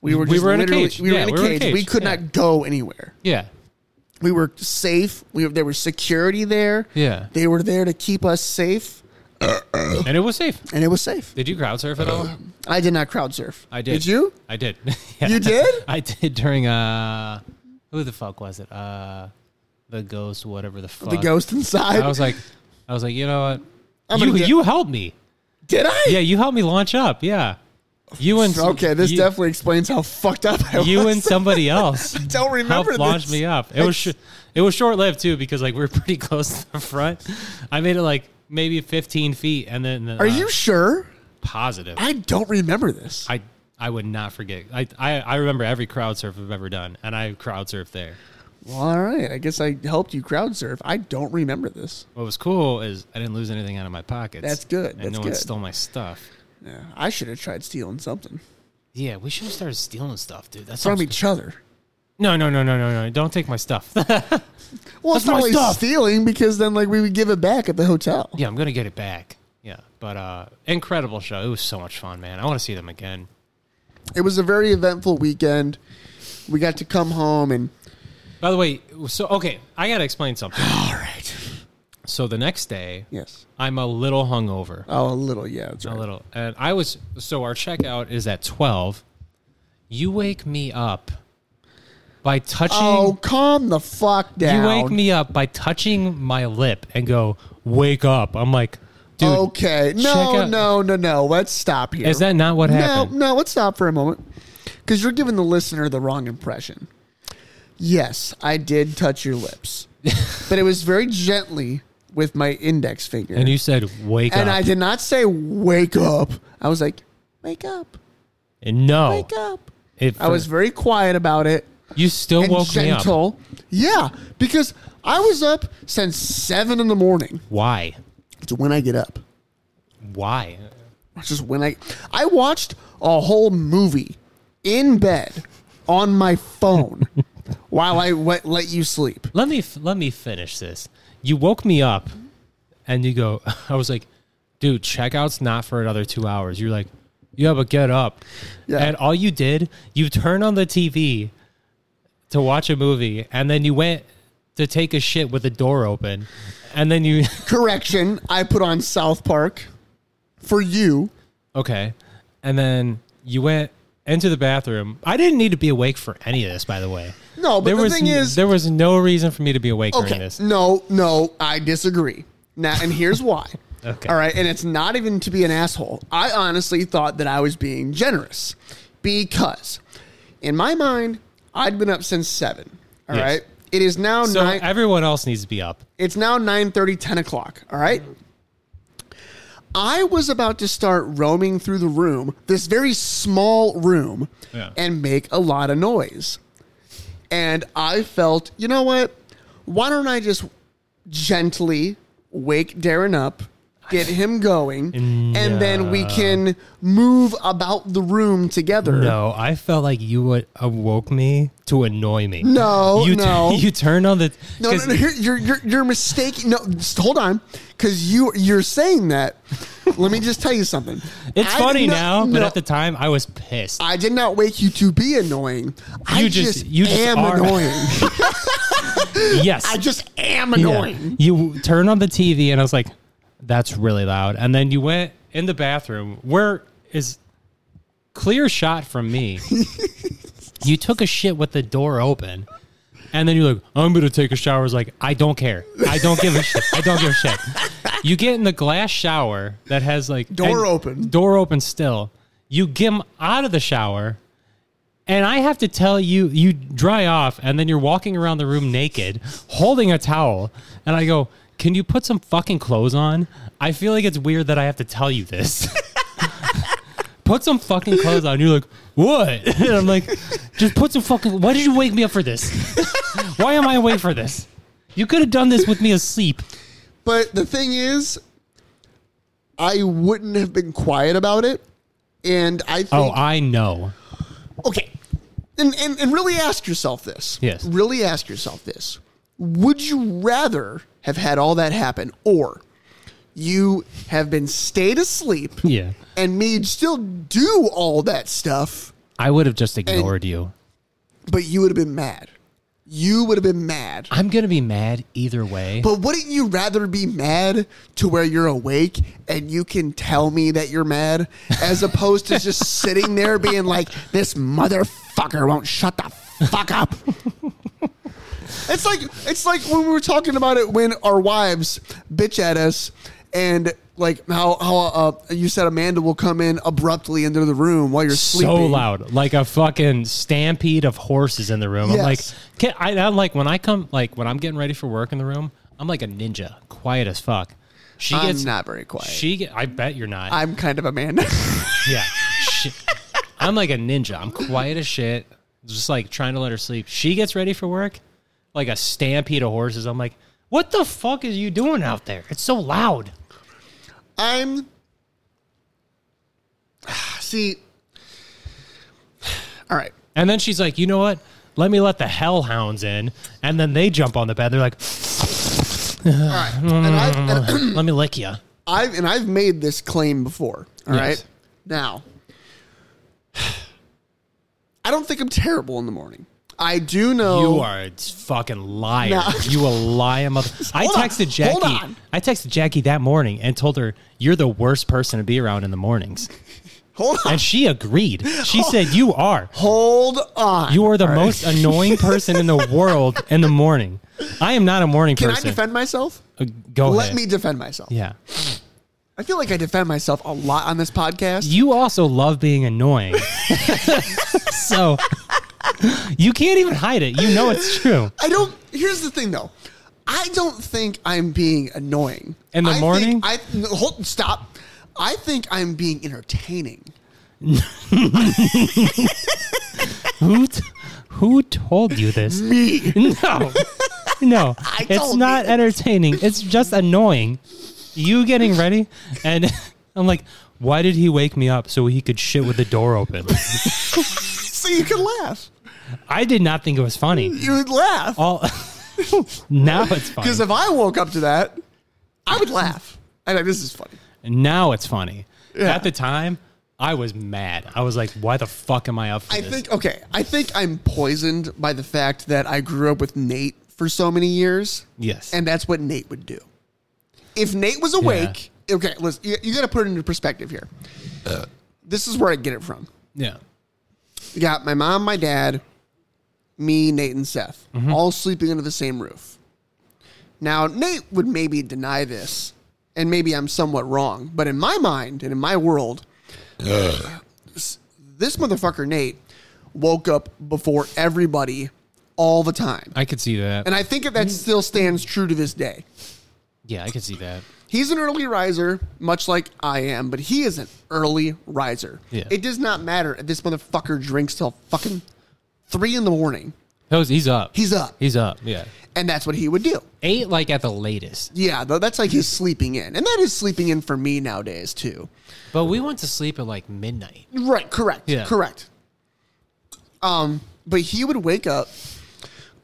A: We were
B: We
A: just
B: were in a
A: literally
B: cage.
A: we were
B: Yeah,
A: in a cage. We could
B: yeah.
A: not go anywhere.
B: Yeah.
A: We were safe. We there was security there.
B: Yeah.
A: They were there to keep us safe.
B: and it was safe.
A: and it was safe.
B: Did you crowd surf at all?
A: I did not crowd surf.
B: I did.
A: Did you?
B: I did. Yeah.
A: You did?
B: I did during uh, who the fuck was it? Uh, the ghost, whatever the fuck.
A: The ghost inside.
B: I was like, I was like, you know what?
A: I'm
B: you
A: gonna get-
B: you helped me.
A: did I?
B: Yeah, you helped me launch up. Yeah, you and
A: Okay, this
B: you,
A: definitely explains how fucked up I
B: you
A: was.
B: and somebody else.
A: I don't
B: helped
A: remember
B: launch
A: this.
B: me up. It was sh- it was short lived too because like we were pretty close to the front. I made it like maybe 15 feet, and then
A: Are you sure?
B: positive?
A: I don't remember this.
B: I I would not forget. I, I I remember every crowd surf I've ever done, and I crowd surfed there.
A: Well, all right. I guess I helped you crowd surf. I don't remember this.
B: What was cool is I didn't lose anything out of my pockets.
A: That's good.
B: And
A: That's
B: no one
A: good.
B: stole my stuff.
A: Yeah, I should have tried stealing something
B: Yeah, we should have started stealing stuff, dude. That's
A: from each other.
B: No, no, no, no, no, no. Don't take my stuff.
A: Well, it's
B: That's my
A: not really
B: stuff.
A: stealing because then like we would give it back at the hotel.
B: yeah, I'm gonna get it back. Yeah, but uh, incredible show. It was so much fun, man. I want to see them again.
A: It was a very eventful weekend. We got to come home and
B: By the way, so okay, I gotta explain something. All right. So the next day,
A: yes,
B: I'm a little hungover.
A: oh a little yeah, that's
B: A
A: right.
B: little. And I was so our checkout is at twelve. You wake me up by touching
A: Oh, calm the fuck down.
B: You wake me up by touching my lip and go, Wake up. I'm like, dude.
A: okay,
B: check
A: no,
B: out-
A: no, no, no. Let's stop here.
B: Is that not what happened?
A: No, no. Let's stop for a moment because you're giving the listener the wrong impression. Yes, I did touch your lips, but it was very gently with my index finger.
B: And you said, Wake
A: And
B: up.
A: I did not say wake up. I was like, wake up,
B: and no.
A: wake up.
B: It,
A: I was very quiet about it
B: you still
A: and
B: woke me up.
A: gentle. Yeah, because I was up since seven in the morning.
B: Why?
A: It's when I get up.
B: Why?
A: It's just when I I watched a whole movie in bed on my phone while I let, let you sleep.
B: Let me let me finish this. You woke me up and you go I was like, dude, checkout's not for another two hours. You're like, Yeah, but get up.
A: Yeah.
B: And all you did, you turned on the TV to watch a movie and then you went to take a shit with the door open. And then you
A: Correction, I put on South Park for you.
B: Okay. And then you went into the bathroom. I didn't need to be awake for any of this, by the way.
A: No, but
B: there
A: the
B: was
A: thing
B: n-
A: is-
B: there was no reason for me to be awake during
A: Okay.
B: this.
A: No, no, I disagree. Now, and here's why.
B: Okay.
A: All right, and it's not even to be an asshole. I honestly thought that I was being generous because, in my mind, I'd been up since seven. All right,
B: Yes.
A: it is now
B: So
A: nine.
B: everyone else needs to be up.
A: It's now 9:30, 10 o'clock. All right. I was about to start roaming through the room, this very small room,
B: Yeah.
A: and make a lot of noise. And I felt, you know what? Why don't I just gently wake Darren up, get him going, and then we can move about the room together.
B: No, I felt like you would awoke me to annoy me.
A: No,
B: you
A: no.
B: you turned on the
A: No, no,
B: 'cause
A: no, you're you're you're, you're mistaken. No, just hold on, because you you're saying that. Let me just tell you something.
B: It's
A: I
B: funny
A: did
B: now,
A: not-
B: but
A: no,
B: at the time I was pissed.
A: I did not wake you to be annoying. I
B: You
A: just,
B: just- you just
A: am
B: are.
A: annoying.
B: yes,
A: I just am
B: Yeah.
A: annoying.
B: You turn on the TV and I was like, that's really loud. And then you went in the bathroom where is clear shot from me. you took a shit with the door open. And then you're like, I'm going to take a shower. I was like, I don't care. I don't give a shit. I don't give a shit. You get in the glass shower that has like
A: Door
B: and-
A: open.
B: Door open still. You get 'em out of the shower. And I have to tell you, you dry off, and then you're walking around the room naked, holding a towel. And I go, Can you put some fucking clothes on? I feel like it's weird that I have to tell you this. put some fucking clothes on. You're like, What? And I'm like, Just put some fucking. Why did you wake me up for this? Why am I awake for this? You could have done this with me asleep.
A: But the thing is, I wouldn't have been quiet about it, and I think
B: Oh, I know.
A: okay. And, and and really ask yourself this.
B: Yes.
A: Really ask yourself this. Would you rather have had all that happen or you have been stayed asleep
B: Yeah.
A: and me still do all that stuff,
B: I would have just ignored you.
A: but you would have been mad? you would have been mad.
B: I'm gonna be mad either way.
A: But wouldn't you rather be mad to where you're awake and you can tell me that you're mad as opposed to just sitting there being like, this motherfucker won't shut the fuck up? it's like it's like when we were talking about it when our wives bitch at us and like how how uh, you said Amanda will come in abruptly into the room while you're sleeping.
B: So loud, like a fucking stampede of horses in the room. I'm like,
A: Yes.
B: can, I, I'm like when I come, like when I'm getting ready for work in the room, I'm like a ninja, quiet as fuck. She
A: I'm
B: gets
A: not very quiet.
B: She, get, I bet you're not.
A: I'm kind of Amanda.
B: yeah, she, I'm like a ninja. I'm quiet as shit, just like trying to let her sleep. She gets ready for work, like a stampede of horses. I'm like, what the fuck is you doing out there? It's so loud.
A: I'm. See. All right.
B: And then she's like, you know what? Let me let the hellhounds in. And then they jump on the bed. They're like,
A: All right. And I've, and
B: let me lick you.
A: I've, and I've made this claim before. All right.
B: Yes.
A: Now, I don't think I'm terrible in the morning. I do know.
B: You are a fucking liar.
A: Oh. No.
B: You a liar, mother. I
A: Hold on.
B: texted Jackie.
A: Hold on.
B: I texted Jackie that morning and told her you're the worst person to be around in the mornings,
A: Hold on.
B: and she agreed. She said you are.
A: Hold on.
B: You are the
A: All right.
B: most annoying person in the world in the morning. I am not a morning
A: Can I
B: person.
A: defend myself?
B: Uh, Go
A: Let
B: ahead.
A: me defend myself.
B: Yeah.
A: I feel like I defend myself a lot on this podcast.
B: You also love being annoying. so you can't even hide it. You know it's true.
A: I don't. Here's the thing, though. I don't think I'm being annoying
B: In the
A: I think
B: morning?
A: I no, hold stop. I think I'm being entertaining.
B: Who t- who told you this?
A: Me.
B: No. No. it's
A: told
B: not entertaining. It's just annoying. You getting ready and I'm like, why did he wake me up so he could shit with the door open?
A: So you can laugh. Oh,
B: I did not think it was funny.
A: You would laugh
B: All now it's funny.
A: because if I woke up to that, I would laugh. I know this is funny.
B: Now it's funny.
A: Yeah.
B: At the time, I was mad. I was like, why the fuck am I up for
A: I
B: this?
A: think okay. I think I'm poisoned by the fact that I grew up with Nate for so many years,
B: yes.
A: and that's what Nate would do. If Nate was awake, okay, listen. You, you got to put it into perspective here. This is where I get it from.
B: yeah.
A: You got my mom, my dad, me, Nate, and Seth, all sleeping under the same roof. Now, Nate would maybe deny this, and maybe I'm somewhat wrong, but in my mind and in my world, s- this motherfucker, Nate, woke up before everybody all the time.
B: I could see that.
A: And I think that that still stands true to this day.
B: yeah, I could see that.
A: He's an early riser, much like I am, but he is an early riser.
B: Yeah.
A: It does not matter if this motherfucker drinks till fucking three in the morning.
B: That was- he's up.
A: He's up.
B: He's up. Yeah.
A: and that's what he would do.
B: Eight like at the latest.
A: Yeah, though that's like he's sleeping in. And that is sleeping in for me nowadays too.
B: But we went to sleep at like midnight.
A: Right, correct.
B: Yeah.
A: Correct. Um, but he would wake up,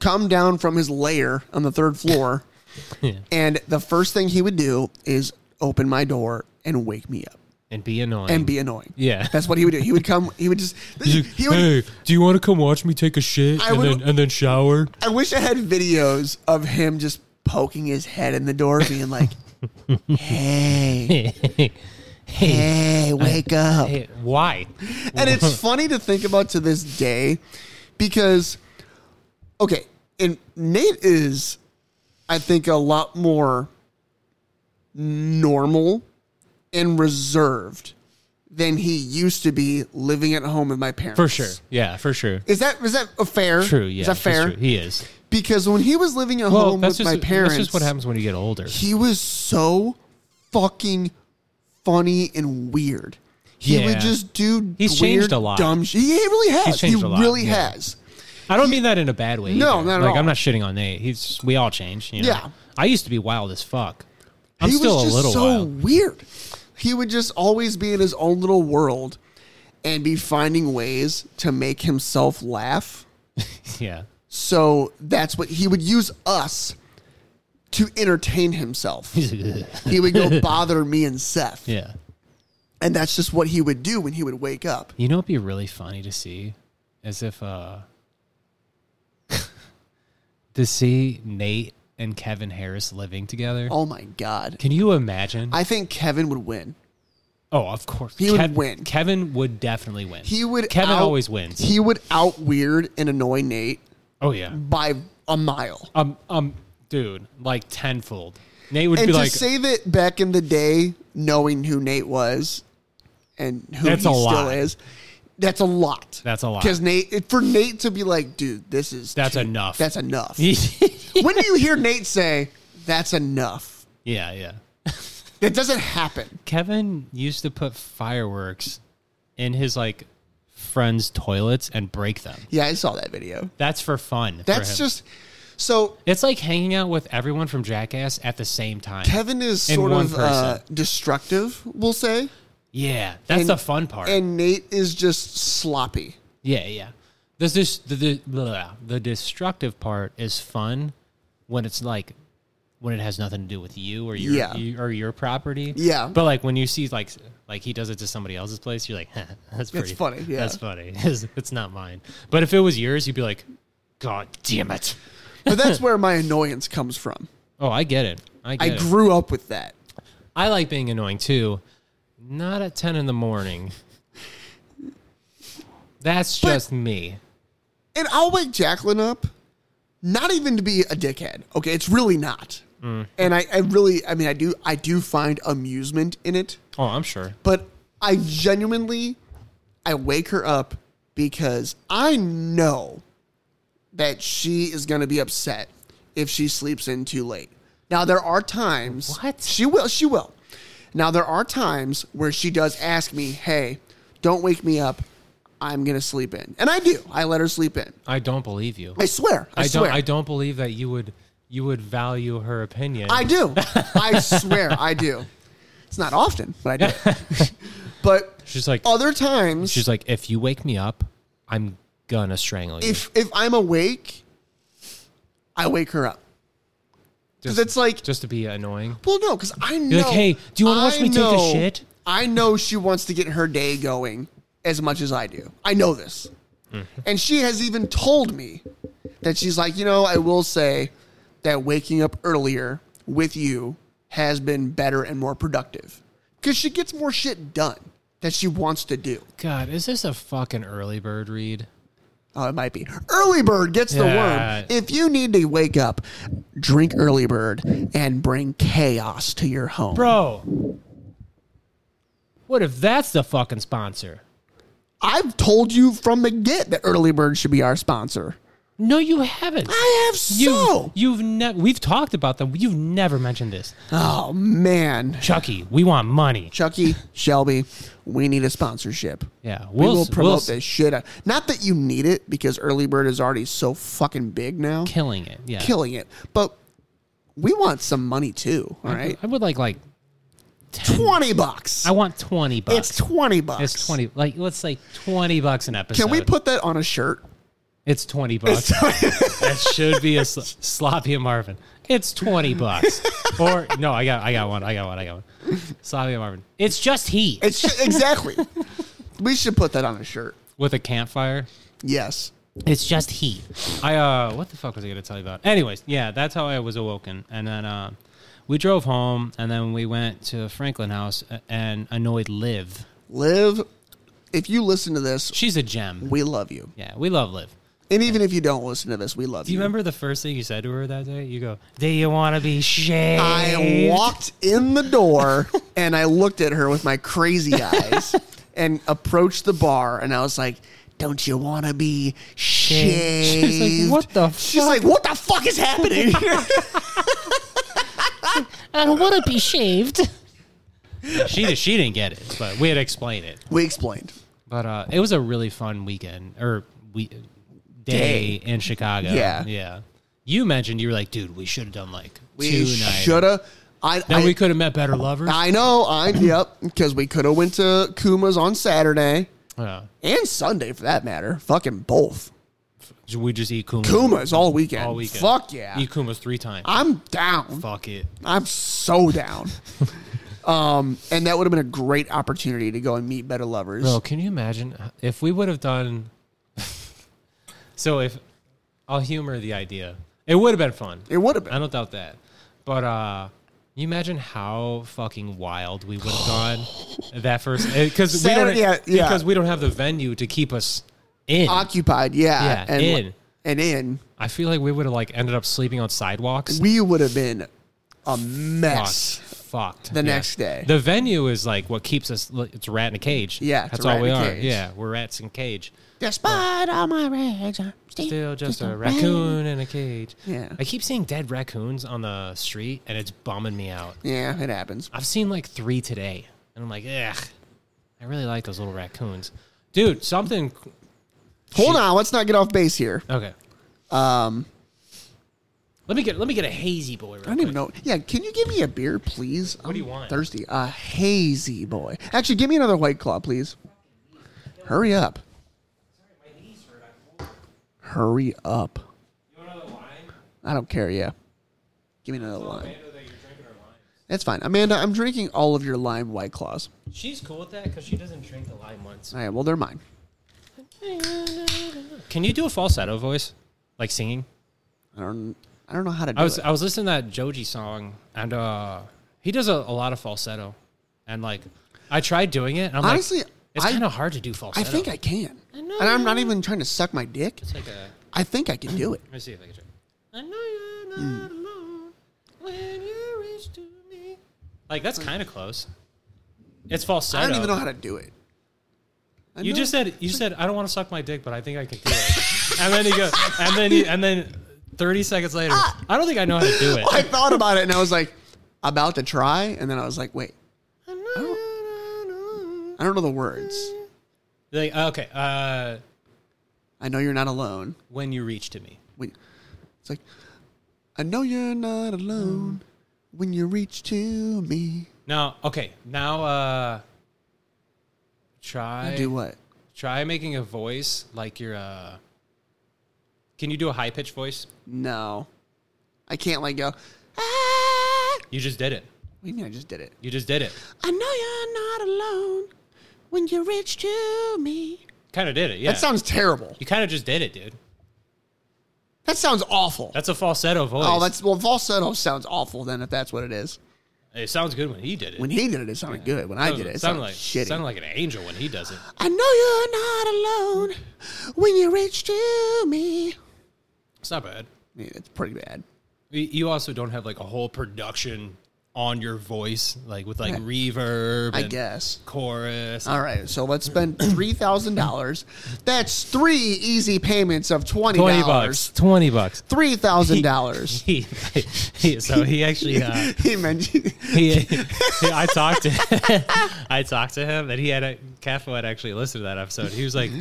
A: come down from his lair on the third floor, and the first thing he would do is open my door and wake me up
B: And be annoying.
A: and be annoying.
B: Yeah.
A: That's what he would do. He would come he would just he would
B: do you want to come watch me take a shit
A: I and would- then-
B: and then shower?
A: I wish I had videos of him just poking his head in the door being like Hey,
B: hey,
A: hey, wake up.
B: why?
A: and it's funny to think about to this day because okay and nate is i think a lot more normal and reserved than he used to be living at home with my parents
B: For sure. Yeah, for sure.
A: is that is that a fair
B: True. Yeah.
A: is that
B: that's
A: fair
B: true. He is.
A: because when he was living at
B: Well,
A: home
B: that's
A: with
B: just
A: my parents
B: that's just what happens when you get older.
A: he was so fucking funny and weird. He
B: Yeah.
A: would just do
B: He's
A: weird,
B: changed a lot.
A: dumb shit. He really has.
B: He's changed
A: he
B: a lot,
A: really
B: yeah.
A: has.
B: I don't mean that in a bad way.
A: No,
B: either.
A: not at
B: like
A: all.
B: I'm not shitting on Nate. He's we all change. You know?
A: Yeah.
B: I used to be wild as fuck. I'm
A: he
B: still
A: was
B: a
A: just
B: little
A: so
B: wild.
A: weird. He would just always be in his own little world and be finding ways to make himself laugh.
B: Yeah.
A: So that's what he would use us to entertain himself. he would go bother me and Seth.
B: yeah.
A: And that's just what he would do when he would wake up.
B: You know, it'd be really funny to see, as if uh, to see Nate and Kevin Harris living together.
A: Oh my god.
B: Can you imagine?
A: I think Kevin would win.
B: oh, of course.
A: He would win.
B: Kevin would definitely win.
A: He would
B: Kevin
A: out-
B: always wins.
A: He would out weird and annoy Nate
B: oh yeah.
A: by a mile.
B: Um um dude, like tenfold. Nate would
A: And
B: be
A: to
B: like
A: say that back in the day, knowing who Nate was and who
B: That's
A: he
B: a
A: still
B: lot.
A: is, that's a lot.
B: That's a lot.
A: Because Nate, it- for Nate to be like, dude, this is
B: That's
A: too-
B: enough.
A: That's enough.
B: Yeah,
A: when do you hear Nate say that's enough?
B: yeah.
A: That doesn't happen.
B: Kevin used to put fireworks in his like friends' toilets and break them.
A: Yeah, I saw that video.
B: That's for fun. for
A: That's
B: him.
A: just so
B: It's like hanging out with everyone from Jackass at the same time.
A: Kevin is
B: In
A: sort
B: one
A: of uh,
B: person.
A: destructive, we'll say,
B: yeah, that's
A: and-
B: the fun part.
A: and Nate is just sloppy.
B: yeah, yeah. There's this the the, blah, the destructive part is fun when it's like when it has nothing to do with you or your
A: Yeah.
B: you, or your property.
A: Yeah.
B: But like when you see like like he does it to somebody else's place, you're like, "Huh, that's pretty
A: funny, yeah.
B: that's funny. it's, it's not mine. But if it was yours, you'd be like, God damn it.
A: But that's where my annoyance comes from.
B: Oh, I get it. I get
A: I
B: it.
A: grew up with that.
B: I like being annoying too. Not at ten in the morning. That's just me.
A: And I'll wake Jacqueline up, not even to be a dickhead. Okay, it's really not.
B: Mm.
A: And I, I really, I mean, I do, I do find amusement in it,
B: Oh, I'm sure.
A: but I genuinely, I wake her up because I know that she is going to be upset if she sleeps in too late. Now there are times
B: What?
A: she will, she will. Now there are times where she does ask me, "Hey, don't wake me up. I'm going to sleep in," and I do. I let her sleep in.
B: I don't believe you.
A: I swear. I,
B: I
A: swear.
B: don't. I don't believe that you would. You would value her opinion.
A: I do. I swear I do. It's not often, but I do. but
B: She's like.
A: other times,
B: She's like. If you wake me up, I'm gonna strangle you.
A: if if I'm awake, I wake her up. Because
B: Just-
A: it's like,
B: just to be annoying.
A: well, no, because I know.
B: You're like, "Hey, do you wanna watch
A: I
B: me take a
A: know-
B: shit?"
A: I know she wants to get her day going as much as I do. I know this.
B: Mm-hmm.
A: And she has even told me that she's like, you know, I will say that waking up earlier with you has been better and more productive because she gets more shit done that she wants to do.
B: God, is this a fucking early bird read?
A: Oh, it might be. Early bird gets
B: Yeah.
A: the worm. If you need to wake up, drink early bird and bring chaos to your home.
B: Bro, what if that's the fucking sponsor?
A: I've told you from the get that early bird should be our sponsor.
B: No, you haven't.
A: I have so.
B: You, you've never. We've talked about them. You've never mentioned this.
A: oh man,
B: Chucky, we want money.
A: Chucky, Shelby, we need a sponsorship.
B: Yeah,
A: We
B: we'll,
A: will promote
B: we'll
A: this shit. out- Not that you need it because early bird is already so fucking big now,
B: killing it. Yeah,
A: killing it. But we want some money too. All right,
B: I would like like. 10,
A: twenty bucks.
B: I want twenty bucks.
A: it's twenty bucks.
B: It's twenty. Like let's say twenty bucks an episode.
A: Can we put that on a shirt?
B: It's twenty bucks. that should be a sl- sloppy and Marvin. It's twenty bucks. or no, I got, I got one. I got one. I got one. Sloppy and Marvin. It's just heat
A: It's ju- exactly. we should put that on a shirt.
B: with a campfire.
A: Yes.
B: It's just heat. I uh, what the fuck was I gonna tell you about? Anyways, yeah, that's how I was awoken, and then uh, we drove home, and then we went to Franklin House a- and annoyed Liv.
A: Liv, if you listen to this,
B: She's a gem.
A: we love you.
B: Yeah, we love Liv.
A: And even if you don't listen to this, we love
B: Do you remember the first thing you said to her that day? You go, "Do you want to be shaved?"
A: I walked in the door and I looked at her with my crazy eyes and approached the bar and I was like, "Don't you want to be shaved?"
B: She's like, "What the
A: She's like, "What the fuck is happening here?"
B: I don't want to be shaved. she she didn't get it, but we had to explain it.
A: we explained.
B: But uh, it was a really fun weekend or we day, in Chicago.
A: Yeah.
B: yeah. You mentioned you were like, dude, we should have done like
A: We
B: two nights.
A: should have. I,
B: Then
A: I-
B: we could have met better lovers.
A: I know. I yep. Because we could have went to Kuma's on Saturday
B: Yeah.
A: and Sunday for that matter. Fucking both.
B: Should we just eat Kuma?
A: Kuma's all weekend.
B: all weekend.
A: Fuck yeah.
B: Eat Kumas three times.
A: I'm down.
B: Fuck it.
A: I'm so down. um, and that would have been a great opportunity to go and meet better lovers.
B: Bro, can you imagine if we would have done? so if I'll humor the idea, It would have been fun.
A: It would have been.
B: I don't doubt that. But uh can you imagine how fucking wild we would have gone at that first because we don't
A: Saturday, yeah, yeah.
B: because we don't have the venue to keep us in.
A: Occupied, yeah.
B: Yeah,
A: and
B: in.
A: And in.
B: I feel like we would have like ended up sleeping on sidewalks.
A: We would have been a
B: Fucked.
A: mess.
B: Fucked.
A: The next day.
B: The venue is like what keeps us. It's a rat in a cage.
A: Yeah, it's
B: that's
A: a
B: all
A: rat
B: we
A: in a
B: are.
A: cage.
B: Yeah, we're rats in cage.
A: Despite all my rags, I'm
B: Still just a raccoon in a cage.
A: Yeah.
B: I keep seeing dead raccoons on the street, and it's bumming me out.
A: Yeah, it happens.
B: I've seen like three today, and I'm like, ugh, I really like those little raccoons, dude. Something.
A: Hold on, let's not get off base here.
B: Okay. Um. Let me get let me get a hazy boy. Real
A: Um. I don't even know. Yeah, can you give me a beer, please? What
B: do you want?
A: Thirsty. A hazy boy. Actually, give me another white claw, please. Hurry up. Hurry up. I don't care. Yeah. Give me another lime. That's fine. Amanda, I'm drinking all of your lime white claws.
B: She's cool with that because she doesn't drink the lime once.
A: All right, well, they're mine.
B: Can you do a falsetto voice, like singing?
A: I don't I don't know how to do
B: I was
A: it.
B: I was listening to that Joji song, and uh, he does a, a lot of falsetto, and like I tried doing it, and I'm
A: Honestly,
B: like, it's
A: I-
B: kind of hard to do
A: I
B: falsetto.
A: think I can. And I'm not even trying to suck my dick.
B: It's like a, let
A: I think I can do it.
B: me see if I can. Try. I know you're
A: Hmm.
B: not alone when you reach to me. Like that's kind of close. It's falsetto.
A: I don't even know how to do it. I
B: You
A: know-
B: just said you said I don't want to suck my dick, but I think I can do it. and then you go, and then you, and then thirty seconds later,
A: Ah.
B: I don't think I know how to do it.
A: I thought about it and I was like, about to try, and then I was like, wait, I don't know the words.
B: Like okay, uh,
A: I know you're not alone.
B: when you reach to me.
A: When, it's like, I know you're not alone when you reach to me.
B: Now, okay, now uh try
A: Do what?
B: try making a voice like you're uh Can you do a high pitched voice?
A: No, I can't like go. Ah!
B: You just did it.
A: Wait, no, I just did it.
B: You just did it.
A: I know you're not alone when you reach to me.
B: Kind of did it. Yeah.
A: That sounds terrible.
B: you kind of just did it, dude.
A: That sounds awful.
B: That's a falsetto voice.
A: oh, that's well, falsetto sounds awful. Then if that's what it is.
B: It sounds good when he did it.
A: When he did it, it sounded good. When I did it, it sounded,
B: like
A: shitty.
B: sounded like an angel when he does it.
A: I know you're not alone when you reach to me.
B: It's not bad.
A: Yeah, it's pretty bad.
B: You- You also don't have like a whole production on your voice, like with like reverb.
A: I Uh,
B: and
A: guess.
B: chorus.
A: All right, so let's spend three thousand dollars. That's three easy payments of twenty
B: Twenty
A: dollars.
B: bucks. Twenty bucks.
A: Three thousand dollars.
B: He, he- so he actually uh,
A: He mentioned
B: he, he- I talked to I talked to him and he had a Capo had actually listened to that episode. He was like,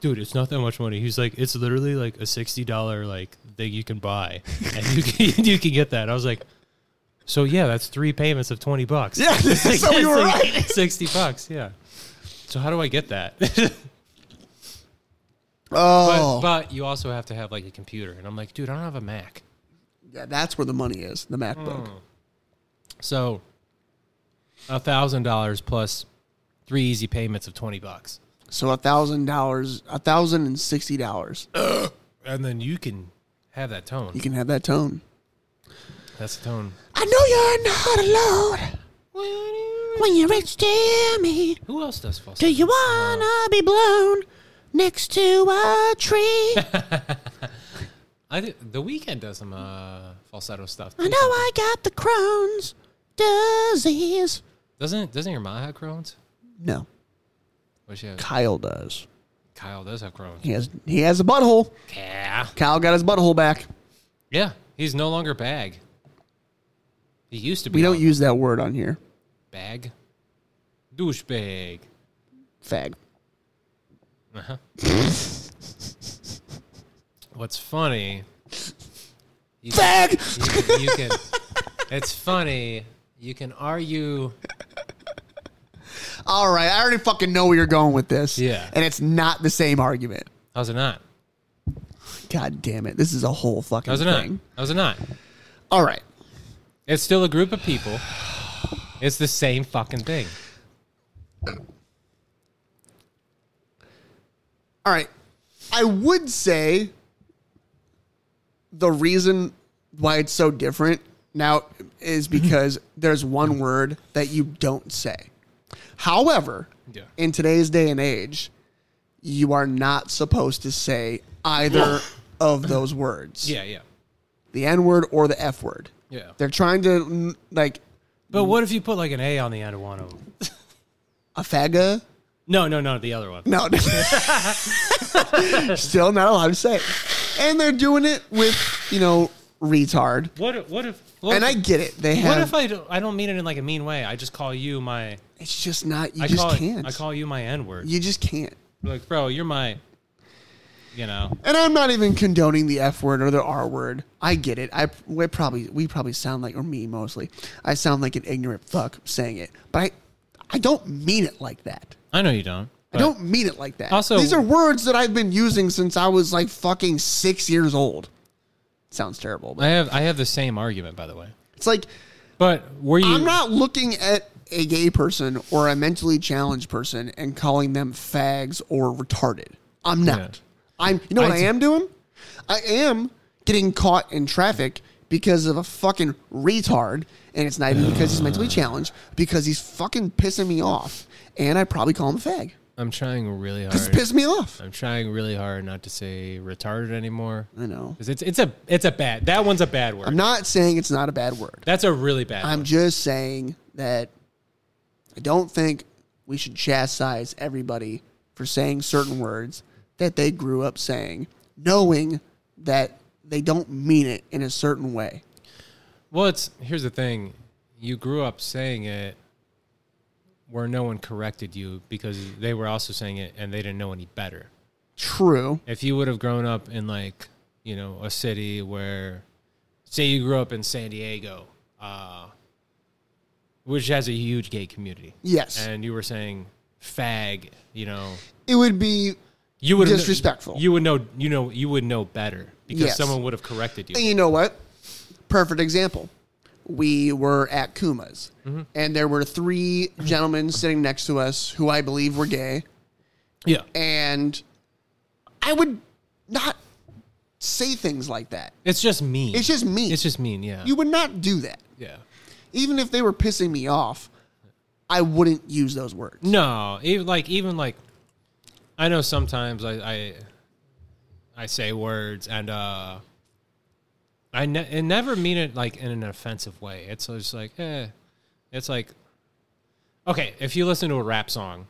B: dude, it's not that much money. He's like, it's literally like a sixty dollar like thing you can buy and you can you can get that. I was like, so yeah, that's three payments of twenty bucks.
A: Yeah, so we were right.
B: Sixty bucks, yeah. So how do I get that?
A: Oh,
B: But, but you also have to have like a computer, and I'm like, dude, I don't have a Mac.
A: yeah, that's where the money is. The MacBook.
B: Hmm. So a thousand dollars plus three easy payments of twenty bucks.
A: So a thousand dollars, a thousand and sixty dollars.
B: And then you can have that tone.
A: You can have that tone.
B: That's the tone.
A: I know you're not alone when you reach to me.
B: Who else does falsetto?
A: Do you wanna be blown next to a tree?
B: I thi- the weekend does some uh, falsetto stuff.
A: I know I got the Crohn's disease.
B: Doesn't doesn't your mom have Crohn's?
A: No,
B: Well, she has,
A: Kyle does.
B: Kyle does have Crohn's.
A: He has he has a butthole.
B: Yeah.
A: Kyle got his butthole back.
B: Yeah. He's no longer bag. He used to be.
A: We don't
B: all
A: use that word on here.
B: bag. Douchebag. Uh-huh.
A: Fag.
B: What's funny? You can-
A: Fag.
B: you can, you can it's funny. You can argue
A: All right, I already fucking know where you're going with this.
B: Yeah.
A: and it's not the same argument.
B: how's it not?
A: God damn it! This is a whole fucking
B: How's it not?
A: thing.
B: How's it not?
A: All right.
B: It's still a group of people. It's the same fucking thing.
A: All right. I would say the reason why it's so different now is because there's one word that you don't say. However,
B: Yeah.
A: in today's day and age, you are not supposed to say either of those words.
B: Yeah, yeah,
A: The N word or the F word.
B: yeah.
A: They're trying to mm, like
B: But what if you put like an A on the end of one of them?
A: a faga.
B: No, no, no, the other one.
A: No. Still not allowed to say. it. And they're doing it with, you know, retard.
B: What? What if? What
A: and I
B: if,
A: get it. They have
B: What if I? Don't, I don't mean it in like a mean way. I just call you my.
A: It's just not. You
B: I
A: just
B: call it-
A: can't.
B: I call you my N word.
A: you just can't.
B: Like, bro, you're my. You know.
A: And I'm not even condoning the F word or the R word. I get it. I we probably we probably sound like, or me mostly. I sound like an ignorant fuck saying it, but I I don't mean it like that.
B: I know you don't.
A: I don't mean it like that.
B: Also-
A: these are words that I've been using since I was like fucking six years old. Sounds terrible,
B: I
A: but
B: have. I have the same argument, by the way.
A: it's like
B: But were you?
A: I'm not looking at a gay person or a mentally challenged person and calling them fags or retarded. I'm not. I'm. You know what
B: I
A: I
B: d-
A: am doing? I am getting caught in traffic because of a fucking retard, and it's not even because he's
B: Ah.
A: mentally challenged. Because he's fucking pissing me off, and I probably call him a fag.
B: I'm trying really
A: It's
B: hard.
A: pissing me off.
B: I'm trying really hard not to say retarded anymore.
A: I know.
B: 'Cause it's it's a it's a bad that one's a bad word.
A: I'm not saying it's not a bad word.
B: That's a really bad.
A: I'm
B: word.
A: just saying that I don't think we should chastise everybody for saying certain words that they grew up saying, knowing that they don't mean it in a certain way.
B: Well, it's here's the thing: you grew up saying it where no one corrected you because they were also saying it and they didn't know any better.
A: True.
B: If you would have grown up in like you know a city where, say, you grew up in San Diego, uh, which has a huge gay community,
A: Yes.
B: and you were saying fag, you know,
A: It would be,
B: you would
A: Disrespectful.
B: You would know, you know, you would know better because
A: Yes.
B: someone would have corrected
A: and
B: you.
A: you know what? Perfect example. We were at Kuma's, and there were three gentlemen sitting next to us who I believe were gay.
B: Yeah,
A: And I would not say things like that.
B: it's just mean.
A: It's just mean.
B: It's just mean. Yeah,
A: You would not do that.
B: yeah.
A: Even if they were pissing me off, I wouldn't use those words.
B: No, even like even like, I know sometimes I I, I say words and uh, I, ne- I never mean it like in an offensive way. It's just like eh, it's like, okay, if you listen to a rap song,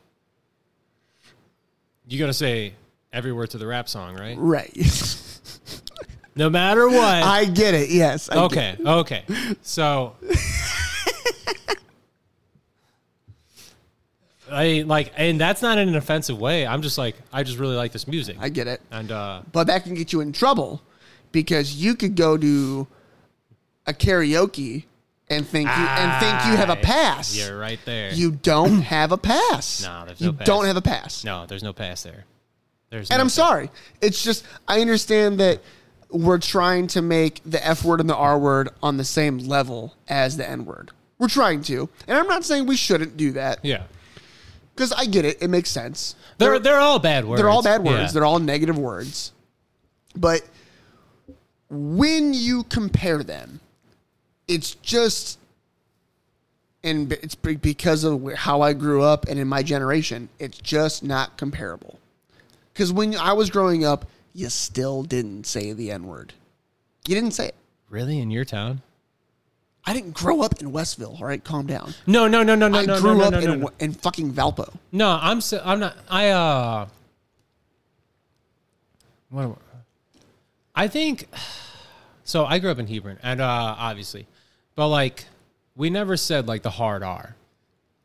B: you gotta say every word to the rap song, right?
A: Right.
B: No matter what.
A: I get it. Yes. I get
B: Okay, okay. So I like and that's not in an offensive way. I'm just like I just really like this music.
A: I get it.
B: and uh
A: But that can get you in trouble because you could go to a karaoke and think you and think you have a pass.
B: Ah, you're right there.
A: You don't have a pass.
B: No, there's
A: you
B: no pass.
A: don't have a pass.
B: no, there's no pass there. There's
A: And
B: no
A: I'm
B: pass.
A: sorry. It's just I understand that we're trying to make the F word and the R word on the same level as the N word. We're trying to. And I'm not saying we shouldn't do that
B: Yeah.
A: because I get it. It makes sense.
B: They're they're all bad words.
A: They're all bad words.
B: Yeah.
A: They're all negative words. But when you compare them, it's just and b- it's be- because of wh- how I grew up and in my generation, it's just not comparable. Cuz when I was growing up, you still didn't say the n-word. You didn't say it.
B: really in your town?
A: I didn't grow up in Westville, all right? Calm down.
B: No, no, no, no, no,
A: I
B: no,
A: grew
B: no,
A: up
B: no,
A: in,
B: no,
A: a-
B: no.
A: in fucking Valpo.
B: No, I'm so, I'm not. I uh. What? am I I think. So I grew up in Hebron, and uh, obviously, but like we never said like the hard R.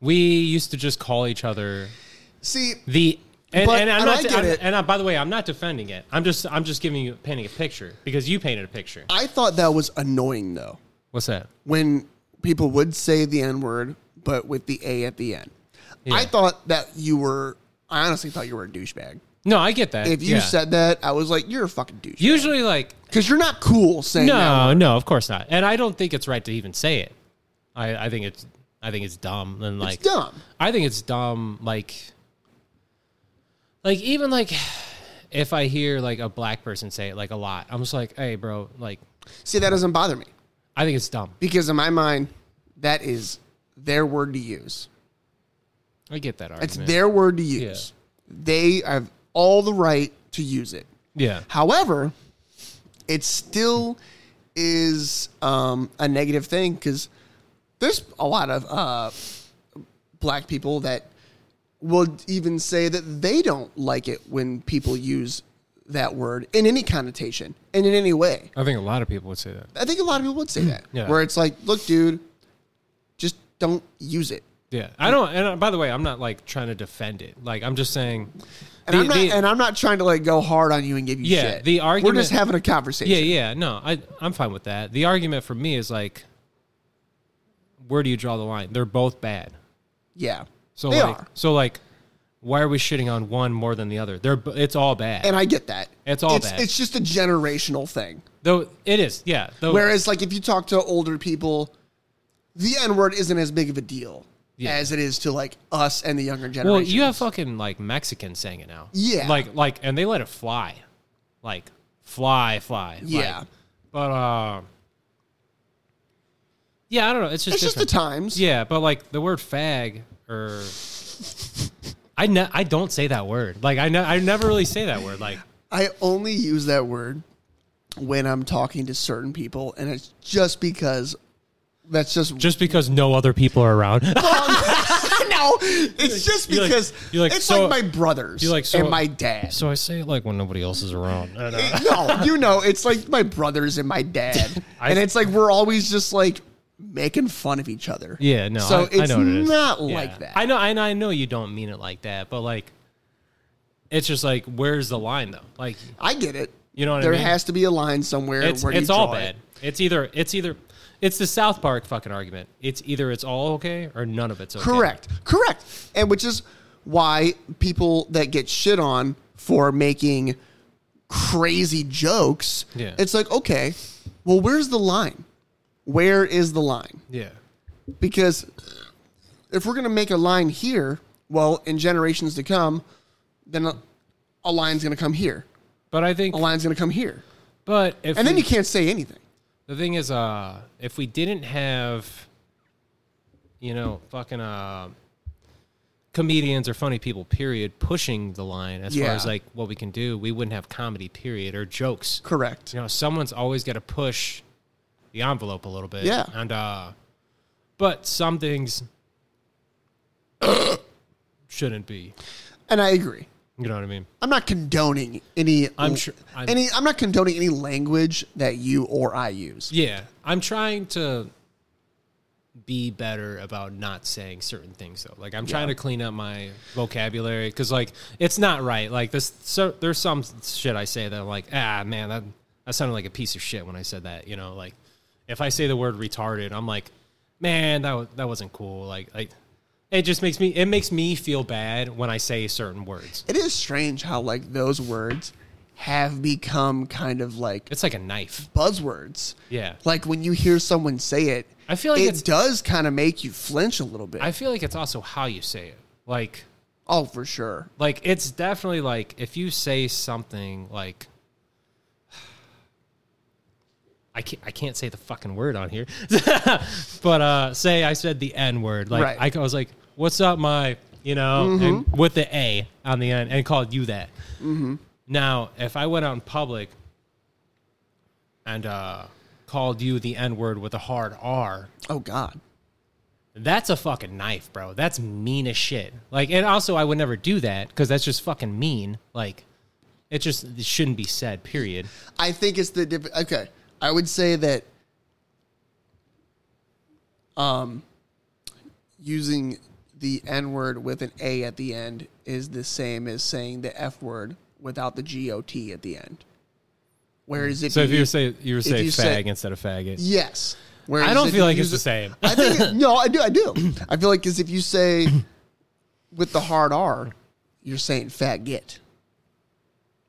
B: We used to just call each other
A: See,
B: the. And,
A: But-
B: and I'm
A: and
B: not.
A: I
B: de-
A: get
B: I'm-
A: it.
B: And I, by the way, I'm not defending it. I'm just. I'm just giving you painting a picture because you painted a picture.
A: I thought that was annoying though.
B: What's that?
A: when people would say the N word, but with the A at the end. I thought that you were, I honestly thought you were a douchebag.
B: No, I get that.
A: If you
B: Yeah.
A: said that, I was like, you're a fucking douchebag.
B: usually like
A: Because you're not cool saying that.
B: No, no, of course not. And I don't think it's right to even say it. I, I think it's I think it's dumb and like
A: It's dumb.
B: I think it's dumb like like even like if I hear like a black person say it like a lot, I'm just like, hey, bro, like
A: See, that doesn't bother me
B: I think it's dumb.
A: because in my mind, that is their word to use.
B: I get that argument.
A: It's their word to use. They have all the right to use it.
B: yeah,
A: However, it still is um, a negative thing because there's a lot of uh, black people that will even say that they don't like it when people use that word in any connotation and in any way.
B: I think a lot of people would say that.
A: I think a lot of people would say that,
B: Yeah.
A: where it's like, look, dude, just don't use it.
B: Yeah, I don't. And uh, by the way, I'm not like trying to defend it. Like I'm just saying.
A: And
B: the-
A: I'm not,
B: the-
A: and I'm not trying to like go hard on you and give you
B: Yeah,
A: shit.
B: the
A: we're just
B: argument-
A: having a conversation.
B: yeah, yeah. No, I I'm fine with that. The argument for me is like, where do you draw the line? They're both bad.
A: yeah.
B: So
A: they
B: like,
A: are,
B: so like, why are we shitting on one more than the other? They're b- it's all bad.
A: and I get that.
B: It's all
A: it's,
B: bad.
A: it's just a generational thing.
B: though it is, yeah. Though,
A: Whereas, like, if you talk to older people, the N word isn't as big of a deal
B: Yeah.
A: as it is to like us and the younger generation.
B: well, you have fucking like Mexicans saying it now.
A: Yeah.
B: Like like, and they let it fly, like fly fly.
A: Yeah.
B: Like, but um. yeah, I don't know. It's just
A: it's just the
B: different.
A: times.
B: Yeah, but like the word fag or I ne- I don't say that word. Like I ne- I never really say that word. Like
A: I only use that word when I'm talking to certain people, and it's just because that's just,
B: just because no other people are around.
A: no. It's just
B: you're like-
A: because
B: you're like,
A: it's
B: so-
A: like my brothers
B: you're like, so-
A: and my dad.
B: so I say it like when nobody else is around. And, uh,
A: no, you know, it's like my brothers and my dad,
B: I-
A: and it's like we're always just like making fun of each other.
B: yeah, no.
A: So
B: I,
A: it's
B: I know what it is.
A: not
B: Yeah.
A: like that.
B: I know and I know you don't mean it like that, but like it's just like where's the line though? Like
A: I get it.
B: You know what I
A: there
B: mean?
A: has to be a line somewhere
B: it's
A: where you
B: it's all
A: draw it.
B: bad. It's either it's either it's the South Park fucking argument. It's either it's all okay or none of it's okay.
A: Correct. Correct. And which is why people that get shit on for making crazy jokes,
B: Yeah.
A: it's like, okay, well, where's the line? Where is the line?
B: Yeah.
A: Because if we're going to make a line here, well, in generations to come, then a, a line's going to come here.
B: But I think
A: A line's going to come here.
B: but if
A: And then
B: we-
A: you can't say anything.
B: The thing is, uh, if we didn't have, you know, fucking uh, comedians or funny people, period, pushing the line as
A: Yeah.
B: far as like what we can do, we wouldn't have comedy, period, or jokes.
A: Correct.
B: You know, someone's always got to push the envelope a little bit.
A: Yeah.
B: And, uh, but some things shouldn't be.
A: And I agree.
B: You know what I mean?
A: I'm not condoning any.
B: I'm sure- I'm-
A: any. I'm not condoning any language that you or I use.
B: Yeah. I'm trying to be better about not saying certain things though. Like I'm trying to clean up my vocabulary cuz like it's not right. Like this so there's some shit I say that I'm like, "Ah, man, that that sounded like a piece of shit when I said that." You know, like if I say the word retarded, I'm like, "Man, that wa- that wasn't cool." Like like it just makes me it makes me feel bad when I say certain words.
A: It is strange how like those words have become kind of like
B: It's like a knife.
A: buzzwords.
B: Yeah.
A: Like when you hear someone say it,
B: I feel like
A: it
B: it's-
A: does kind of make you flinch a little bit.
B: I feel like it's also how you say it. Like
A: oh, for sure.
B: like it's definitely like if you say something like I can't, I can't say the fucking word on here but uh say i said the n word like
A: Right.
B: I c- I, was like what's up my you know and with the a on the end and called you that now if i went out in public and uh called you the n word with a hard r
A: Oh God.
B: that's a fucking knife, bro. That's mean as shit. Like, and also, I would never do that because that's just fucking mean. Like, it just it shouldn't be said. Period.
A: I think it's the diff- okay. I would say that um using the N word with an A at the end is the same as saying the F word without the G O T at the end. Whereas if
B: So if
A: you,
B: you say you were say
A: you
B: fag
A: say-
B: instead of faggot,
A: yes, Whereas
B: I don't
A: if
B: feel
A: you
B: like
A: use
B: it's the
A: it-
B: same.
A: I think it, no, I do, I do. I feel like because if you say with the hard R, you're saying faggot,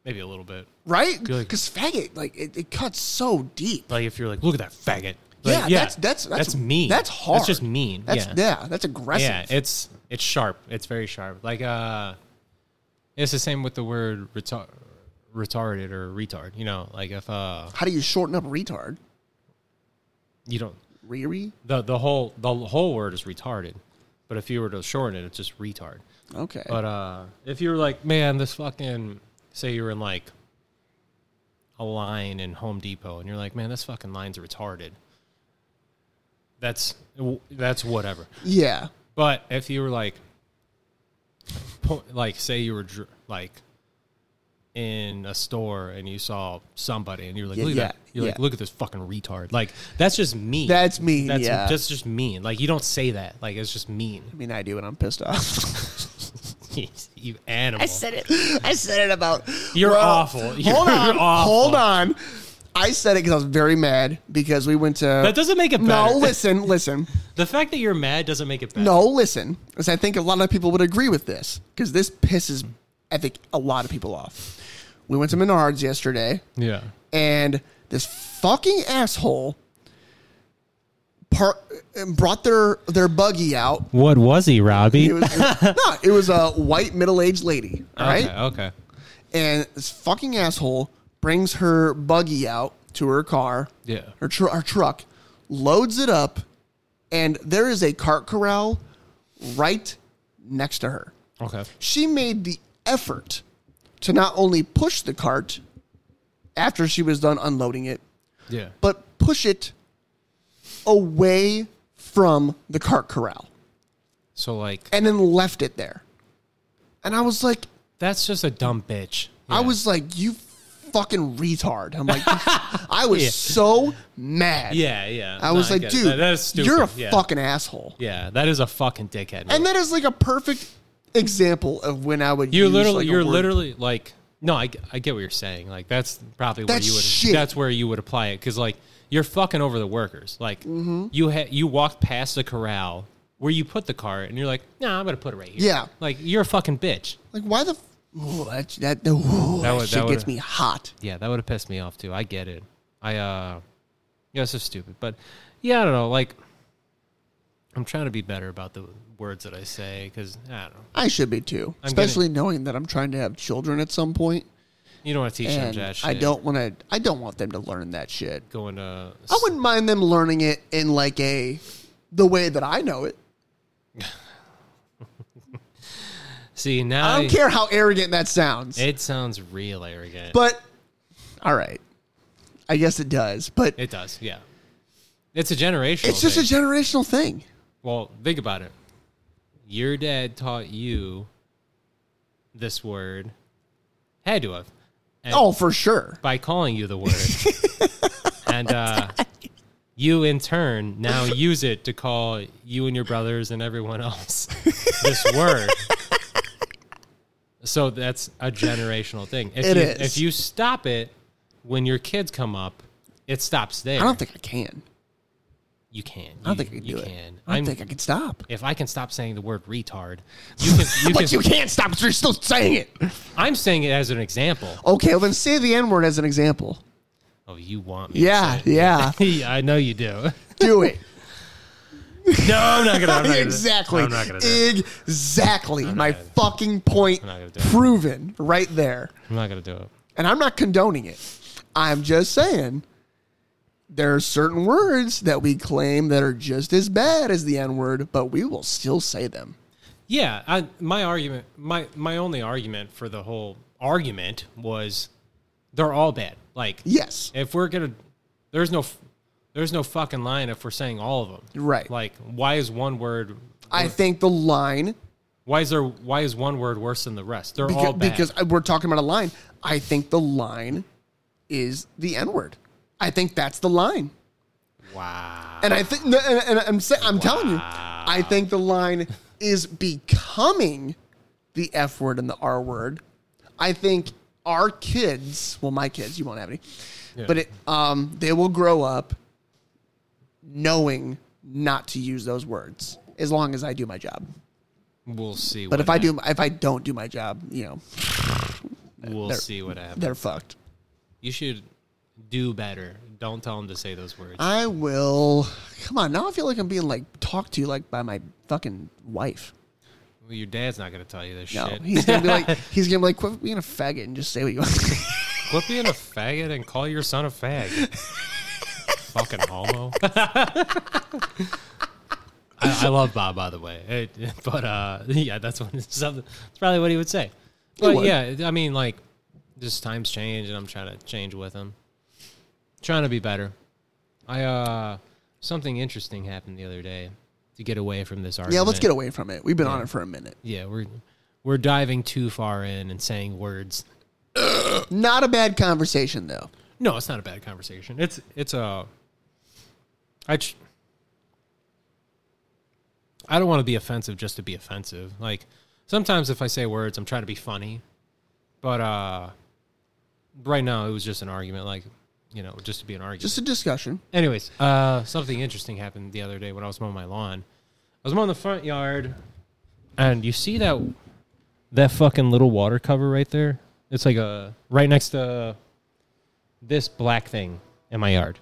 B: Maybe a little bit.
A: right?
B: Good.
A: Because faggot, like it, it cuts so deep.
B: Like if you're like, look at that faggot. Like,
A: Yeah, that's, that's that's
B: mean.
A: That's hard.
B: That's just mean.
A: That's
B: yeah.
A: yeah, that's aggressive.
B: Yeah, it's it's sharp. It's very sharp. Like uh, it's the same with the word retar- retarded or retard. You know, like if uh
A: How do you shorten up retard?
B: you don't
A: Riri?
B: the the whole the whole word is retarded, but if you were to shorten it, it's just retard.
A: Okay.
B: But uh, if you were like, man, this fucking, say you were in like a line in Home Depot, and you're like, man, this fucking line's retarded. That's that's whatever.
A: yeah.
B: But if you were like, po- like say you were dr- like in a store and you saw somebody and you're like,
A: Yeah,
B: look
A: yeah,
B: at that. You're like,
A: yeah.
B: look at this fucking retard. Like that's just mean.
A: That's mean,
B: That's
A: yeah.
B: that's just mean. Like you don't say that. Like it's just mean.
A: I mean, I do, and I'm pissed off.
B: you animal.
A: it. I said it about.
B: You're awful. You're
A: hold on.
B: awful.
A: Hold on. I said it because I was very mad because we went to.
B: That doesn't make it better.
A: No, listen, listen.
B: The fact that you're mad doesn't make it better.
A: No, listen. Because I think a lot of people would agree with this because this pisses, I think, a lot of people off. We went to Menards yesterday,
B: Yeah.
A: and this fucking asshole par- brought their their buggy out.
B: What was he, Robbie?
A: It was, no, it was a white middle aged lady. All right.
B: Okay. Okay.
A: and this fucking asshole brings her buggy out to her car,
B: Yeah.
A: her, tr- her truck, loads it up, and there is a cart corral right next to her.
B: Okay.
A: She made the effort to not only push the cart after she was done unloading it,
B: Yeah.
A: but push it away from the cart corral
B: So like
A: and then left it there. And I was like,
B: that's just a dumb bitch.
A: I
B: Yeah.
A: was like, you fucking retard. I'm like, I was so mad.
B: Yeah. Yeah.
A: I was
B: No,
A: like,
B: get it.
A: dude,
B: That- that's stupid.
A: you're a
B: yeah.
A: fucking asshole.
B: Yeah. That is a fucking dickhead. move.
A: And that is like a perfect example of when I would
B: you
A: use,
B: literally,
A: like, a
B: you're
A: word.
B: literally like, no, I, I get what you're saying. Like that's probably where
A: That's
B: you would
A: shit.
B: that's where you would apply it because like you're fucking over the workers. Like
A: Mm-hmm.
B: you ha- you walked past the corral where you put the cart, and you're like, nah, I'm gonna put it right here.
A: Yeah.
B: like you're a fucking bitch.
A: like, why the f- ooh, that that, ooh, that,
B: would- that
A: shit
B: would-
A: gets me hot.
B: Yeah, that would have pissed me off too. I get it. I uh yeah, it's just stupid. But yeah, I don't know. Like I'm trying to be better about the words that I say because I don't know.
A: I should be too,
B: I'm
A: especially knowing that I'm trying to have children at some point,
B: You don't want to teach them
A: and
B: that shit.
A: I don't want to. I don't want them to learn that shit.
B: go into
A: I wouldn't mind them learning it in like a the way that I know it.
B: see now.
A: I don't care how arrogant that sounds.
B: It sounds real arrogant.
A: But all right, I guess it does. But
B: It does, yeah. It's a generational.
A: it's just a
B: thing.
A: generational thing.
B: well. Think about it. Your dad taught you this word, had to have, and
A: Oh, for sure.
B: by calling you the word, and uh, you in turn now use it to call you and your brothers and everyone else this word. So that's a generational thing. If
A: It
B: you,
A: is.
B: If you stop it when your kids come up, it stops there.
A: I don't think I can.
B: You can.
A: I don't
B: You-
A: think I can
B: you
A: do it.
B: can.
A: I
B: I'm-
A: don't think I can stop.
B: If I can stop saying the word retard, you can. You
A: But
B: can
A: you can't stop. So you're still saying it.
B: I'm saying it as an example.
A: Okay, well then say the N word as an example.
B: Oh, you want me? to
A: Yeah, yeah.
B: say- yeah I know you do.
A: Do it.
B: No, I'm not gonna. I'm not gonna
A: exactly.
B: I'm not gonna. Do it.
A: Exactly. My
B: gonna-
A: fucking point
B: I'm not gonna do it.
A: proven right there.
B: I'm not gonna do it.
A: And I'm not condoning it. I'm just saying there are certain words that we claim that are just as bad as the N word, but we will still say them.
B: Yeah, I, my argument, my my only argument for the whole argument was they're all bad. Like,
A: Yes.
B: if we're gonna, there's no, f- there's no fucking line if we're saying all of them.
A: Right.
B: Like, why is one word?
A: I think the line
B: Why is there? Why is one word worse than the rest? They're all
A: because,
B: bad.
A: because we're talking about a line. I think the line is the N word. I think that's the line.
B: wow.
A: And I think, no, and, and I'm saying, I'm telling you, I think the line is becoming the F word and the R word. I think our kids, well, my kids, you won't have any, but it, um, they will grow up knowing not to use those words as long as I do my job.
B: We'll see.
A: But
B: what
A: if I do, if I don't do my job, you know,
B: We'll
A: They're-
B: see what happens.
A: they're fucked.
B: You should do better. Don't tell him to say those words.
A: I will. Come on, now I feel like I'm being like talked to like by my fucking wife.
B: Well, Your dad's not going to tell you this
A: No,
B: shit.
A: he's gonna be like, he's gonna be like, quit being a faggot and just say what you want.
B: Quit being a faggot and call your son a fag. Fucking homo. I, I love Bob, by the way, It- but uh, yeah, that's what something. That's probably what he would say. But
G: would.
B: yeah, I mean, like, just times change, and I'm trying to change with him. Trying to be better. I uh, something interesting happened the other day to get away from this argument.
A: Yeah, let's get away from it. We've been on it for a minute.
B: Yeah, we're we're diving too far in and saying words
A: Not a bad conversation though.
B: No, it's not a bad conversation. It's it's a. I. Tr- I don't want to be offensive just to be offensive. Like sometimes if I say words, I'm trying to be funny, but uh, right now it was just an argument. Like you know, just to be an argument.
A: Just a discussion.
B: Anyways, uh, something interesting happened the other day when I was mowing my lawn. I was mowing the front yard, and you see that that fucking little water cover right there. It's like a right next to this black thing in my yard.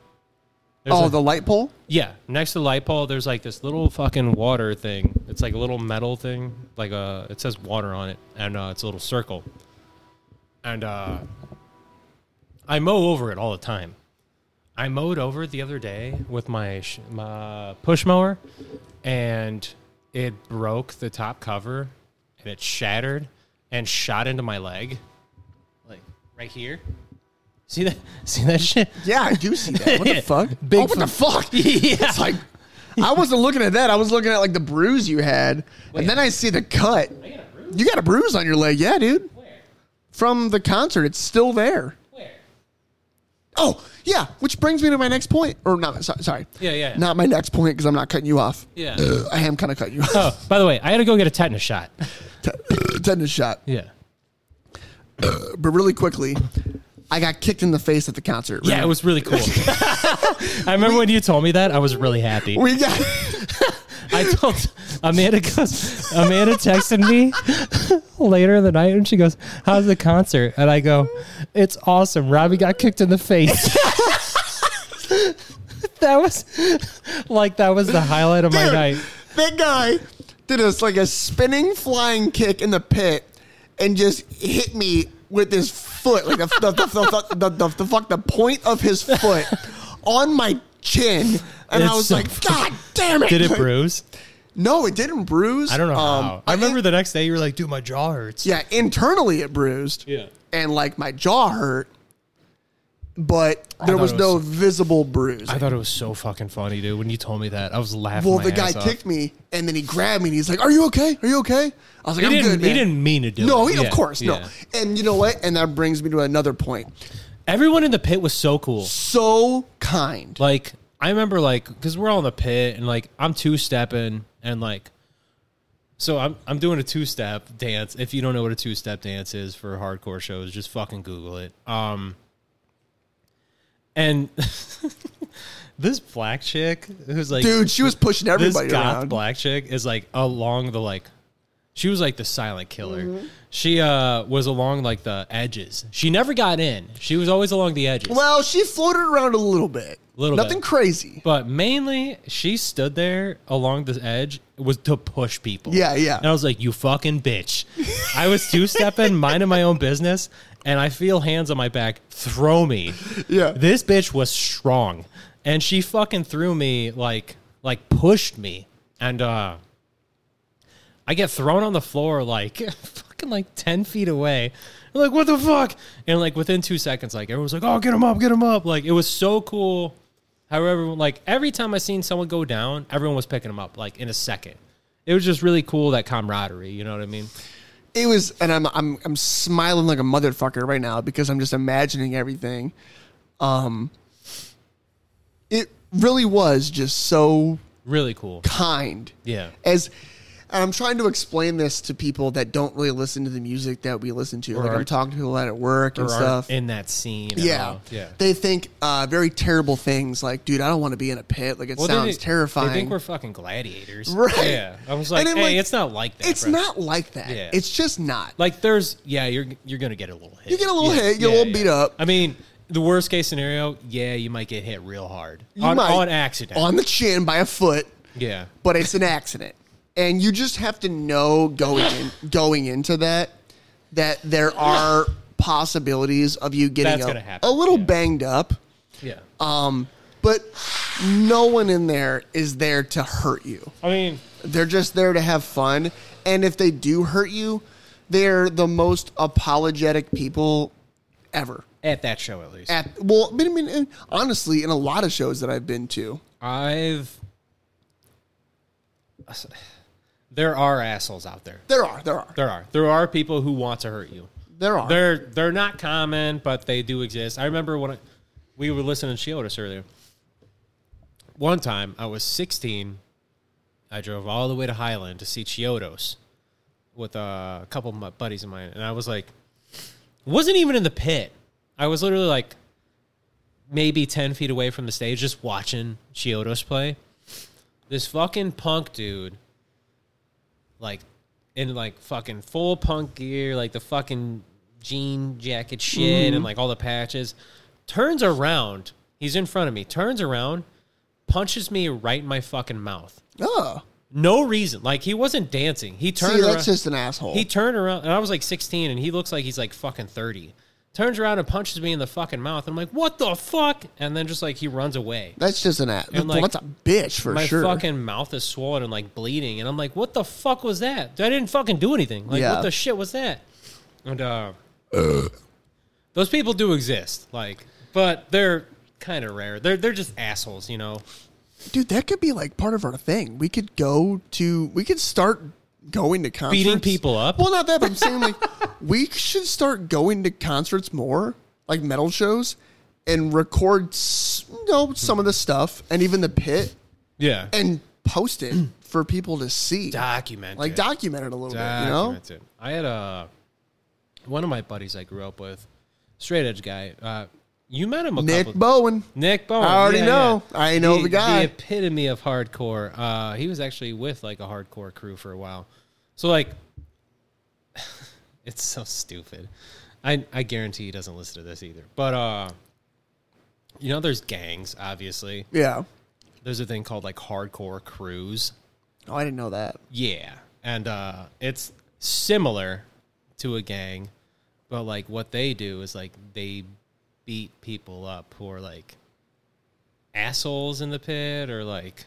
B: There's
A: Oh,
B: a-
A: the light pole.
B: yeah, next to the light pole, there's like this little fucking water thing. It's like a little metal thing, like uh, it says water on it, and uh, it's a little circle. And uh, I mow over it all the time. I mowed over it the other day with my sh- my push mower, and it broke the top cover, and it shattered and shot into my leg, like right here. See that? See that shit?
A: Yeah, I do see that. What the fuck?
B: Big
A: oh, what the fuck? It's like I wasn't looking at that. I was looking at like the bruise you had, and then I see the cut. You got a bruise on your leg, yeah, dude. From the concert, it's still there. Oh yeah, which brings me to my next point. Or not? Sorry, sorry.
B: Yeah, yeah.
A: Not my next point because I'm not cutting you off.
B: Yeah.
A: I am kind of cutting you off.
B: Oh, by the way, I had to go get a tetanus shot.
A: Tennis shot.
B: Yeah.
A: but really quickly, I got kicked in the face at the concert.
B: Yeah, it was really cool. I remember when you told me that, I was really happy.
A: We got
B: I told Amanda goes Amanda texted me later in the night and she goes, How's the concert? And I go, It's awesome. Robbie got kicked in the face. that was like that was the highlight of my
A: Dude.
B: night.
A: that guy did us like a spinning flying kick in the pit and just hit me with his foot, like the the, the, the, the, the, the fuck the point of his foot on my chin, and I
B: That's
A: was
B: so
A: like, God damn it!
B: Did it
A: Like,
B: bruise?
A: No, it didn't bruise.
B: I don't know
A: Um,
B: how. I remember the next day you were like, dude, my jaw hurts.
A: Yeah, internally it bruised.
B: Yeah.
A: and like my jaw hurt, but there
B: thought
A: was,
B: it
A: no
B: was-
A: visible bruise.
B: I thought it was so fucking funny, dude. When you told me that, I was laughing.
A: Well,
B: my
A: the guy
B: ass off.
A: kicked me, and then he grabbed me, and he's like, "Are you okay? Are you okay?" I was like,
B: He
A: "I'm
B: didn't,
A: good, man."
B: he didn't mean to do
A: No,
B: it.
A: he,
B: Yeah,
A: of course
B: yeah.
A: no. And you know what? And that brings me to another point.
B: Everyone in the pit was so cool.
A: So kind.
B: Like I remember, like because we're all in the pit, and like I'm two stepping, and like so I'm I'm doing a two step dance. If you don't know what a two step dance is for hardcore shows, just fucking Google it. Um, and this black chick who's like,
A: Dude, she was pushing everybody
B: this goth
A: around.
B: black chick is like along the like she was like the silent killer
A: Mm-hmm.
B: she uh was along like the edges she never got in she was always along the edges
A: Well, she floated around a little bit.
B: Little
A: Nothing
B: bit.
A: crazy.
B: but mainly she stood there along the edge was to push people
A: Yeah, yeah.
B: and i was like you fucking bitch i was two-stepping minding my own business and i feel hands on my back throw me
A: Yeah.
B: this bitch was strong and she fucking threw me like like pushed me and uh i get thrown on the floor like fucking like 10 feet away I'm like what the fuck and like within two seconds like everyone's like oh get him up get him up like it was so cool however like every time i seen someone go down everyone was picking them up like in a second it was just really cool that camaraderie you know what i mean
A: It was, and I'm I'm I'm smiling like a motherfucker right now because I'm just imagining everything. Um, it really was just so
B: really cool
A: kind.
B: yeah
A: as and I'm trying to explain this to people that don't really listen to the music that we listen to. like I'm
B: aren't-
A: talking to people at work and
B: Or aren't
A: stuff.
B: in that scene at
A: yeah.
B: all. yeah
A: They think uh, very terrible things like, dude, I don't want to be in a pit. Like it
B: Well, they
A: sounds
B: think-
A: terrifying.
B: They think we're fucking gladiators,
A: Right.
B: Yeah, I was like,
A: And then,
B: hey,
A: like,
B: it's not like that.
A: it's
B: bro."
A: not like that.
B: Yeah.
A: It's just not.
B: like there's yeah, you're you're gonna get a little hit.
A: You get a little
B: Yeah,
A: hit, you get a
B: yeah,
A: little beat
B: yeah.
A: up.
B: I mean, the worst case scenario, yeah, you might get hit real hard
A: You
B: on
A: might-
B: on accident.
A: On the chin by a foot,
B: yeah,
A: but it's an accident. And you just have to know going in, going into that that there are possibilities of you getting
B: That's
A: a,
B: gonna happen,
A: a little
B: yeah.
A: banged up,
B: Yeah.
A: Uh, but no one in there is there to hurt you.
B: I mean,
A: They're just there to have fun. And if they do hurt you, they're the most apologetic people ever.
B: at that show at least.
A: At well, I mean, I mean, honestly, in a lot of shows that I've been to,
B: I've there are assholes out there.
A: there are, there are,
B: There are. There are people who want to hurt you.
A: there are.
B: They're they're not common, but they do exist. I remember when I, we were listening to Shiotis earlier. One time, I was 16. I drove all the way to Highland to see Chiodos with uh, a couple of my buddies of mine, and I was like, wasn't even in the pit. I was literally like, maybe 10 feet away from the stage, just watching Chiodos play. This fucking punk dude, like, in like fucking full punk gear, like the fucking jean jacket shit
A: Mm-hmm.
B: and like all the patches, turns around. He's in front of me, turns around, punches me right in my fucking mouth.
A: oh,
B: No reason. Like, he wasn't dancing. He turned
A: see,
B: around.
A: that's just an asshole.
B: He turned around, and I was like 16, and he looks like he's like fucking 30. Turns around and punches me in the fucking mouth. I'm like, what the fuck? And then just like he runs away.
A: that's just an ass.
B: And, like,
A: that's a bitch for
B: My
A: sure.
B: fucking mouth is swollen and like bleeding, and I'm like, what the fuck was that? I didn't fucking do anything. Like,
A: Yeah.
B: what the shit was that? And uh, those people do exist, like, but they're kind of rare. They're they're just assholes, you know.
A: Dude, that could be like part of our thing. We could go to, we could start going to concerts,
B: Beating people up?
A: Well, not that, but I'm saying like we should start going to concerts more, like metal shows, and record, s- you know, some of the stuff and even the pit
B: Yeah,
A: and post it for people to see,
B: document
A: like
B: it.
A: document it a little bit,
B: Document it. I had a one of my buddies I grew up with, straight edge guy. Uh, you met him a
A: you know. Nick
B: couple.
A: Bowen,
B: Nick Bowen.
A: I already know. I know the guy.
B: The epitome of hardcore. Uh, he was actually with like a hardcore crew for a while. So like, it's so stupid. I I guarantee he doesn't listen to this either. But uh, you know, there's gangs. Obviously,
A: yeah.
B: there's a thing called like hardcore crews.
A: Oh, I didn't know that.
B: Yeah, and uh, it's similar to a gang, but like what they do is like they beat people up who are like assholes in the pit or like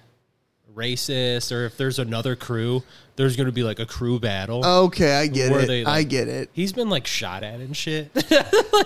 B: racist, or if there's another crew, there's gonna be like a crew battle.
A: Okay, I get
B: Were
A: it.
B: they,
A: I
B: like-
A: get it.
B: He's been like shot at and shit.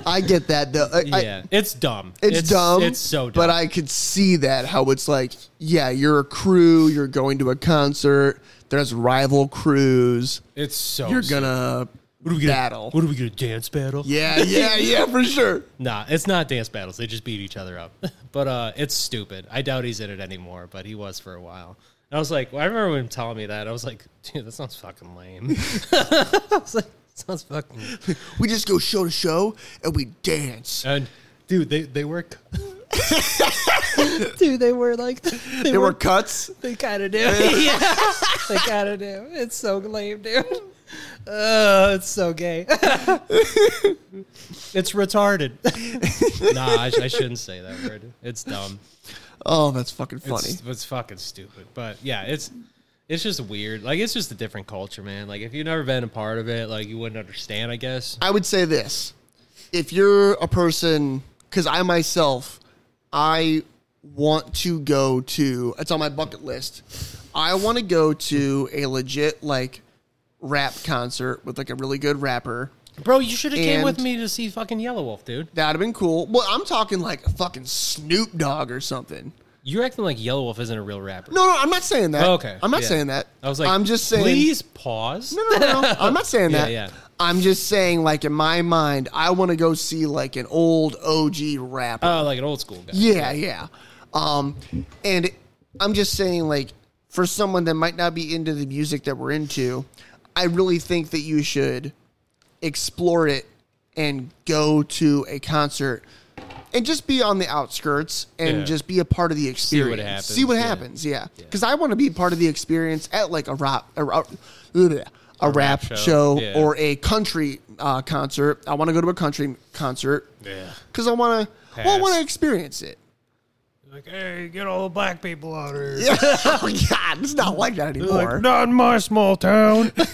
A: I get that though. I- I-
B: yeah, it's dumb.
A: it's, dumb.
B: It's so dumb.
A: But I could see that how it's like, yeah, you're a crew, you're going to a concert, there's rival crews,
B: it's so
A: you're
B: stupid.
A: gonna
B: Oh, What are we gonna-
A: battle.
B: What are we gonna dance battle?
A: yeah, yeah, yeah, for sure.
B: Nah, it's not dance battles. They just beat each other up. but uh, it's stupid. I doubt he's in it anymore, but he was for a while. And I was like, I remember him telling me that. I was like, dude, that sounds fucking lame. I was like, sounds fucking.
A: We just go show to show and we dance.
B: And dude, they they were. dude, they were like they,
A: There were cuts.
B: They kind of do. yeah, they kind of do. It's so lame, dude. Uh, it's so gay. it's retarded. nah, I, sh- I shouldn't say that word. It's dumb.
A: Oh, that's fucking funny.
B: It's, it's fucking stupid. But yeah, it's it's just weird. Like it's just a different culture, man. Like if you've never been a part of it, like you wouldn't understand, I guess.
A: I would say this. If you're a person, because I myself, I want to go to, it's on my bucket list. I want to go to a legit, like, rap concert with, like, a really good rapper.
B: Bro, you should have
A: came
B: came
A: with
B: with
A: And-
B: me to see fucking Yellow Wolf, dude.
A: That would have been cool. Well, I'm talking, like, fucking Snoop Dogg or something.
B: You're acting like Yellow Wolf isn't a real rapper.
A: No, no, I'm not saying that.
B: Oh, Okay,
A: I'm not
B: yeah.
A: saying that.
B: I was like,
A: I'm just saying.
B: please pause.
A: No, no, no. I'm not saying
B: Yeah,
A: that.
B: yeah.
A: I'm just saying, like, in my mind, I want to go see, like, an old OG rapper.
B: Oh, like an old school guy.
A: Yeah, yeah. Um, and I'm just saying, like, for someone that might not be into the music that we're into, I really think that you should explore it and go to a concert and just be on the outskirts and
B: Yeah.
A: just be a part of the experience.
B: happens,
A: See what
B: yeah.
A: happens, yeah. Because I want to be part of the experience at like a rock, a, ro- bleh, a rap,
B: show,
A: show
B: yeah.
A: or a country uh, concert. I want to go to a country concert
B: Yeah.
A: because I want to. Well, I
B: Pass.
A: want to experience it.
B: Like, hey, get all the black people out here.
A: oh God, it's not like that anymore.
B: not in my small town. Do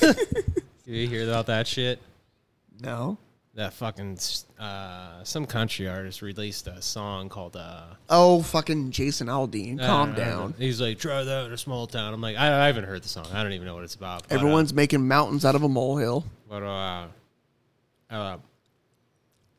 B: you hear about that shit?
A: no.
B: that fucking uh, some country artist released a song called uh,
A: Oh, fucking Jason Aldean, calm
B: I don't know.
A: down.
B: He's like, try that in a small town. I'm like, I, I haven't heard the song. I don't even know what it's about. But, uh,
A: Everyone's making mountains out of a molehill.
B: but uh, uh,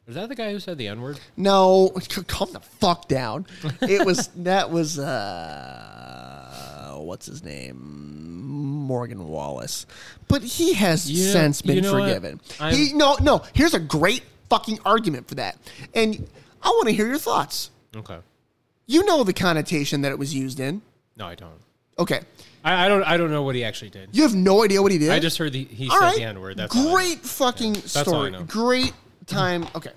B: was that the guy who said the N word?
A: No, c- calm the fuck down. It was that was uh, what's his name, Morgan Wallace, but he has
B: You know-
A: since been
B: you know what?
A: forgiven.
B: I'm-
A: He no no. Here's a great fucking argument for that, and I want to hear your thoughts.
B: Okay.
A: You know the connotation that it was used in.
B: No, I don't.
A: Okay,
B: I, I don't. I don't know what he actually did.
A: you have no idea what he did.
B: I just heard the, he
A: All
B: said
A: right.
B: the N word. That's all I know.
A: Great fucking
B: all I
A: story.
B: know.
A: Great time. Okay.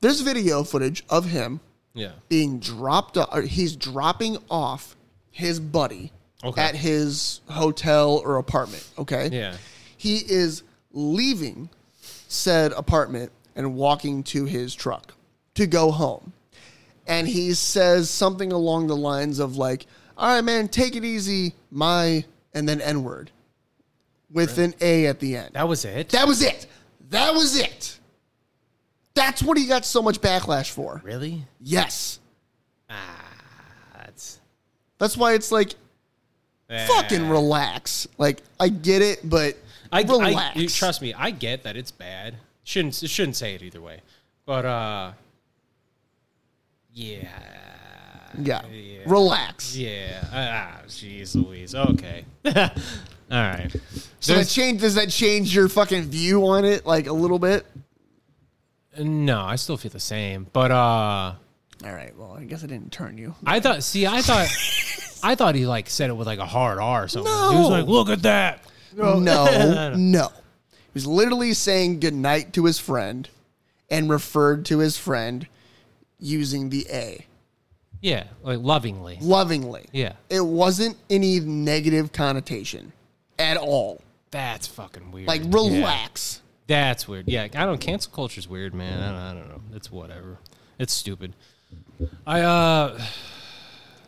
A: There's video footage of him
B: Yeah.
A: being dropped o- or he's dropping off his buddy
B: Okay.
A: at his hotel or apartment, okay?
B: Yeah.
A: He is leaving said apartment and walking to his truck to go home. And he says something along the lines of like, "All right, man, take it easy, my," and then N word with an A at the end.
B: That was it.
A: That was it. That was it. That's what he got so much backlash for.
B: really?
A: Yes.
B: That's
A: That's why it's like fucking relax. Like I get it, but
B: I, I
A: relax.
B: you- trust me. I get that it's bad. Shouldn't shouldn't say it either way. But uh, yeah,
A: yeah. relax.
B: yeah. Ah, jeez, Louise. Okay. All right.
A: So that change does that change your fucking view on it like a little bit?
B: No, I still feel the same. But uh,
A: All right. Well, I guess I didn't turn you.
H: I thought. See, I thought. I thought he like said it with like a hard R or something. He
A: No.
H: was like, "Look at that."
A: No, no. He was literally saying goodnight to his friend and referred to his friend using the A
H: Yeah, like lovingly.
A: lovingly.
H: Yeah,
A: It wasn't any negative connotation at all.
H: that's fucking weird.
A: Like
H: Yeah.
A: relax.
H: That's weird. Yeah, I don't. Cancel culture's weird, man. I don't, I don't know. It's whatever. It's stupid. I uh,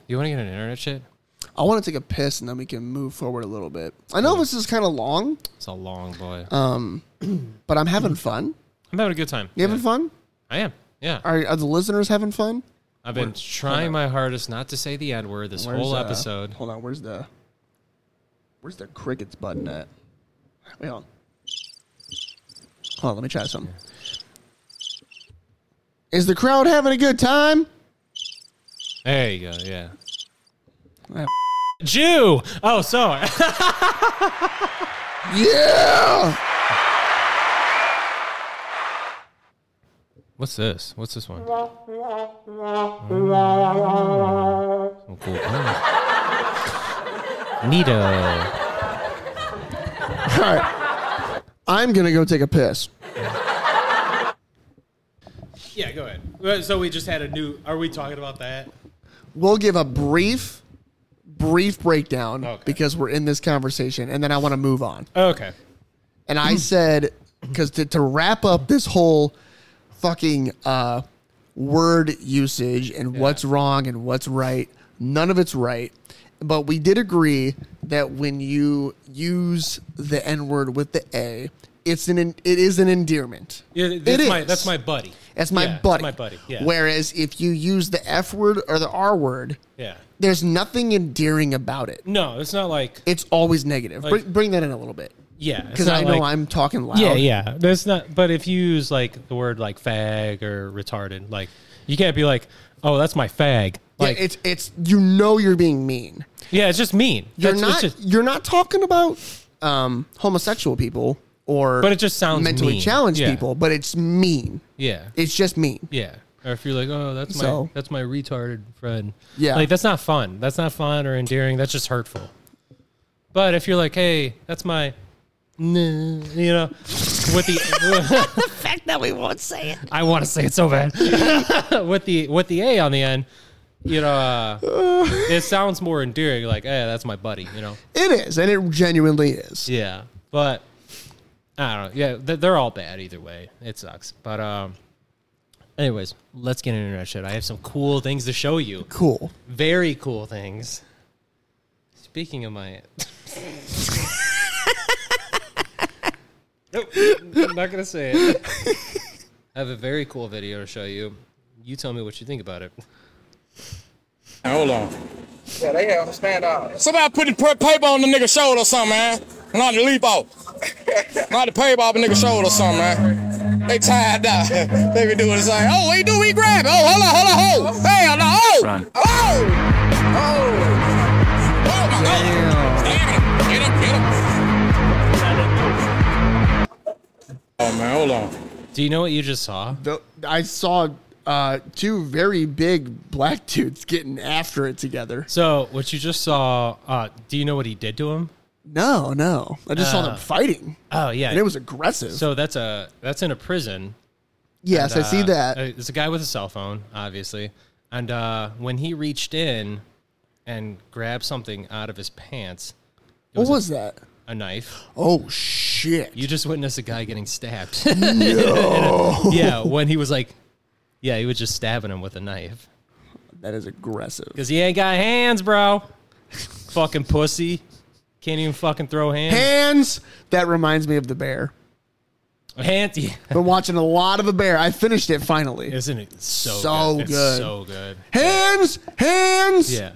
H: you want to get an internet shit?
A: I want to take a piss and then we can move forward a little bit. I know this is kind of long,
H: It's a long boy.
A: but I'm having
H: Mm.
A: fun.
H: I'm having a good time.
A: Uh, You having fun?
H: I am. Yeah,
A: Are, are the listeners having fun?
H: I've been trying my hardest not to say the N word this
A: Where's,
H: whole
A: uh,
H: episode.
A: hold on. Where's the Where's the crickets button at? Wait hold on. Hold on. Let me try something. Is the crowd having a good time?
H: There you go. Yeah.
A: Ah,
H: Jew. Oh, sorry.
A: Yeah.
H: What's this? What's this one? Oh, cool. Oh. Neato.
A: All right. I'm gonna go take a piss.
B: yeah. Go ahead. Uh, So we just had a new. Are we talking about that?
A: We'll give a brief, brief breakdown
B: Okay.
A: because we're in this conversation, and then I want to move on.
B: Okay.
A: And
B: Mm.
A: I said, because to, to wrap up this whole fucking uh, word usage and what's wrong and what's right, none of it's right. But we did agree that when you use the N word with the A, it's an en- it is an endearment.
B: Yeah, that's
A: It
B: my
A: is.
B: that's my buddy.
A: That's my
B: Yeah, that's
A: buddy.
B: my buddy, yeah.
A: Whereas if you use the F word or the R word,
B: Yeah.
A: there's nothing endearing about it.
B: No, it's not like
A: It's always negative.
B: Mm. Like-
A: bring, bring that in a little bit
B: yeah. it's
A: because
B: not
A: I know
B: like-
A: I'm talking loud.
B: Yeah, yeah. That's not. But if you use like the word like fag or retarded, like you can't be like, oh, that's my fag. Like,
A: yeah, it's it's you know you're being mean.
B: yeah, it's just mean.
A: You're
B: That's-
A: not
B: it's just-
A: you're not talking about um, homosexual people or
B: But it just sounds
A: mentally
B: mean.
A: challenged
B: Yeah.
A: people, but it's mean.
B: yeah,
A: It's just mean.
B: yeah. Or if you're like, oh, that's my
A: So-
B: that's my retarded friend.
A: Yeah.
B: like that's not fun. That's not fun or endearing. That's just hurtful. But if you're like, hey, that's my, nah, you know, with the
I: fact that we won't say it.
B: I want to say it so bad. with the with the A on the end, you know, uh, it sounds more endearing. Like, hey, that's my buddy. You know,
A: It is, and it genuinely is.
B: yeah. But I don't know. Yeah, th- they're all bad either way. It sucks. But um, anyways, let's get into internet shit. I have some cool things to show you.
A: Cool.
B: Very cool things. Speaking of my. Nope, I'm not gonna say it. I have a very cool video to show you. You tell me what you think about it.
J: Hold on. Yeah, they have stand out. Somebody put the per- paper on the nigga's shoulder or something, man. Not the leap off. Not the paper off the nigga's shoulder or something, man. They tired out. they be doing the same. Oh, he do, he grab it. Oh, hold on, hold on, hold. Hell no. Oh, oh, oh, oh my God. Damn it. Get him, get him. Oh man, hold on.
B: Do you know what you just saw?
A: The, I saw uh, two very big black dudes getting after it together.
B: So what you just saw? Uh, do you know what he did to him?
A: No, no. I just saw them fighting.
B: Oh Uh, yeah,
A: And it was aggressive.
B: So that's a that's in a prison.
A: yes, I see
B: Uh,
A: that.
B: uh, It's a guy with a cell phone, obviously. And uh, when he reached in and grabbed something out of his pants,
A: what was that?
B: a knife,
A: Oh shit.
B: you just witnessed a guy getting stabbed. uh, yeah, when he was like, yeah, he was just stabbing him with a knife.
A: that is aggressive.
B: Because he ain't got hands, bro. fucking pussy. Can't even fucking throw hands.
A: Hands. That reminds me of the bear.
B: Hands. yeah.
A: Been watching a lot of the bear. I finished it finally.
B: Isn't it so,
A: So
B: good? It's
A: good.
B: so good.
A: hands, hands.
B: Yeah.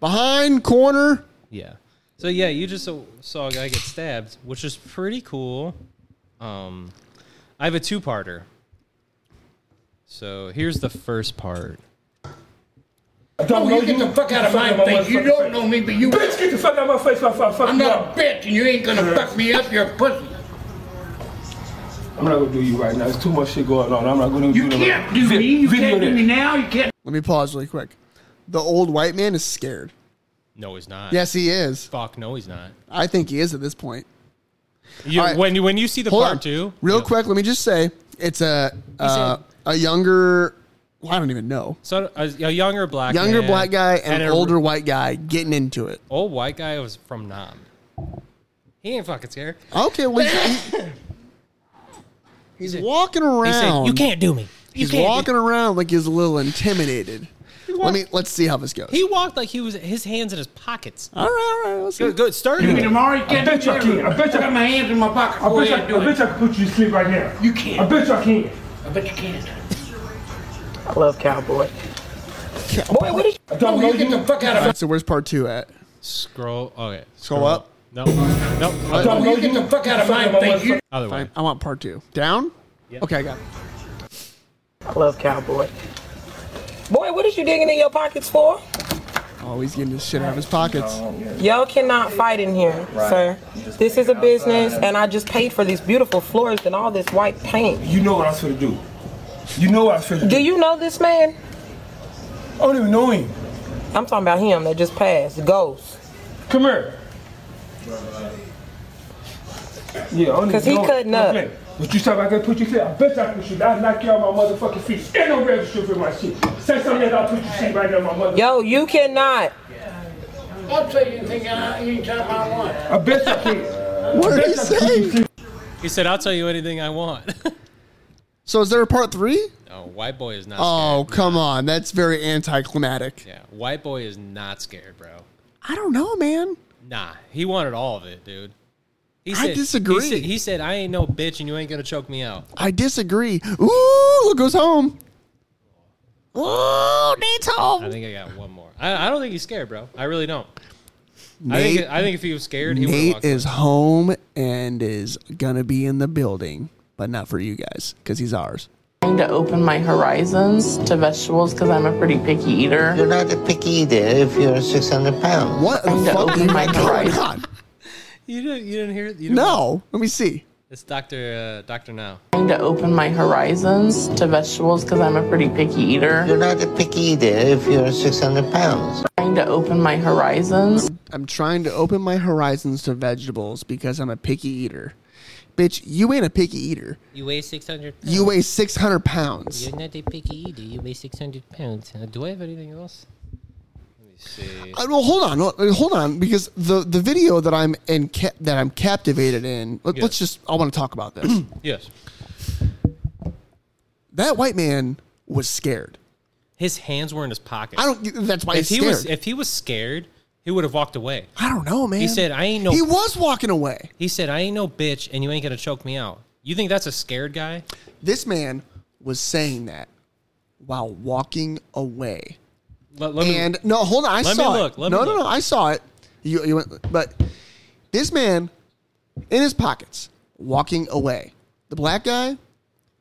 A: Behind corner.
B: Yeah. So yeah, you just saw, saw a guy get stabbed, which is pretty cool. Um, I have a two-parter. So here's the first part.
K: Don't know you. Get the fuck out of my face. You don't know me, but you. Bitch, get the fuck out of my face. I fuck I'm not a bitch, and you ain't gonna fuck me up. You're a pussy.
E: I'm not gonna do you right now. There's too much shit going on. I'm not gonna
K: You
E: do it.
K: can't do me. You can't do me now. You can't.
A: Let me pause really quick. The old white man is scared.
B: No, he's not.
A: Yes, he is.
B: Fuck. No, he's not.
A: I think he is at this point.
B: You,
A: All right.
B: When you when you see the
A: Hold
B: part
A: on.
B: two,
A: Real
B: Yeah.
A: quick, let me just say it's a uh, a younger. Well, I don't even know.
B: So a, a younger black
A: Younger
B: man
A: black guy and, an
B: a
A: older white guy getting into it.
B: old white guy was from Nam. He ain't fucking scared.
A: Okay, well he's, he- he's walking around.
B: He said, "You can't do me." You
A: He's
B: can't do-"
A: walking around like he's a little intimidated. Let me let's see how this goes.
B: He walked like he was his hands in his pockets.
A: all right, all right. Let's see.
B: Good, good. Start.
K: Do me tomorrow. You can't.
E: bet
K: do me
E: you can't.
K: now.
E: I bet you-
K: got my hands in my pocket.
E: I
K: Go
E: bet, you,
K: ahead, do
E: I bet
K: it.
E: you I can put you to sleep right now.
K: You
E: I
K: can't.
E: bet you I can.
K: I bet you can't.
D: I love cowboy.
K: Boy, what is? Don't know you. Get the fuck out of
A: All right, so where's part two at?
B: Scroll. Okay.
A: Scroll up.
B: No. No. Other,
K: Don't know you. Get the fuck out of my face. You
B: other way.
A: I want part two. Down? Okay, I got it.
D: I love cowboy. Boy, what is you digging in your pockets for?
A: Oh, he's getting his shit out of his pockets.
D: Y'all cannot fight in here, sir. This is a business, and I just paid for these beautiful floors and all this white paint.
E: You know what I was supposed to do. You know what I was supposed to
D: Do you know this man?
E: I don't even know him.
D: I'm talking about him that just passed. Ghost.
E: Come here. Yeah, I don't
D: 'Cause
E: even
D: he
E: know-
D: cutting
E: don't
D: up.
E: play. But you talking about I can put you shit? I bet you I can shoot. I'll knock you out my motherfucking feet. Ain't no register for my shit. Say something that I'll put you shit right now, my mother.
D: Yo, you cannot.
K: can't. I'll tell you anything I- anytime I want.
E: I bet you I can.
A: What are you saying?
B: He said, "I'll tell you anything I want."
A: So is there a part three?
B: no, white boy is not.
A: Oh,
B: scared.
A: come on. That's very anticlimactic.
B: Yeah, white boy is not scared, bro.
A: I don't know, man.
B: Nah, he wanted all of it, dude. He
A: I disagree.
B: He said, he said, "I ain't no bitch, and you ain't gonna choke me out."
A: I disagree. Ooh, look who's home. Ooh, Nate's
B: I
A: home.
B: think I got one more. I, I don't think he's scared, bro. I really don't. I
A: Nate,
B: think, I think if he was scared, he would
A: Nate
B: walk. Is-
A: is home and is gonna be in the building, but not for you guys because he's ours.
L: trying to open my horizons to vegetables because I'm a pretty picky eater.
D: You're not a picky eater if you're 600 pounds.
A: What the
L: I'm gonna
A: fuck?
L: open
A: is
L: my
A: going
L: horizon.
A: on?
B: you didn't. You didn't hear. You didn't
A: Oh No, let me see.
B: It's Doctor uh, Doctor Now.
L: Trying to open my horizons to vegetables because I'm a pretty picky eater.
D: You're not a picky eater if you're 600 pounds.
L: Trying to open my horizons
A: I'm trying to open my horizons to vegetables because I'm a picky eater. Bitch, you ain't a picky eater.
B: You weigh six hundred.
A: You weigh 600 pounds.
B: not a picky eater. You weigh 600 pounds. do I have anything else? Let me see.
A: Uh, well, hold on, hold- hold on, because the the video that I'm in ca- that I'm captivated in. Let, Let's just. I want to talk about this.
B: Yes.
A: that white man was scared.
B: His hands were in his pocket.
A: I don't. That's why
B: if
A: he's
B: he
A: scared.
B: was if he was scared, He would have walked away.
A: I don't know, man.
B: He said, "I ain't no."
A: He was walking away.
B: He said, "I ain't no bitch, and you ain't gonna choke me out." You think that's a scared guy?
A: This man was saying that while walking away.
B: Let, let me-
A: and no, hold on. I
B: Let me
A: saw
B: look,
A: it.
B: let
A: no,
B: me
A: no,
B: look.
A: no. I saw it. You, you went, but this man in his pockets walking away. The black guy,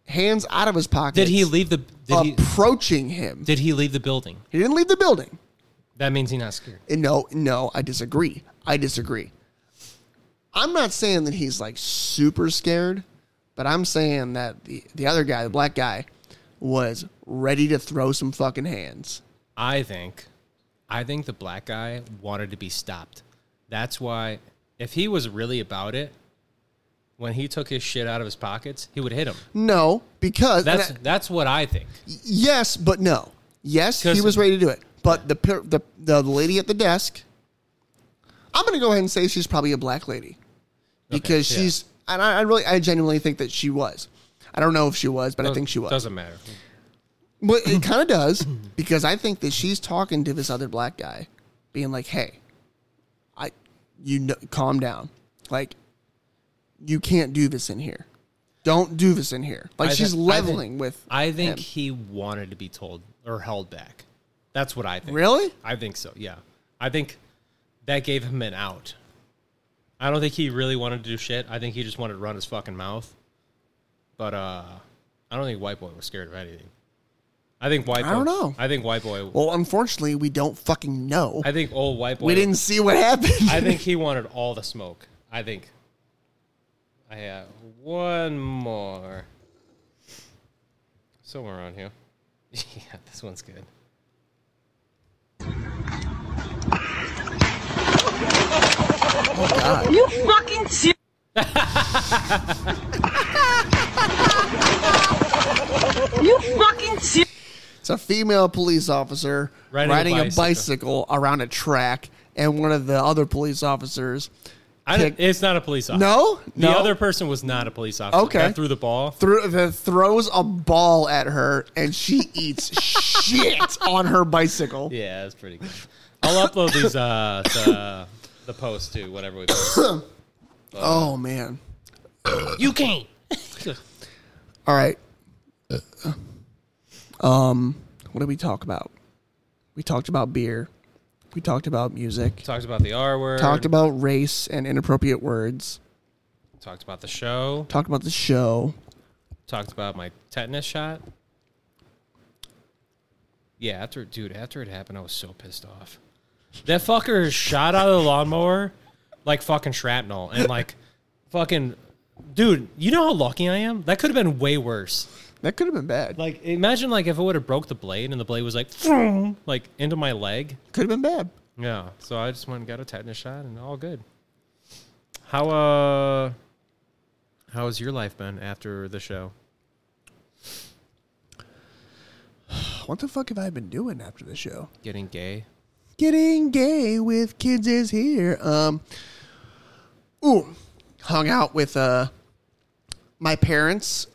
A: hands out of his pockets.
B: Did he leave the? Did he?
A: approaching him?
B: Did he leave the building?
A: He didn't leave the building.
B: That means he's not scared.
A: And no, no, I disagree. I disagree. I'm not saying that he's like super scared, but I'm saying that the, the other guy, the black guy, was ready to throw some fucking hands.
B: I think, I think the black guy wanted to be stopped. That's why, if he was really about it, when he took his shit out of his pockets, he would hit him.
A: No, because and
B: That's
A: I-
B: that's what I think.
A: yes, but no. Yes, he
B: 'Cause-
A: was ready to do it. But the per- the the lady at the desk, I'm going to go ahead and say she's probably a black lady because
B: yeah.
A: she's and I, I really I genuinely think that she was. I don't know if she was, but I think she was.
B: Doesn't matter.
A: But it kind of does because I think that she's talking to this other black guy, being like, "Hey, I, you know, calm down. Like, you can't do this in here. Don't do this in here." Like
B: I thi-
A: she's
B: I thi-
A: leveling with.
B: I think
A: him.
B: he wanted to be told or held back. That's what I think.
A: Really?
B: I think so. Yeah. I think that gave him an out. I don't think he really wanted to do shit. I think he just wanted to run his fucking mouth. But uh I don't think White Boy was scared of anything. I think White Boy
A: I don't know.
B: I think White Boy
A: Well, unfortunately, we don't fucking know.
B: I think old White Boy
A: we didn't see what happened.
B: I think he wanted all the smoke. I think. I have one more. Somewhere around here. yeah, this one's good.
D: You fucking serious? you fucking serious?
A: it's a female police officer
B: Riding
A: riding,
B: a
A: a,
B: bicycle.
A: bicycle. around a track, and one of the other police officers
B: I don't, it's not a police officer.
A: No?
B: Uh, the
A: No?
B: other person was not a police officer.
A: Okay.
B: that threw the ball.
A: thro- the throws a ball at her and she eats shit on her bicycle.
B: Yeah, that's pretty good. I'll upload these uh to the post too, whatever we. Post.
A: Oh man.
B: you can't.
A: All right. Uh, Um what did we talk about? We talked about beer. We talked about music.
B: Talked about the R word.
A: Talked about race and inappropriate words.
B: Talked about the show.
A: Talked about the show.
B: Talked about my tetanus shot. Yeah, after dude, after it happened, I was so pissed off. That fucker shot out of the lawnmower like fucking shrapnel and like fucking dude, you know how lucky I am? That could have been way worse.
A: That could have been bad.
B: Like imagine like if it would have broke the blade and the blade was like "Vroom," like into my leg.
A: Could have been bad.
B: Yeah. So I just went and got a tetanus shot and all good. How uh how has your life been after the show?
A: What the fuck have I been doing after the show?
B: Getting gay?
A: Getting gay with kids is here. Um, ooh, hung out with uh, my parents,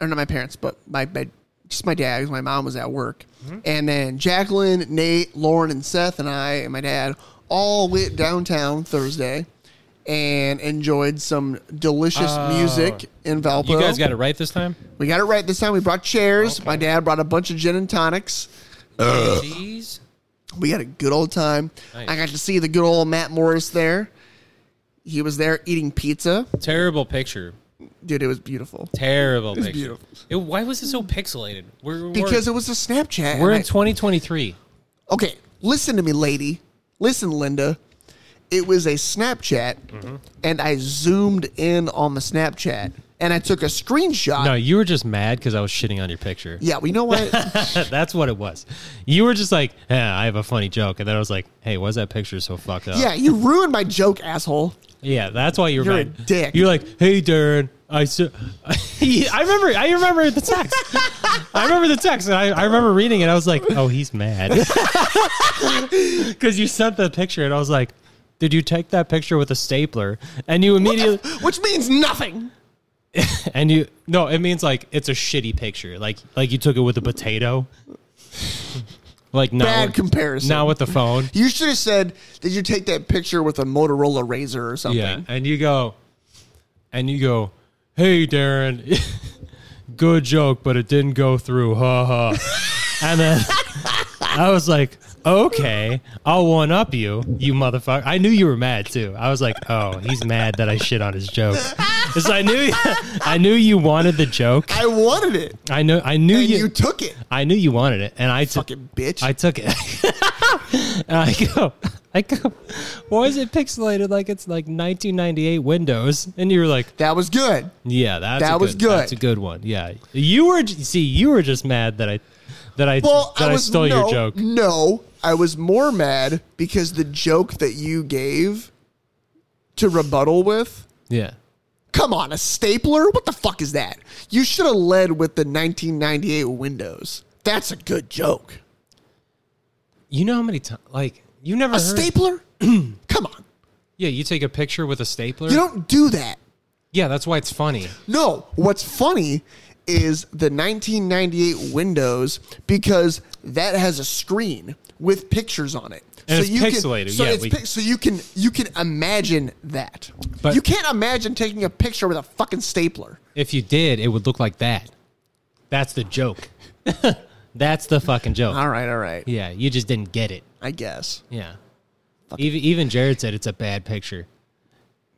A: or not my parents, but my, my just my dad. 'cause My mom was at work,
B: Mm-hmm.
A: and then Jacqueline, Nate, Lauren, and Seth, and I and my dad all went downtown Thursday and enjoyed some delicious music in Valpo.
B: Oh. You guys got it right this time?
A: we got it right this time. We brought chairs. My dad brought a bunch of gin and tonics.
B: Jeez.
A: We had a good old time.
B: Nice.
A: I got to see the good old Matt Morris there. He was there eating pizza.
B: Terrible picture.
A: Dude, it was beautiful.
B: Terrible picture.
A: beautiful.
B: It- why was it so pixelated? We're, we're-
A: Because it was a Snapchat. and
B: we're
A: I-
B: in 2023.
A: okay, listen to me, lady. Listen, Linda. It was a Snapchat,
B: Mm-hmm.
A: and I zoomed in on the Snapchat, and I took a screenshot.
M: No, you were just mad because I was shitting on your picture.
A: Yeah, well, you know what?
M: That's what it was. You were just like, eh, I have a funny joke. And then I was like, hey, why is that picture so fucked up?
A: yeah, you ruined my joke, asshole.
M: Yeah, that's why you were
A: You're a
M: mad.
A: dick.
M: You're like, hey, Darren, I su- I remember, I remember the text. I remember the text, and I, I remember reading it. I was like, oh, he's mad because you sent the picture, and I was like, did you take that picture with a stapler? And you immediately,
A: Which means nothing.
M: and you, no, it means like it's a shitty picture, like like you took it with a potato.
B: Like now,
A: Bad
B: with-
A: comparison.
B: Now with the phone,
A: You should have said, "Did you take that picture with a Motorola Razor or something?"
B: yeah, and you go, and you go, hey Darren, good joke, but it didn't go through, ha ha. and then I was like, okay, I'll one up you, you motherfucker. I knew you were mad too. I was like, oh, he's mad that I shit on his joke. 'Cause I knew, I knew you wanted the joke.
A: I wanted it.
B: I know. I knew
A: And
B: you,
A: you took it.
B: I knew you wanted it, and I took
A: Fucking bitch.
B: I took it. and I go. I go. Why is it pixelated like it's like 1998 Windows? And you were like,
A: That was good.
B: "Yeah, that's
A: That
B: a
A: was
B: good. That's a
A: good.
B: good one. Yeah, you were. See, you were just mad that I that I
A: Well,
B: that I,
A: I, was,
B: stole
A: no,
B: your joke.
A: No, I was more mad because the joke that you gave to rebuttal with.
B: Yeah,
A: Come on, a stapler? What the fuck is that? You should have led with the 1998 Windows. That's a good joke.
B: you know how many times? Like you never
A: A
B: heard-
A: stapler? Come on.
B: Yeah, you take a picture with a stapler.
A: You don't do that.
B: yeah, that's why it's funny.
A: No, what's funny is the 1998 Windows because that has a screen with pictures on it.
B: And it's
A: you
B: pixelated,
A: Can, so
B: yeah,
A: it's
B: we-
A: pic- so you can you can imagine that.
B: But-
A: you can't imagine taking a picture with a fucking stapler.
B: If you did, it would look like that. That's the joke. that's the fucking joke.
A: All right, all right.
B: Yeah, you just didn't get it.
A: I guess.
B: Yeah. Even even Jared said it's a bad picture,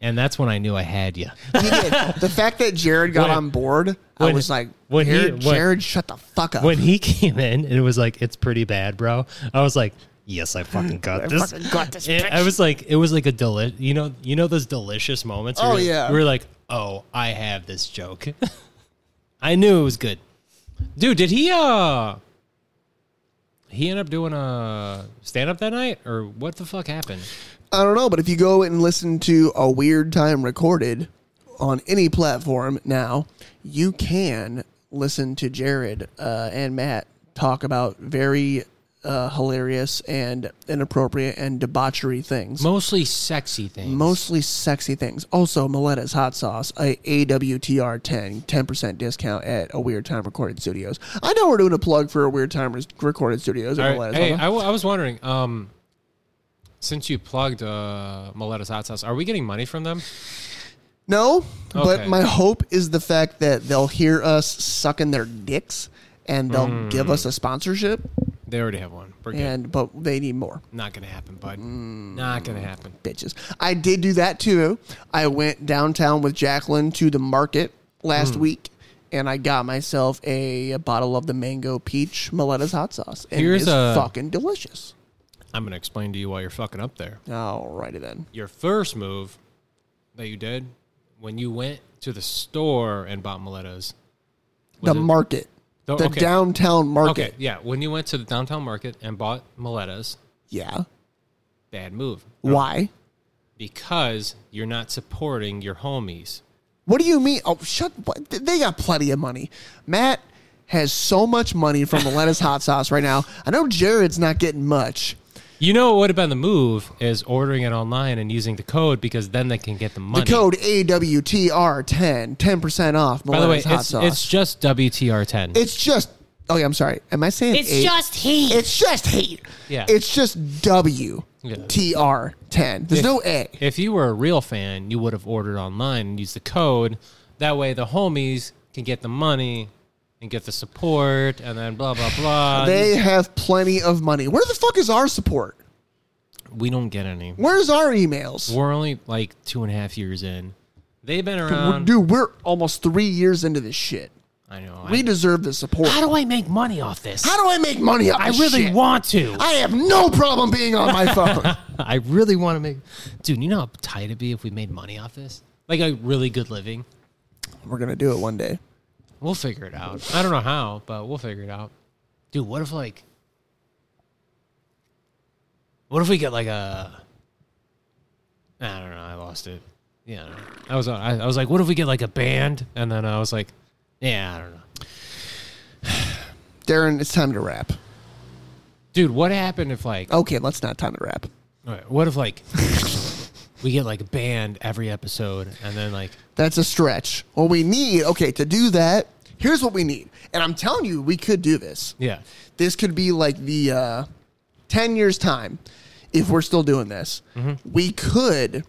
B: and that's when I knew I had you.
A: You did. the fact that Jared got
B: When-
A: on board, I
B: when-
A: was like,
B: when he-
A: Jared,
B: when-
A: Jared, shut the fuck up.
B: when he came in and it was like, "It's pretty bad, bro," I was like, "Yes, I fucking got this."
A: fucking got this
B: It- I
A: picture.
B: was like, it was like a deli- you know, you know those delicious moments. where
A: Oh,
B: you're-
A: yeah.
B: we're like, "Oh, I have this joke." I knew it was good, dude. Did he uh? He ended up doing a stand up that night, or what the fuck happened?
A: I don't know, but if you go and listen to a weird time recorded on any platform now, you can listen to Jared uh, and Matt talk about very uh, hilarious and inappropriate and debauchery things.
B: Mostly sexy things.
A: Mostly sexy things. Also, Miletta's Hot Sauce, a AWTR 10, 10% discount at A Weird Time Recorded Studios. I know we're doing a plug for A Weird Time Res- Recorded Studios.
H: All
A: At
H: right,
A: Miletta's
H: Hey,
A: Hot Sauce.
H: I, w- I was wondering, um, since you plugged uh, Miletta's Hot Sauce, are we getting money from them?
A: No,
H: Okay.
A: but my hope is the fact that they'll hear us sucking their dicks and they'll
H: Mm.
A: give us a sponsorship.
H: They already have one. We're good.
A: And but they need more
H: Not gonna happen, bud. Not gonna happen.
A: bitches. I did do that too. I went downtown with Jacqueline to the market
H: Mm.
A: last week. And I got myself a, bottle of the mango peach Miletta's hot sauce. And
H: Here's
A: it's
H: a-
A: fucking delicious.
H: I'm gonna explain to you why you're fucking up there.
A: Alrighty then.
H: Your first move that you did when you went to the store and bought Miletta's. was
A: the
H: it-
A: market.
H: The-
A: the
H: okay.
A: downtown market.
H: Okay, yeah. When you went to the downtown market and bought Miletta's,
A: Yeah.
H: bad move.
A: Why?
H: Because you're not supporting your homies.
A: What do you mean? Oh, shut! What? They got plenty of money. Matt has so much money from the lettuce hot sauce right now. I know Jared's not getting much.
H: You know what would have been the move is ordering it online and using the code because then they can get the money.
A: The code AWTR10, 10% off
H: By the way,
A: Miletta's hot
H: it's,
A: sauce.
H: it's
A: It's,
H: just WTR10.
A: just. Oh, yeah, I'm sorry. Am I saying
D: It's
A: eight?
D: just heat.
A: It's just hate.
H: Yeah.
A: It's just WTR10. There's no A.
H: if you were a real fan, you would have ordered online and used the code. That way, the homies can get the money and get the support, and then blah blah blah.
A: They have plenty of money. Where the fuck is our support?
H: we don't get any.
A: Where's our emails?
H: We're only like two and a half years in. They've been around.
A: Dude, we're almost three years into this shit.
H: I know.
A: We
H: I,
A: deserve the support.
B: How do I make money off this?
A: How do I make money off
B: I
A: this
B: really
A: shit?
B: want to.
A: I have no problem being on my phone.
B: I really want to make. Dude, you know how tight it'd be if we made money off this? Like a really good living.
A: We're gonna do it one day.
H: we'll figure it out. I don't know how, but we'll figure it out.
B: Dude, what if like. What if we get like a.
H: I don't know. I lost it. Yeah, I, don't know. I was. I, I was like, what if we get like a band? And then I was like, yeah, I don't know.
A: Darren, it's time to wrap.
H: Dude, what happened if like?
A: Okay, let's not time to wrap.
H: All right, what if like?
B: we get like banned every episode, and then like
A: That's a stretch. Well, we need, okay, to do that, here's what we need. And I'm telling you, we could do this.
B: yeah,
A: This could be like the uh, 10 years' time if we're still doing this.
B: Mm-hmm.
A: We could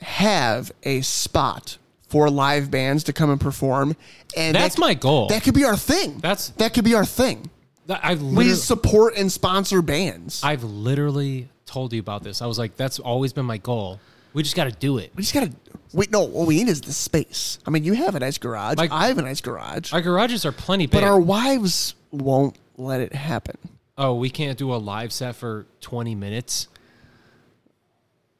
A: have a spot for live bands to come and perform. And
B: that's
A: that,
B: my goal.
A: That could be our thing.
B: That's
A: That could be our thing.
B: that- I've
A: We
B: literally,
A: support and sponsor bands.
B: I've literally told you about this. I was like, that's always been my goal. We just got to do it.
A: We just gotta. Wait, no. What we need is the space. I mean, you have a nice garage.
B: Like-
A: I have a nice garage,
B: Our garages are plenty big.
A: but our wives won't let it happen.
B: oh, we can't do a live set for twenty minutes.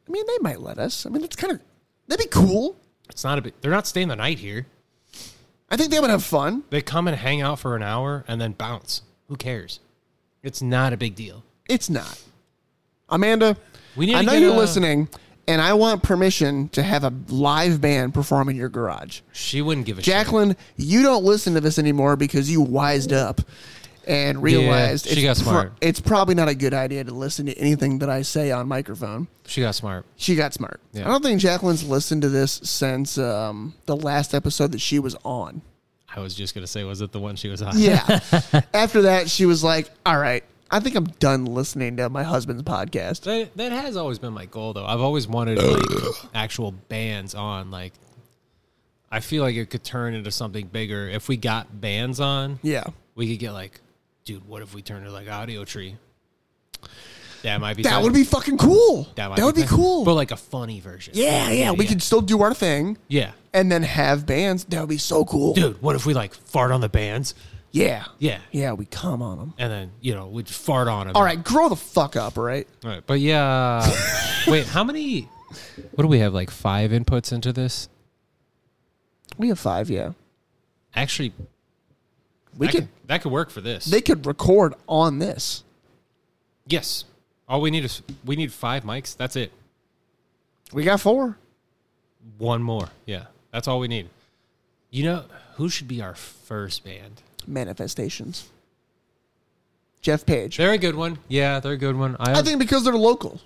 A: I mean, they might let us. I mean, it's kind of that'd be cool.
B: It's not a bit. They're not staying the night here.
A: I think they would have fun.
B: They come and hang out for an hour and then bounce. Who cares? It's not a big deal.
A: It's not. Amanda,
B: We need
A: I
B: to
A: know
B: get
A: you're
B: a-
A: listening, and I want permission to have a live band perform in your garage.
B: She wouldn't give a shit.
A: Jacqueline, you don't listen to this anymore because you wised up and realized
B: she got
A: it's,
B: smart.
A: it's probably not a good idea to listen to anything that I say on microphone.
B: She got smart.
A: She got smart.
B: Yeah.
A: I don't think Jacqueline's listened to this since um, the last episode that she was on.
B: I was just gonna say, was it the one she was on?
A: Yeah. After that, she was like, all right, I think I'm done listening to my husband's podcast.
B: That, that has always been my goal, though. I've always wanted like actual bands on. Like, I feel like it could turn into something bigger if we got bands on.
A: Yeah.
B: we could get like, dude, what if we turned it like Audio Tree? That might be
A: That
B: something-
A: would be fucking cool. That, would be,
B: something.
A: cool.
B: but like a funny version.
A: yeah, yeah, We could still do our thing
B: yeah,
A: and then have bands. That would be so cool.
B: dude. What if we like fart on the bands?
A: Yeah.
B: Yeah,
A: Yeah, we come on them.
B: and then you know we'd fart on them.
A: All right, grow the fuck up, all right?
B: All right, but yeah. Wait, how many? What do we have? Like five inputs into this?
A: We have five, yeah.
B: Actually,
A: We
B: that
A: could,
B: could that could work for this.
A: they could record on this.
B: yes. All we need is we need five mics. That's it.
A: We got four.
B: One more. Yeah, that's all we need. You know who should be our first band?
A: Manifestations. Jeff Page.
B: They're a good one. Yeah, they're a good one. I,
A: I think because they're local.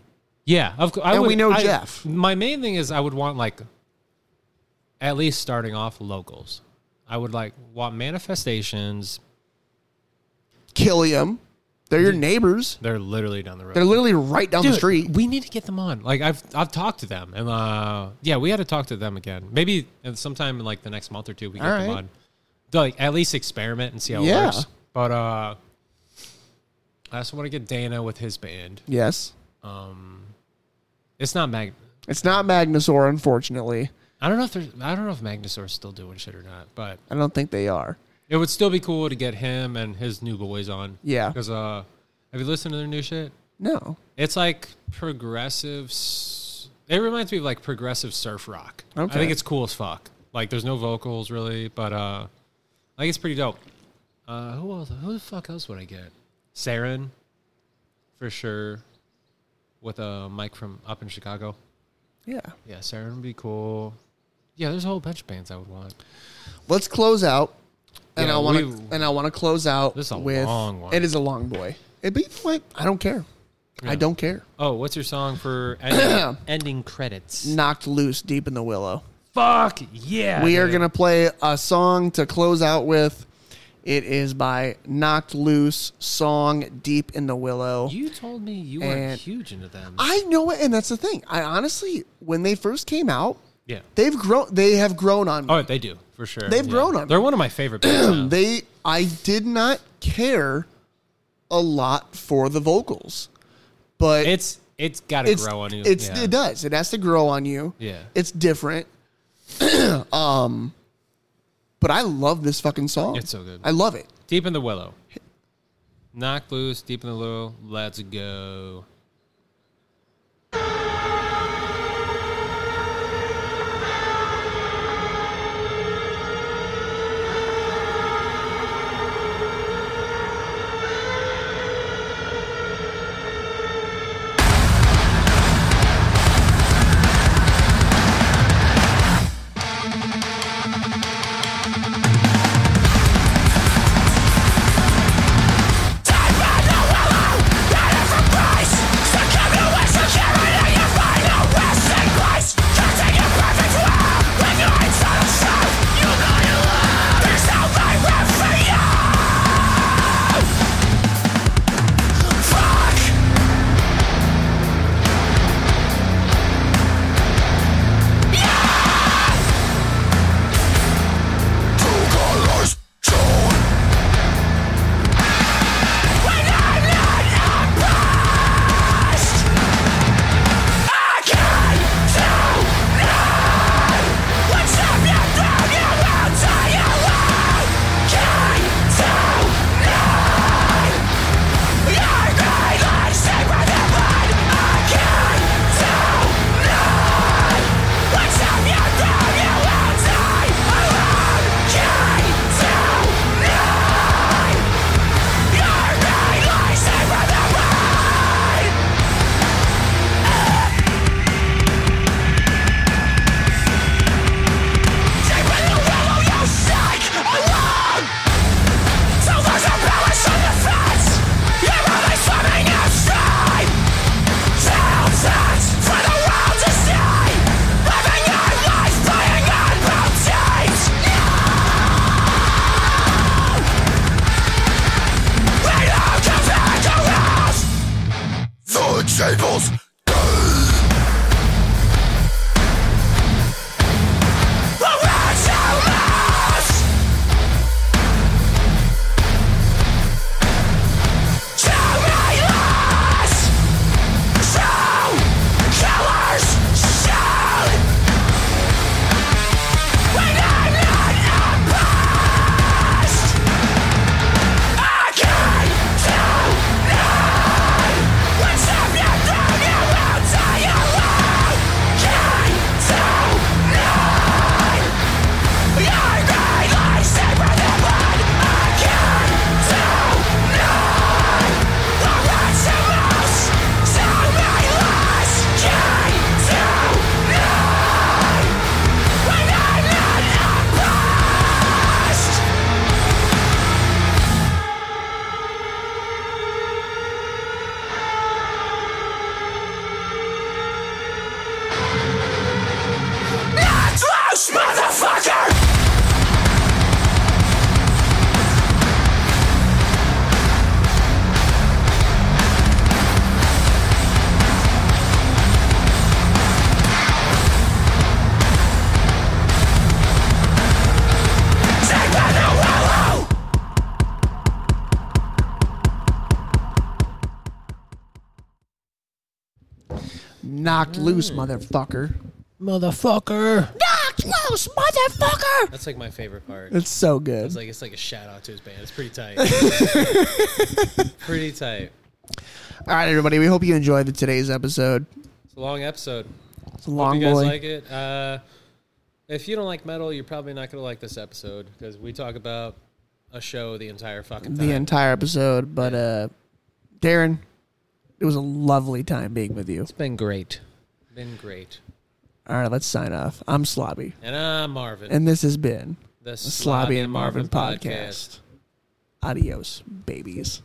B: Yeah, of course.
A: And we know Jeff.
B: My main thing is I would want like at least starting off locals. I would like want manifestations.
A: Killiam. They're your neighbors.
B: They're literally down the road.
A: They're literally right down the
B: Dude,
A: street.
B: We need to get them on. Like I've I've talked to them, and uh, yeah, we had to talk to them again. Maybe uh, sometime in like the next month or two, we get
A: All
B: them
A: right.
B: on. To, like at least experiment and see how
A: Yeah.
B: it works. But uh, I also want to get Dana with his band.
A: Yes.
B: It's not Mag.
A: It's not Magnusaur, unfortunately.
B: I don't know if there's. I don't know if Magnusaur's still doing shit or not, but
A: I don't think they are.
B: it would still be cool to get him and his new boys on.
A: Yeah.
B: because uh, have you listened to their new shit?
A: No.
B: It's like progressive. s- It reminds me of like progressive surf rock. I
A: Okay.
B: think it's cool as fuck. Like there's no vocals really, but uh, like it's pretty dope. Uh, who else? Who the fuck else would I get? Saren, for sure. With a mic from up in Chicago.
A: Yeah.
B: Yeah, Saren would be cool. Yeah, there's a whole bunch of bands I would want.
A: Let's close out. And
B: Yeah,
A: I want to
B: we-
A: and I want to close out
B: This is a
A: with
B: long one.
A: It is a long boy. It be what? I don't care. I don't care.
B: Oh, what's your song for ending, ending credits?
A: Knocked loose deep in the willow.
B: Fuck yeah!
A: we are
B: dude.
A: going to play a song to close out with. It is by Knocked Loose, song Deep in the Willow.
B: You told me you were
A: And-
B: huge into them.
A: I know it, and that's the thing. I honestly, when they first came out,
B: yeah.
A: they've grown. They have grown on me.
B: Oh, they do for sure.
A: They've grown on me.
B: They're one of my favorite bands. now.
A: They, I did not care a lot for the vocals, but
B: it's it's got to
A: it's,
B: grow on you.
A: It's
B: yeah.
A: it does. It has to grow on you.
B: Yeah.
A: it's different. um, but I love this fucking song.
B: It's so good.
A: I love it.
B: Deep in the willow, knock loose. Deep in the willow. Let's go.
D: Deep in the willow, that is a price. tables. Close, motherfucker!
A: Knocked loose, motherfucker.
N: Motherfucker.
D: Not close, motherfucker!
B: That's like my favorite part.
A: It's so good.
B: It's like it's like a shout out to his band. It's pretty tight. pretty tight.
A: All right, everybody. We hope you enjoyed the today's episode.
B: It's a long episode.
A: It's a long
B: Hope you guys
A: boy.
B: like it. Uh, if you don't like metal, you're probably not gonna like this episode because we talk about a show the entire fucking time.
A: the entire episode, but uh, Darren, it was a lovely time being with you. It's
N: been great.
B: Been great.
A: All right, let's sign off. I'm Slobby,
B: And I'm Marvin.
A: and this has been
B: The
A: Slobby and Marvin,
B: Marvin
A: podcast. Adios, babies.